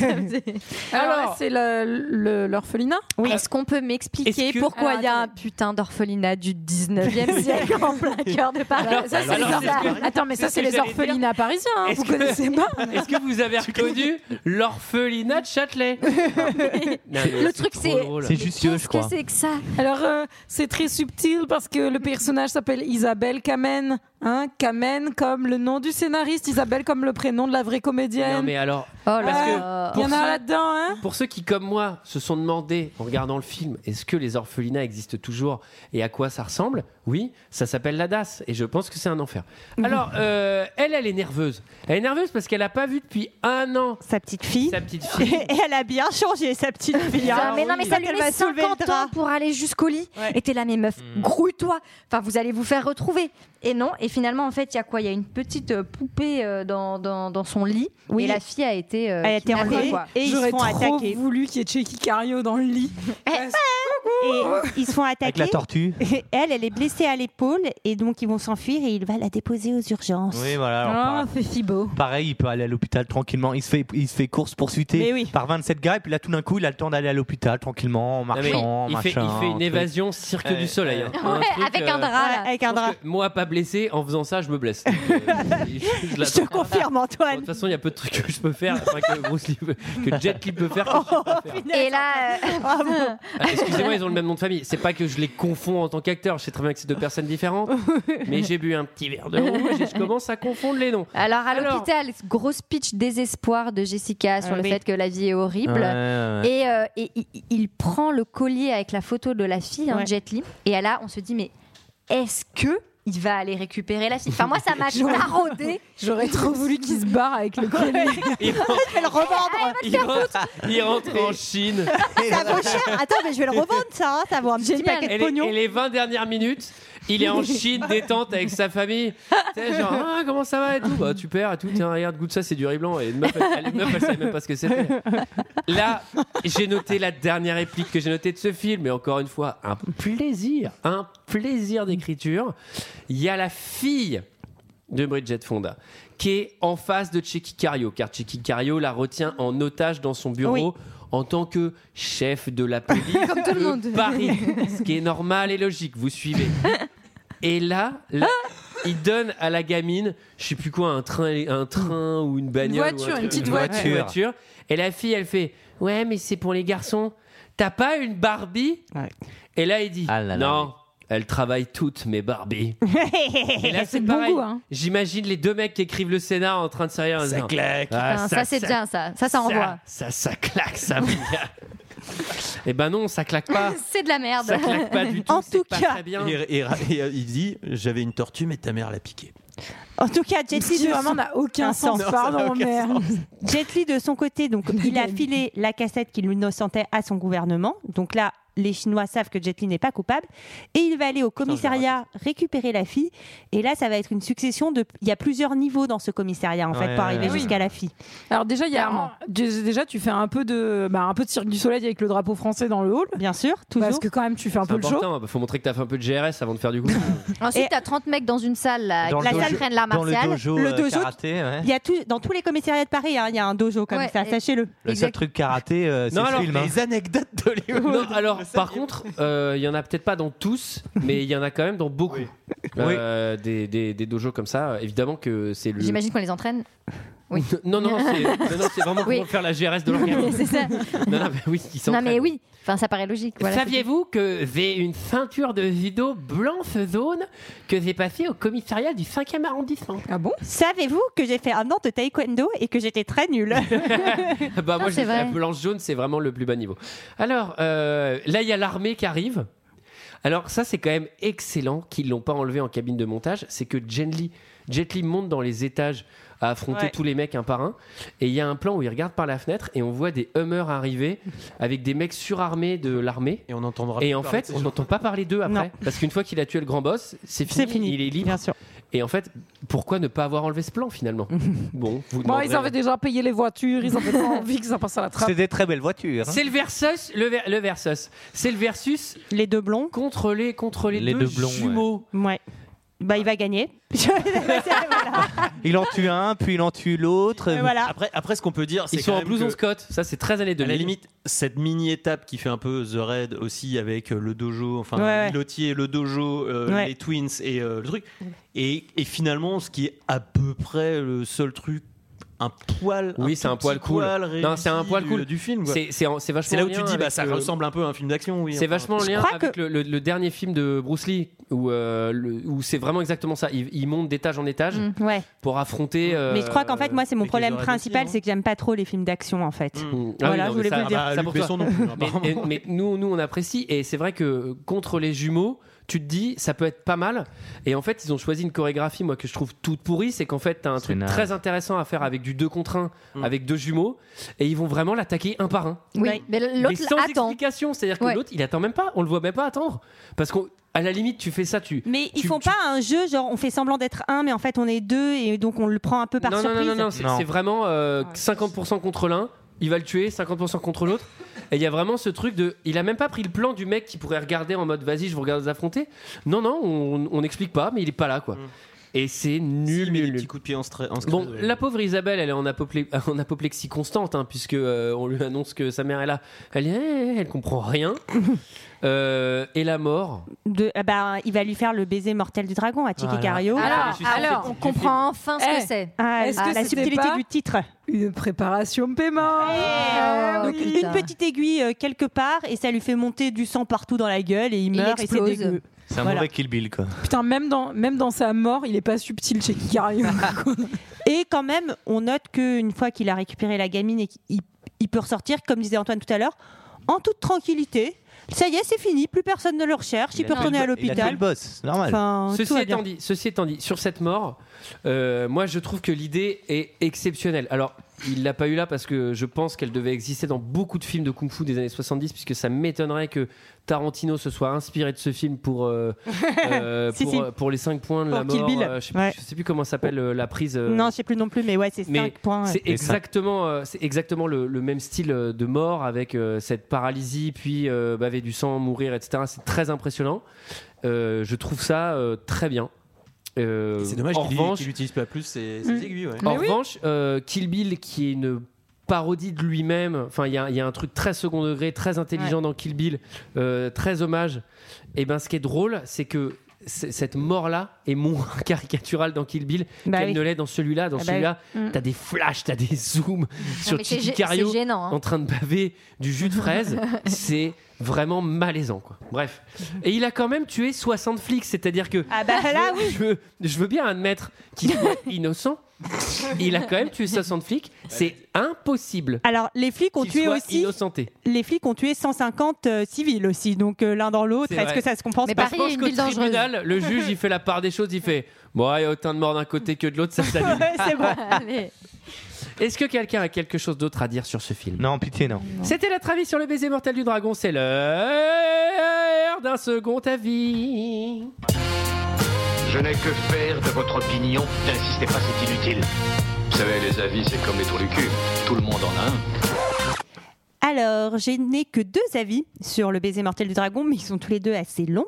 [SPEAKER 6] Alors, Ah c'est le- le- l'orphelinat
[SPEAKER 9] Est-ce qu'on peut m'expliquer
[SPEAKER 6] Est-ce que-
[SPEAKER 9] pourquoi
[SPEAKER 6] Alors,
[SPEAKER 9] il y a un putain d'orphelinat du 19e siècle en plein cœur de Paris Bah,
[SPEAKER 6] Alors, Bah, ça, c'est les
[SPEAKER 1] alors,
[SPEAKER 6] orphelins.
[SPEAKER 1] c'est-
[SPEAKER 6] Attends, mais ça, c'est
[SPEAKER 1] c'est ce que
[SPEAKER 6] les
[SPEAKER 1] j'allais dire.
[SPEAKER 6] orphelinats parisiens. hein,
[SPEAKER 1] Est-ce
[SPEAKER 6] Vous
[SPEAKER 1] que-
[SPEAKER 6] connaissez pas
[SPEAKER 1] Est-ce que vous avez reconnu l'orphelinat de Châtelet
[SPEAKER 6] Le truc, c'est-
[SPEAKER 1] C'est juste
[SPEAKER 6] Qu'est-ce que c'est
[SPEAKER 9] que ça
[SPEAKER 6] Alors, euh, c'est très subtil parce que le personnage s'appelle Isabelle Kamen. Hein, Kamen comme le nom du scénariste, Isabelle comme le prénom de la vraie comédienne.
[SPEAKER 1] Non mais alors,
[SPEAKER 9] Oh
[SPEAKER 1] parce
[SPEAKER 6] Il
[SPEAKER 1] que
[SPEAKER 6] y
[SPEAKER 1] pour
[SPEAKER 6] en
[SPEAKER 1] ceux-
[SPEAKER 6] a là-dedans, hein
[SPEAKER 1] Pour ceux qui, comme moi, se sont demandé en regardant le film, est-ce que les orphelinats existent toujours et à quoi ça ressemble Oui, ça s'appelle la DAS et je pense que c'est un enfer. Alors, euh, elle, elle est nerveuse. Elle est nerveuse parce qu'elle n'a pas vu depuis un an
[SPEAKER 10] sa petite fille.
[SPEAKER 1] Sa petite fille.
[SPEAKER 10] Et elle a bien changé, sa petite fille.
[SPEAKER 9] Ça,
[SPEAKER 10] hein.
[SPEAKER 9] mais non, mais ça lui
[SPEAKER 10] Elle
[SPEAKER 9] met
[SPEAKER 10] va soulever le
[SPEAKER 9] 50
[SPEAKER 10] drap.
[SPEAKER 9] ans pour aller jusqu'au lit. Et t'es là, mais meuf,
[SPEAKER 10] Hmm.
[SPEAKER 9] grouille-toi. Enfin, vous allez vous faire retrouver. Et non, et finalement, en fait, il y a quoi Il y a une petite euh, poupée euh, dans, dans, dans son lit.
[SPEAKER 10] Oui.
[SPEAKER 9] Et la fille a été. euh,
[SPEAKER 10] Elle a été
[SPEAKER 9] kidnappée,
[SPEAKER 10] enlevée.
[SPEAKER 9] quoi.
[SPEAKER 10] Et ils se
[SPEAKER 6] J'aurais
[SPEAKER 10] font
[SPEAKER 6] trop
[SPEAKER 10] attaquer.
[SPEAKER 6] voulu qu'il y ait Checky Cario dans le lit.
[SPEAKER 9] Eh,
[SPEAKER 10] Et ils se font attaquer.
[SPEAKER 11] Avec la tortue.
[SPEAKER 10] Et elle, elle est blessée à l'épaule et donc ils vont s'enfuir et il va la déposer aux urgences.
[SPEAKER 11] Oui, voilà,
[SPEAKER 9] Oh,
[SPEAKER 11] alors,
[SPEAKER 10] Ah,
[SPEAKER 11] pareil. Pareil, il peut aller à l'hôpital tranquillement. Il se fait, il se fait course poursuiter
[SPEAKER 10] Mais oui.
[SPEAKER 11] par 27 gars, et puis là, tout d'un coup, il a le temps d'aller à l'hôpital tranquillement, en
[SPEAKER 1] Non, Ah, mais
[SPEAKER 11] marchant,
[SPEAKER 1] il, fait, il fait
[SPEAKER 11] machin,
[SPEAKER 1] une
[SPEAKER 11] truc.
[SPEAKER 1] évasion cirque
[SPEAKER 11] Ouais.
[SPEAKER 1] du soleil. hein.
[SPEAKER 9] Ouais, avec un drap, là.
[SPEAKER 10] Ouais, avec un
[SPEAKER 1] je pense
[SPEAKER 10] drap.
[SPEAKER 1] que Moi, pas blessé, en faisant ça, je me blesse. Donc, euh, je, je
[SPEAKER 10] Je
[SPEAKER 1] l'attends.
[SPEAKER 10] te confirme,
[SPEAKER 1] De
[SPEAKER 10] Antoine.
[SPEAKER 1] toute façon, il y a peu de trucs que je peux faire, enfin, que, Bruce Lee peut- que Jet Li peut faire. que je peux pas faire.
[SPEAKER 9] Et Oh, là. euh,
[SPEAKER 1] Ah, Excusez-moi, ils ont le même nom de famille. C'est pas que je les confonds en tant qu'acteur. Je sais très bien que c'est deux personnes différentes. mais j'ai bu un petit verre de rouge et je commence à confondre les noms.
[SPEAKER 9] Alors, à l'hôpital, gros speech désespoir de Jessica sur
[SPEAKER 1] Ah
[SPEAKER 9] le
[SPEAKER 1] oui.
[SPEAKER 9] fait que la vie est horrible.
[SPEAKER 1] Ouais, ouais, ouais.
[SPEAKER 9] Et, euh, et il, il- il prend le collier avec la photo de la fille, hein,
[SPEAKER 10] Ouais.
[SPEAKER 9] Jet Li. Et là, on se dit, mais est-ce que il va aller récupérer la fille Enfin, moi, ça m'a
[SPEAKER 6] J'aurais-
[SPEAKER 9] taraudé.
[SPEAKER 6] J'aurais trop voulu qu'il se barre avec le collier.
[SPEAKER 1] Il rentre,
[SPEAKER 10] le revendre.
[SPEAKER 1] il rentre- il rentre en Chine.
[SPEAKER 10] Ça vaut cher. Attends, mais je vais le revendre, ça. hein. Ça vaut un petit paquet
[SPEAKER 1] Et
[SPEAKER 10] de
[SPEAKER 1] les,
[SPEAKER 10] pognon.
[SPEAKER 1] et les 20 dernières minutes, il est en Chine détente avec sa famille. Tu sais, genre, ah, comment ça va et tout Bah, tu perds et tout. Tiens, regarde, goûte ça, c'est du riz blanc. Et une meuf, elle, elle- une meuf, elle savait même pas ce que c'était. Là, j'ai noté la dernière réplique que j'ai notée de ce film. Et encore une fois, un plaisir, un plaisir d'écriture. Il y a la fille de Bridget Fonda qui est en face de Checky Cario, car Checky Cario la retient en otage dans son bureau. En tant que chef de la police
[SPEAKER 9] Comme tout le
[SPEAKER 1] de
[SPEAKER 9] monde.
[SPEAKER 1] Paris, ce qui est normal et logique, vous suivez. Et là, là, il donne à la gamine, je sais plus quoi, un train, un train ou une bagnole, ou un
[SPEAKER 6] voiture,
[SPEAKER 1] truc-
[SPEAKER 6] une petite voiture.
[SPEAKER 1] une voiture. Et la fille, elle fait, ouais, mais c'est pour les garçons. T'as pas une Barbie Et Ah là, il dit, non, elles travaillent toutes mes Barbies. Et là, c'est
[SPEAKER 6] de
[SPEAKER 1] pareil.
[SPEAKER 6] goût, hein.
[SPEAKER 1] J'imagine les deux mecs qui écrivent le scénar en train de s'arrêter. en disant,
[SPEAKER 6] claque.
[SPEAKER 1] Ah,
[SPEAKER 9] Enfin, ça, c'est bien, ça. Ça, ça envoie.
[SPEAKER 1] Ça, ça claque, ça. Et ben non, ça claque pas.
[SPEAKER 9] C'est de la merde.
[SPEAKER 1] Ça claque pas du tout.
[SPEAKER 10] En tout
[SPEAKER 1] pas
[SPEAKER 10] cas,
[SPEAKER 1] très bien.
[SPEAKER 7] Et, et- et, euh, il dit J'avais une tortue, mais ta mère l'a piquée.
[SPEAKER 10] En tout cas, Jet Li
[SPEAKER 6] Qui
[SPEAKER 10] de
[SPEAKER 6] vraiment
[SPEAKER 10] son- Ah,
[SPEAKER 6] n'a aucun
[SPEAKER 10] un
[SPEAKER 6] sens. Pardon, mais.
[SPEAKER 10] Jet Li, de son côté, donc il a filé la cassette qu'il innocentait à son gouvernement. Donc là, les Chinois savent que Jet Li n'est pas coupable et il va aller au commissariat récupérer la fille. Et là, ça va être une succession de. Il y a plusieurs niveaux dans ce commissariat en fait
[SPEAKER 6] Ouais, Ah
[SPEAKER 10] pour
[SPEAKER 6] ouais,
[SPEAKER 10] arriver
[SPEAKER 6] ouais.
[SPEAKER 10] jusqu'à la fille.
[SPEAKER 6] Alors déjà, il y a
[SPEAKER 10] Clairement.
[SPEAKER 6] dé- déjà tu fais un peu de bah, un peu de cirque du soleil avec le drapeau français dans le hall.
[SPEAKER 10] Bien sûr, toujours.
[SPEAKER 6] Parce que quand même tu fais un
[SPEAKER 1] C'est
[SPEAKER 6] peu le show.
[SPEAKER 1] important. hein, Faut montrer que t'as fait un peu de GRS avant de faire du coup.
[SPEAKER 9] Ensuite, t'as 30 mecs dans une salle, là,
[SPEAKER 1] Dans
[SPEAKER 9] la
[SPEAKER 1] le
[SPEAKER 9] salle
[SPEAKER 1] dojo-
[SPEAKER 9] prennent l'art
[SPEAKER 1] dans le
[SPEAKER 9] martial.
[SPEAKER 7] dojo,
[SPEAKER 10] Le
[SPEAKER 7] euh,
[SPEAKER 10] dojo-
[SPEAKER 7] karaté, ouais.
[SPEAKER 10] Il y a tout dans tous les commissariats de Paris. hein, Il y a un dojo comme
[SPEAKER 9] Ouais,
[SPEAKER 10] ça.
[SPEAKER 9] et-
[SPEAKER 10] Sachez-le.
[SPEAKER 7] Le seul truc karaté, euh, c'est
[SPEAKER 1] Non,
[SPEAKER 7] le
[SPEAKER 1] alors,
[SPEAKER 7] film.
[SPEAKER 11] hein.
[SPEAKER 1] les
[SPEAKER 7] anecdotes de
[SPEAKER 1] Non, alors, par contre, euh, il y en a peut-être pas dans tous, mais il y en a quand même dans beaucoup. Euh, Des, des, des dojos comme ça. Évidemment que c'est le.
[SPEAKER 9] J'imagine qu'on les entraîne. Oui.
[SPEAKER 1] Non, non, c'est non, non, c'est vraiment
[SPEAKER 9] Oui.
[SPEAKER 1] comment faire la GRS de l'organisme.
[SPEAKER 9] C'est ça.
[SPEAKER 1] Non, non, mais oui, ils
[SPEAKER 9] Non,
[SPEAKER 1] s'entraînent.
[SPEAKER 9] mais oui. Enfin, ça paraît logique. Voilà.
[SPEAKER 1] Saviez-vous que j'ai une ceinture de judo blanche zone que j'ai passée au commissariat du 5e arrondissement
[SPEAKER 6] Ah bon
[SPEAKER 10] Savez-vous que j'ai fait un an de taekwondo et que j'étais très nulle
[SPEAKER 1] Bah moi, j'ai
[SPEAKER 10] c'est
[SPEAKER 1] fait la
[SPEAKER 10] vrai.
[SPEAKER 1] blanche jaune, c'est vraiment le plus bas niveau. Alors euh, là, il y a l'armée qui arrive. Alors ça, c'est quand même excellent qu'ils l'ont pas enlevé en cabine de montage. C'est que Jen Lee, Jet Li monte dans les étages à affronter
[SPEAKER 7] Ouais.
[SPEAKER 1] tous les mecs un par un. Et il y a un plan où il regarde par la fenêtre et on voit des Hummers arriver avec des mecs surarmés de l'armée.
[SPEAKER 7] Et on entendra.
[SPEAKER 1] Et
[SPEAKER 7] plus
[SPEAKER 1] en
[SPEAKER 7] parler de
[SPEAKER 1] fait,
[SPEAKER 7] ces
[SPEAKER 1] on
[SPEAKER 7] gens.
[SPEAKER 1] n'entend pas parler d'eux après.
[SPEAKER 7] Non.
[SPEAKER 1] Parce qu'une fois qu'il a tué le grand boss, c'est fini, il est libre. Et en fait, pourquoi ne pas avoir enlevé ce plan finalement Bon, vous
[SPEAKER 6] Bon,
[SPEAKER 1] demanderez-
[SPEAKER 6] ils avaient déjà payé les voitures, ils avaient pas envie qu'ils en passent à la trappe.
[SPEAKER 11] C'est des très belles voitures. hein.
[SPEAKER 1] C'est le versus, le, ver- le versus. C'est le versus.
[SPEAKER 10] Les deux blonds.
[SPEAKER 1] Contre les, contre les,
[SPEAKER 11] Les
[SPEAKER 1] deux,
[SPEAKER 11] deux blonds,
[SPEAKER 1] jumeaux.
[SPEAKER 10] Ouais. Bah, il va gagner.
[SPEAKER 11] Il en tue un, puis il en tue l'autre.
[SPEAKER 1] Ah,
[SPEAKER 7] Après, après, ce qu'on peut dire, c'est
[SPEAKER 1] Ils sont
[SPEAKER 7] quand
[SPEAKER 1] en
[SPEAKER 7] même
[SPEAKER 1] blouson
[SPEAKER 7] que-
[SPEAKER 1] Scott. Ça, c'est très années
[SPEAKER 7] À
[SPEAKER 1] 2000.
[SPEAKER 7] la limite, cette mini étape qui fait un peu The Raid aussi avec euh, le dojo, enfin
[SPEAKER 1] Ouais, ouais.
[SPEAKER 7] le pilotier, le dojo, euh,
[SPEAKER 1] Ouais.
[SPEAKER 7] les twins et euh, le truc. Et, et finalement, ce qui est à peu près le seul truc, un poil.
[SPEAKER 1] Oui, c'est
[SPEAKER 7] tout
[SPEAKER 1] un poil
[SPEAKER 7] petit
[SPEAKER 1] cool.
[SPEAKER 7] réussi
[SPEAKER 1] Non, c'est un poil
[SPEAKER 7] du-
[SPEAKER 1] cool.
[SPEAKER 7] du film. quoi.
[SPEAKER 1] C'est- c'est en- c'est vachement
[SPEAKER 7] là où
[SPEAKER 1] en
[SPEAKER 7] tu
[SPEAKER 1] lien
[SPEAKER 7] dis, bah
[SPEAKER 1] avec
[SPEAKER 7] ça
[SPEAKER 1] le-
[SPEAKER 7] ressemble un peu à un film d'action. Oui,
[SPEAKER 1] C'est
[SPEAKER 7] enfin.
[SPEAKER 1] vachement en lien avec le, le- le dernier film de Bruce Lee où, euh, le- où c'est vraiment exactement ça. Il, il monte d'étage en étage
[SPEAKER 10] Mm, ouais.
[SPEAKER 1] pour affronter. euh,
[SPEAKER 10] Mais je crois qu'en fait, moi, c'est mon
[SPEAKER 1] avec les
[SPEAKER 10] problème
[SPEAKER 1] oreilles
[SPEAKER 10] principal,
[SPEAKER 1] aussi,
[SPEAKER 10] c'est que j'aime pas trop les films d'action, en fait.
[SPEAKER 1] Ah oui,
[SPEAKER 10] Voilà,
[SPEAKER 1] non,
[SPEAKER 10] je
[SPEAKER 1] mais
[SPEAKER 10] voulais
[SPEAKER 1] ça,
[SPEAKER 10] vous le dire.
[SPEAKER 1] bah,
[SPEAKER 7] Ça
[SPEAKER 1] Luc
[SPEAKER 7] pour
[SPEAKER 1] Besson
[SPEAKER 7] toi.
[SPEAKER 1] non plus, apparemment. mais, mais nous, nous, on apprécie. Et c'est vrai que contre les jumeaux, tu te dis, ça peut être pas mal. Et en fait, ils ont choisi une chorégraphie, moi, que je trouve toute pourrie. C'est qu'en fait, t'as un truc
[SPEAKER 7] naze.
[SPEAKER 1] très intéressant à faire avec du 2 contre 1, avec deux jumeaux. Et ils vont vraiment l'attaquer un par un.
[SPEAKER 9] Oui, mais
[SPEAKER 1] Mais
[SPEAKER 9] l'autre
[SPEAKER 1] sans
[SPEAKER 9] attend.
[SPEAKER 1] explication. C'est-à-dire que
[SPEAKER 9] Ouais.
[SPEAKER 1] l'autre, il attend même pas. On le voit même pas attendre. Parce qu'à la limite, tu fais ça, tu.
[SPEAKER 10] Mais ils font pas un jeu, genre on fait semblant d'être un, mais en fait on est deux, et donc on le prend un peu par
[SPEAKER 1] non, non, non,
[SPEAKER 10] surprise.
[SPEAKER 1] non, non, c'est c'est vraiment euh, 50% contre l'un, il va le tuer, 50% contre l'autre. Et il y a vraiment ce truc de. Il a même pas pris le plan du
[SPEAKER 7] Mm.
[SPEAKER 1] mec qui pourrait regarder en mode vas-y, je vous regarde les affronter. Non, non, on, on explique pas, mais il est pas là, quoi. Et c'est nul, nul, nul.
[SPEAKER 7] coup de pied en, stra- en
[SPEAKER 1] Bon,
[SPEAKER 7] scred.
[SPEAKER 1] la pauvre Isabelle, elle est en, apoplé- en apoplexie constante, hein, puisque euh, on lui annonce que sa mère est là. Elle, est- elle comprend rien. Euh, et la mort.
[SPEAKER 10] De, ah bah, il va lui faire le baiser mortel du dragon à Tiki
[SPEAKER 1] Voilà.
[SPEAKER 10] Cario.
[SPEAKER 9] Alors, alors, on comprend enfin ce que c'est.
[SPEAKER 10] Ah, ah, la subtilité du titre. Eh
[SPEAKER 6] Une préparation de paiement.
[SPEAKER 9] Eh
[SPEAKER 10] Donc une petite aiguille euh, quelque part et ça lui fait monter du sang partout dans la gueule et il meurt et c'est
[SPEAKER 6] explose.
[SPEAKER 10] dégueu.
[SPEAKER 11] C'est un
[SPEAKER 10] Voilà.
[SPEAKER 11] mauvais Kill Bill, quoi.
[SPEAKER 6] Putain, même dans, même dans sa mort, il est pas subtil chez Kikario.
[SPEAKER 10] Et quand même, on note qu'une fois qu'il a récupéré la gamine et qu'il il peut ressortir, comme disait Antoine tout à l'heure, en toute tranquillité. Ça y est, c'est fini, plus personne ne le recherche, il, peut retourner à l'hôpital. Enfin,
[SPEAKER 1] Ceci
[SPEAKER 10] tout va
[SPEAKER 1] étant,
[SPEAKER 10] bien.
[SPEAKER 1] dit, ceci étant dit, sur cette mort, euh, moi je trouve que l'idée est exceptionnelle. Alors, il l'a pas eu là parce que je pense qu'elle devait exister dans beaucoup de films de kung-fu des années 70, puisque ça m'étonnerait que Tarantino se soit inspiré de ce film pour, euh, euh,
[SPEAKER 10] Si,
[SPEAKER 1] pour,
[SPEAKER 10] si.
[SPEAKER 1] euh, pour les 5 points de la
[SPEAKER 10] Pour Kill
[SPEAKER 1] mort.
[SPEAKER 10] Bill.
[SPEAKER 1] euh, je, sais plus,
[SPEAKER 10] Ouais.
[SPEAKER 1] je sais plus comment s'appelle euh, la prise. euh,
[SPEAKER 10] Non, je sais plus non plus, mais ouais, c'est 5 points. ouais.
[SPEAKER 1] c'est exactement, euh, c'est exactement le, le même style euh, de mort avec euh, cette paralysie, puis euh, baver du sang, mourir, etc. C'est très impressionnant. Euh, je trouve ça euh, très bien. Euh,
[SPEAKER 7] C'est dommage
[SPEAKER 1] en
[SPEAKER 7] qu'il
[SPEAKER 1] revanche,
[SPEAKER 7] qu'il utilise pas plus ses, ses
[SPEAKER 1] Mm.
[SPEAKER 7] aiguilles. ouais.
[SPEAKER 1] en revanche, euh, Kill Bill, qui est une parodie de lui-même, enfin, il y, a- il y a un truc très second degré, très intelligent dans Kill Bill, euh, très hommage. Et ben, ce qui est drôle, c'est que c- cette mort-là est moins caricaturale dans Kill Bill
[SPEAKER 10] Bah
[SPEAKER 1] qu'elle
[SPEAKER 10] oui.
[SPEAKER 1] ne l'est dans celui-là. Dans
[SPEAKER 10] Ah bah
[SPEAKER 1] celui-là,
[SPEAKER 10] oui. Mm. Ah,
[SPEAKER 1] t'as des flashs, t'as des zooms sur
[SPEAKER 9] mais c'est
[SPEAKER 1] Chiqui
[SPEAKER 9] gê-
[SPEAKER 1] Cario
[SPEAKER 9] c'est gênant, hein.
[SPEAKER 1] en train de baver du jus de fraise. c'est vraiment malaisant, quoi. Bref. Et il a quand même tué 60 flics, c'est-à-dire que
[SPEAKER 10] Ah bah là, oui.
[SPEAKER 1] je, veux, je veux bien admettre qu'il soit innocent. Il a quand même tué 60 flics. C'est impossible.
[SPEAKER 10] Alors, les flics ont
[SPEAKER 1] qu'il
[SPEAKER 10] tué
[SPEAKER 1] soit
[SPEAKER 10] aussi.
[SPEAKER 1] Innocenté.
[SPEAKER 10] Les flics ont tué 150 euh, civils aussi, donc euh, l'un dans l'autre.
[SPEAKER 1] C'est
[SPEAKER 10] Est-ce
[SPEAKER 1] vrai.
[SPEAKER 10] que ça se compense pas
[SPEAKER 1] je pense qu'au tribunal, le juge, il fait la part des choses. Il fait Bon, il y a autant de morts d'un côté que de l'autre, ça s'annule.
[SPEAKER 10] Ouais, c'est bon.
[SPEAKER 1] Est-ce que quelqu'un a quelque chose d'autre à dire sur ce film
[SPEAKER 11] Non, pitié, non.
[SPEAKER 1] C'était notre avis sur le baiser mortel du dragon. C'est l'heure d'un second avis.
[SPEAKER 15] Je n'ai que faire de votre opinion. N'insistez pas, c'est inutile. Vous savez, les avis, c'est comme les trous du cul. Tout le monde en a un.
[SPEAKER 10] Alors, je n'ai que deux avis sur le baiser mortel du dragon, mais ils sont tous les deux assez longs.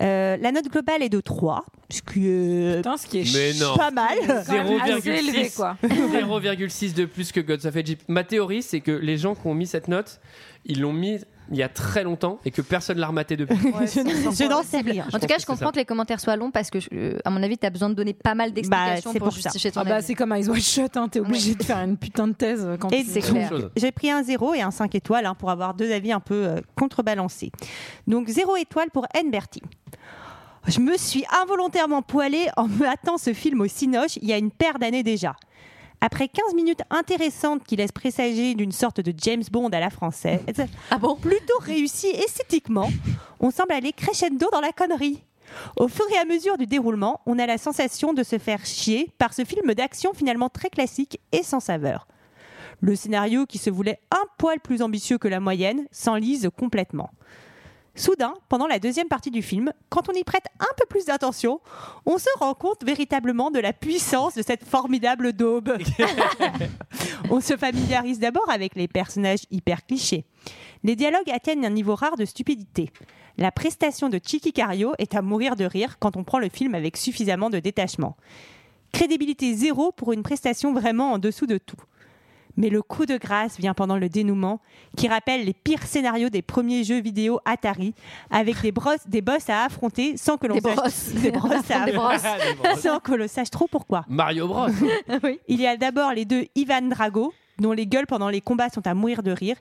[SPEAKER 10] Euh, la note globale est de 3, ce qui est,
[SPEAKER 1] Mais non.
[SPEAKER 10] pas mal.
[SPEAKER 1] 0,6 0,6 de plus que Gods of Egypt. Ma théorie, c'est que les gens qui ont mis cette note, ils l'ont mis il y a très longtemps et que personne l'a rematé depuis.
[SPEAKER 10] je n'en sais rien.
[SPEAKER 9] En tout cas, je comprends que les commentaires soient longs parce que, euh, à mon avis, tu as besoin de donner pas mal d'explications
[SPEAKER 10] Bah, c'est
[SPEAKER 9] pour
[SPEAKER 10] pour ça.
[SPEAKER 9] justifier ton
[SPEAKER 10] Ah bah,
[SPEAKER 9] avis.
[SPEAKER 6] C'est comme Eyes Wide Shut, hein, t'es obligé de faire une putain de thèse euh, quand
[SPEAKER 10] Et
[SPEAKER 6] tu-
[SPEAKER 10] c'est clair. J'ai pris un 0 et un 5 étoiles hein, pour avoir deux avis un peu euh, contrebalancés. Donc 0 étoile pour Anne Berti. Je me suis involontairement poilée en me hâtant ce film au Cinoche il y a une paire d'années déjà. Après 15 minutes intéressantes qui laissent présager d'une sorte de James Bond à la française, plutôt réussi esthétiquement, on semble aller crescendo dans la connerie. Au fur et à mesure du déroulement, on a la sensation de se faire chier par ce film d'action finalement très classique et sans saveur. Le scénario, qui se voulait un poil plus ambitieux que la moyenne, s'enlise complètement. Soudain, pendant la deuxième partie du film, quand on y prête un peu plus d'attention, on se rend compte véritablement de la puissance de cette formidable daube. on se familiarise d'abord avec les personnages hyper clichés. Les dialogues atteignent un niveau rare de stupidité. La prestation de Chiqui Cario est à mourir de rire quand on prend le film avec suffisamment de détachement. Crédibilité zéro pour une prestation vraiment en dessous de tout. Mais le coup de grâce vient pendant le dénouement, qui rappelle les pires scénarios des premiers jeux vidéo Atari, avec des brosses, des boss à affronter sans que l'on
[SPEAKER 9] Des
[SPEAKER 10] sache-
[SPEAKER 9] brosses.
[SPEAKER 10] des brosses à
[SPEAKER 9] Des brosses.
[SPEAKER 1] Des brosses.
[SPEAKER 10] sans que l'on sache trop pourquoi.
[SPEAKER 1] Mario Bros.
[SPEAKER 10] Il y a d'abord les deux Ivan Drago, dont les gueules pendant les combats sont à mourir de rire,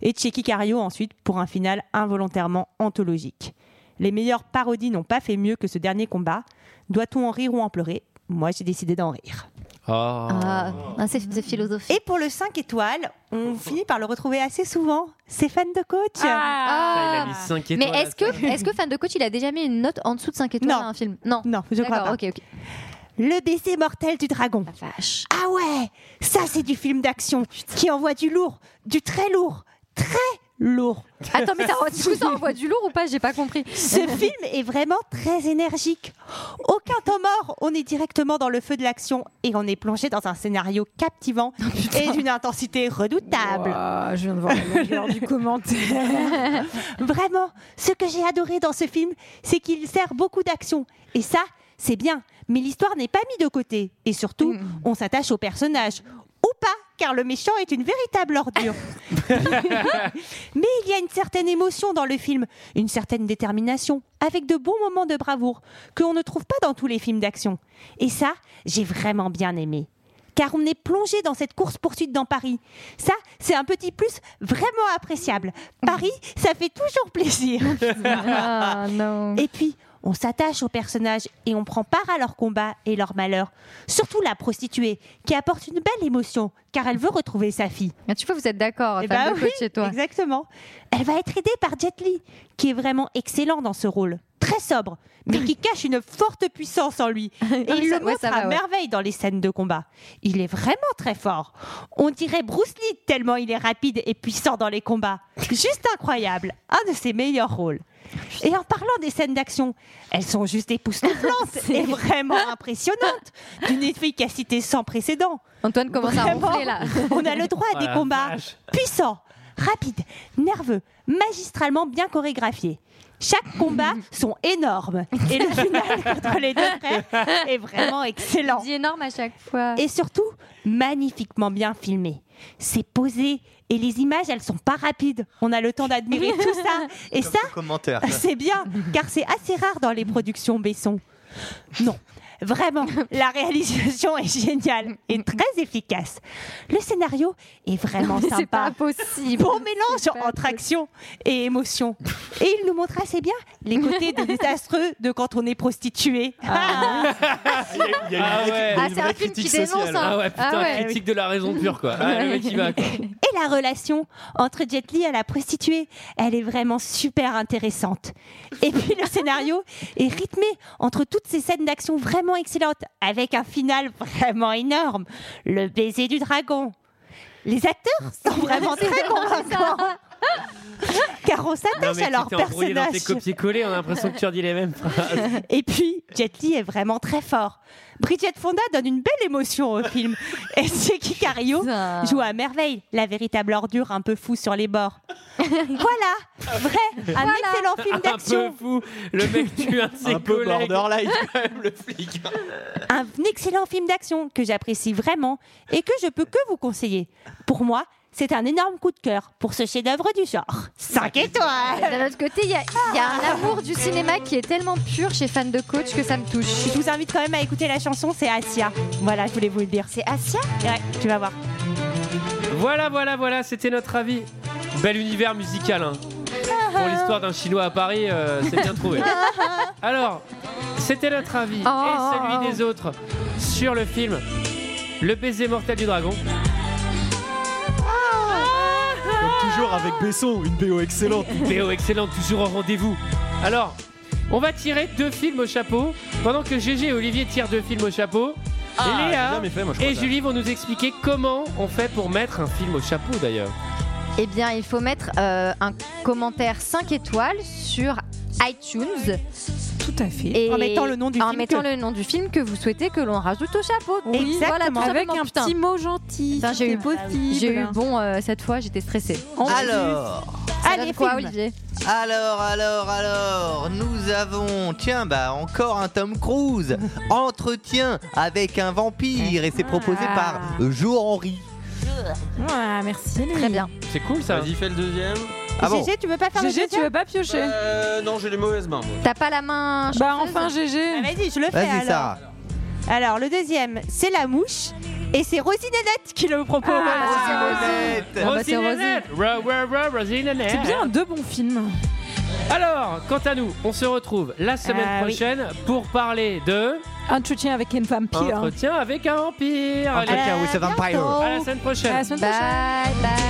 [SPEAKER 10] et Checky Cario ensuite pour un final involontairement anthologique. Les meilleures parodies n'ont pas fait mieux que ce dernier combat. Doit-on en rire ou en pleurer Moi, j'ai décidé d'en rire.
[SPEAKER 9] Ah, c'est c'est philosophique.
[SPEAKER 10] Et pour le 5 étoiles, on finit par le retrouver assez souvent. C'est fan de coach.
[SPEAKER 9] Ah.
[SPEAKER 1] il a mis cinq étoiles
[SPEAKER 9] Mais est-ce
[SPEAKER 1] à
[SPEAKER 9] que, est que fan de coach, il a déjà mis une note en dessous de 5 étoiles
[SPEAKER 10] Non.
[SPEAKER 9] à un film Non.
[SPEAKER 10] Non, je crois
[SPEAKER 9] D'accord,
[SPEAKER 10] pas.
[SPEAKER 9] ok, ok.
[SPEAKER 10] Le baiser mortel du dragon. Ah ouais, ça c'est du film d'action qui envoie du lourd, du très lourd, très lourd.
[SPEAKER 9] Attends, mais ça, du coup, ça envoie du lourd ou pas J'ai pas compris.
[SPEAKER 10] Ce film est vraiment très énergique. Aucun temps mort, on est directement dans le feu de l'action et on est plongé dans un scénario captivant
[SPEAKER 9] Oh,
[SPEAKER 10] et d'une intensité redoutable.
[SPEAKER 6] Ouah, je viens de voir la longueur du commentaire.
[SPEAKER 10] Vraiment, ce que j'ai adoré dans ce film, c'est qu'il sert beaucoup d'action. Et ça, c'est bien, mais l'histoire n'est pas mise de côté. Et surtout,
[SPEAKER 9] Mm.
[SPEAKER 10] on s'attache au personnage. Ou pas, car le méchant est une véritable ordure. Mais il y a une certaine émotion dans le film, une certaine détermination, avec de bons moments de bravoure, que on ne trouve pas dans tous les films d'action. Et ça, j'ai vraiment bien aimé. Car on est plongé dans cette course-poursuite dans Paris. Ça, c'est un petit plus vraiment appréciable. Paris, ça fait toujours plaisir.
[SPEAKER 9] Ah,
[SPEAKER 10] Et puis, on s'attache aux personnages et on prend part à leur combat et leur malheur. Surtout la prostituée, qui apporte une belle émotion, car elle veut retrouver sa fille.
[SPEAKER 9] Ah, tu vois, vous êtes d'accord,
[SPEAKER 10] Eh
[SPEAKER 9] fan
[SPEAKER 10] ben
[SPEAKER 9] de
[SPEAKER 10] oui,
[SPEAKER 9] foot chez toi.
[SPEAKER 10] Exactement. Elle va être aidée par Jet Li, qui est vraiment excellent dans ce rôle. Très sobre, mais qui cache une forte puissance en lui. Et il
[SPEAKER 9] Ah, ça-
[SPEAKER 10] le
[SPEAKER 9] ouais,
[SPEAKER 10] montre
[SPEAKER 9] ça va,
[SPEAKER 10] à
[SPEAKER 9] ouais.
[SPEAKER 10] merveille dans les scènes de combat. Il est vraiment très fort. On dirait Bruce Lee tellement il est rapide et puissant dans les combats. Juste incroyable. Un de ses meilleurs rôles. Et en parlant des scènes d'action, elles sont juste époustouflantes et vraiment impressionnantes, d'une efficacité sans précédent.
[SPEAKER 9] Antoine commence à ronfler, là.
[SPEAKER 10] On a le droit à
[SPEAKER 9] Oh
[SPEAKER 10] des
[SPEAKER 9] la
[SPEAKER 10] combats
[SPEAKER 9] vache.
[SPEAKER 10] puissants, rapides, nerveux, magistralement bien chorégraphiés. Chaque combat sont énormes et le final contre les deux frères est vraiment excellent.
[SPEAKER 9] dit énorme à chaque fois.
[SPEAKER 10] Et surtout, magnifiquement bien filmé. C'est posé et les images, elles sont pas rapides. On a le temps d'admirer tout ça. Et ça,
[SPEAKER 11] Commentaire.
[SPEAKER 10] c'est bien, car c'est assez rare dans les productions Besson. Non, vraiment, la réalisation est géniale et très efficace. Le scénario est vraiment
[SPEAKER 9] Mais c'est
[SPEAKER 10] sympa.
[SPEAKER 9] pas possible.
[SPEAKER 10] Bon mélange entre action et émotion. Et il nous montre assez bien les côtés de désastreux de quand on est prostitué.
[SPEAKER 9] Ah.
[SPEAKER 1] Il y a une
[SPEAKER 10] Ah
[SPEAKER 1] vraie-
[SPEAKER 10] ouais.
[SPEAKER 1] il y a
[SPEAKER 10] Ah,
[SPEAKER 1] une
[SPEAKER 10] c'est un
[SPEAKER 1] vraie
[SPEAKER 10] film
[SPEAKER 1] critique
[SPEAKER 10] qui dénonce,
[SPEAKER 1] sociale.
[SPEAKER 10] hein.
[SPEAKER 1] Ah ouais, putain,
[SPEAKER 10] Ah ouais.
[SPEAKER 1] critique de la raison pure, quoi. Ah, le mec, il va, quoi.
[SPEAKER 10] Et la relation entre Jet Li et la prostituée, elle est vraiment super intéressante. Et puis le scénario est rythmé entre toutes ces scènes d'action vraiment excellentes, avec un final vraiment énorme, le baiser du dragon. Les acteurs sont vraiment
[SPEAKER 9] C'est
[SPEAKER 10] très
[SPEAKER 9] ça.
[SPEAKER 10] convaincants, car on
[SPEAKER 1] Non,
[SPEAKER 10] s'attache
[SPEAKER 1] mais
[SPEAKER 10] à leur
[SPEAKER 1] tu t'es embrouillé dans tes
[SPEAKER 10] personnage.
[SPEAKER 1] copier-coller, on a l'impression que tu redis les mêmes phrases.
[SPEAKER 10] Et puis, Jet Li est vraiment très fort. Bridget Fonda donne une belle émotion au film. Et Seki Cario joue à merveille la véritable ordure un peu fou sur les bords. voilà, vrai, un excellent film
[SPEAKER 1] Un
[SPEAKER 10] d'action.
[SPEAKER 1] peu fou, le mec tue un de ses
[SPEAKER 11] Un peu
[SPEAKER 1] collègues.
[SPEAKER 11] borderline,
[SPEAKER 1] quand même, le flic.
[SPEAKER 10] Un excellent film d'action que j'apprécie vraiment et que je peux que vous conseiller. Pour moi, c'est un énorme coup de cœur pour ce chef-d'œuvre du genre. 5 étoiles
[SPEAKER 9] Ah, D'un autre côté, il y, a- il y a un amour du cinéma qui est tellement pur chez fans de coach que ça me touche.
[SPEAKER 10] Je vous invite quand même à écouter la chanson, c'est Asia. Voilà, je voulais vous le dire.
[SPEAKER 9] C'est Asia
[SPEAKER 10] Ouais, tu vas voir.
[SPEAKER 1] Voilà, voilà, voilà, c'était notre avis. Bel univers musical, hein. Pour l'histoire d'un Chinois à Paris, euh, c'est bien trouvé. Alors, c'était notre avis et celui
[SPEAKER 7] Oh.
[SPEAKER 1] des autres sur le film Le baiser mortel du dragon.
[SPEAKER 7] toujours avec Besson, une BO excellente.
[SPEAKER 1] BO excellente, toujours au rendez-vous. Alors, on va tirer deux films au chapeau. Pendant que GG et Olivier tirent deux films au chapeau,
[SPEAKER 7] Ah, j'ai
[SPEAKER 1] Léa
[SPEAKER 7] jamais fait, moi, je crois
[SPEAKER 1] et
[SPEAKER 7] ça.
[SPEAKER 1] Julie vont nous expliquer comment on fait pour mettre un film au chapeau d'ailleurs.
[SPEAKER 9] Eh bien, il faut mettre euh, un commentaire 5 étoiles sur iTunes.
[SPEAKER 6] Tout à fait.
[SPEAKER 9] Et
[SPEAKER 6] En mettant le nom du
[SPEAKER 9] en
[SPEAKER 6] film
[SPEAKER 9] mettant
[SPEAKER 6] que-
[SPEAKER 9] le nom du film que vous souhaitez que l'on rajoute au chapeau.
[SPEAKER 6] Oui,
[SPEAKER 9] voilà,
[SPEAKER 6] exactement.
[SPEAKER 9] tout
[SPEAKER 6] Avec
[SPEAKER 9] simplement,
[SPEAKER 6] un
[SPEAKER 9] putain.
[SPEAKER 6] petit mot gentil.
[SPEAKER 9] Putain, j'ai
[SPEAKER 6] C'est
[SPEAKER 9] eu Ah
[SPEAKER 6] possible.
[SPEAKER 9] J'ai eu bon euh, cette fois, j'étais stressée.
[SPEAKER 11] Alors.
[SPEAKER 9] Ça donne quoi, Olivier
[SPEAKER 11] Alors, alors, alors, nous avons, tiens, bah encore un Tom Cruise, Entretien avec un vampire, et c'est proposé par Jour Henry.
[SPEAKER 6] Ouais, Ah, merci.
[SPEAKER 9] Très bien.
[SPEAKER 1] C'est cool ça. Ah
[SPEAKER 7] Vas-y, fais le deuxième. Ah
[SPEAKER 10] tu veux pas
[SPEAKER 6] faire le Gégé, tu deuxième veux pas piocher
[SPEAKER 7] Euh, Non, j'ai les mauvaises mains. moi.
[SPEAKER 9] T'as pas la main
[SPEAKER 6] Bah enfin GG.
[SPEAKER 10] Vas-y, je le fais
[SPEAKER 7] Vas-y,
[SPEAKER 10] alors.
[SPEAKER 7] Sarah.
[SPEAKER 10] Alors le deuxième, c'est la mouche et c'est Rosinette qui le propose.
[SPEAKER 6] Ah,
[SPEAKER 10] Ah,
[SPEAKER 1] Rosinette.
[SPEAKER 10] bah,
[SPEAKER 1] Rosinette. Ra, ra, ra, Rosinette.
[SPEAKER 6] bah, C'est bien deux bons films.
[SPEAKER 1] Alors, quant à nous, on se retrouve la semaine
[SPEAKER 6] Ah oui. Ah,
[SPEAKER 1] prochaine pour parler de
[SPEAKER 6] Entretien avec une Ah, femme pire.
[SPEAKER 1] entretien avec un vampire.
[SPEAKER 6] Entretien
[SPEAKER 1] Allez.
[SPEAKER 6] with a vampire.
[SPEAKER 1] À la semaine prochaine.
[SPEAKER 6] À la semaine prochaine.
[SPEAKER 9] Bye bye.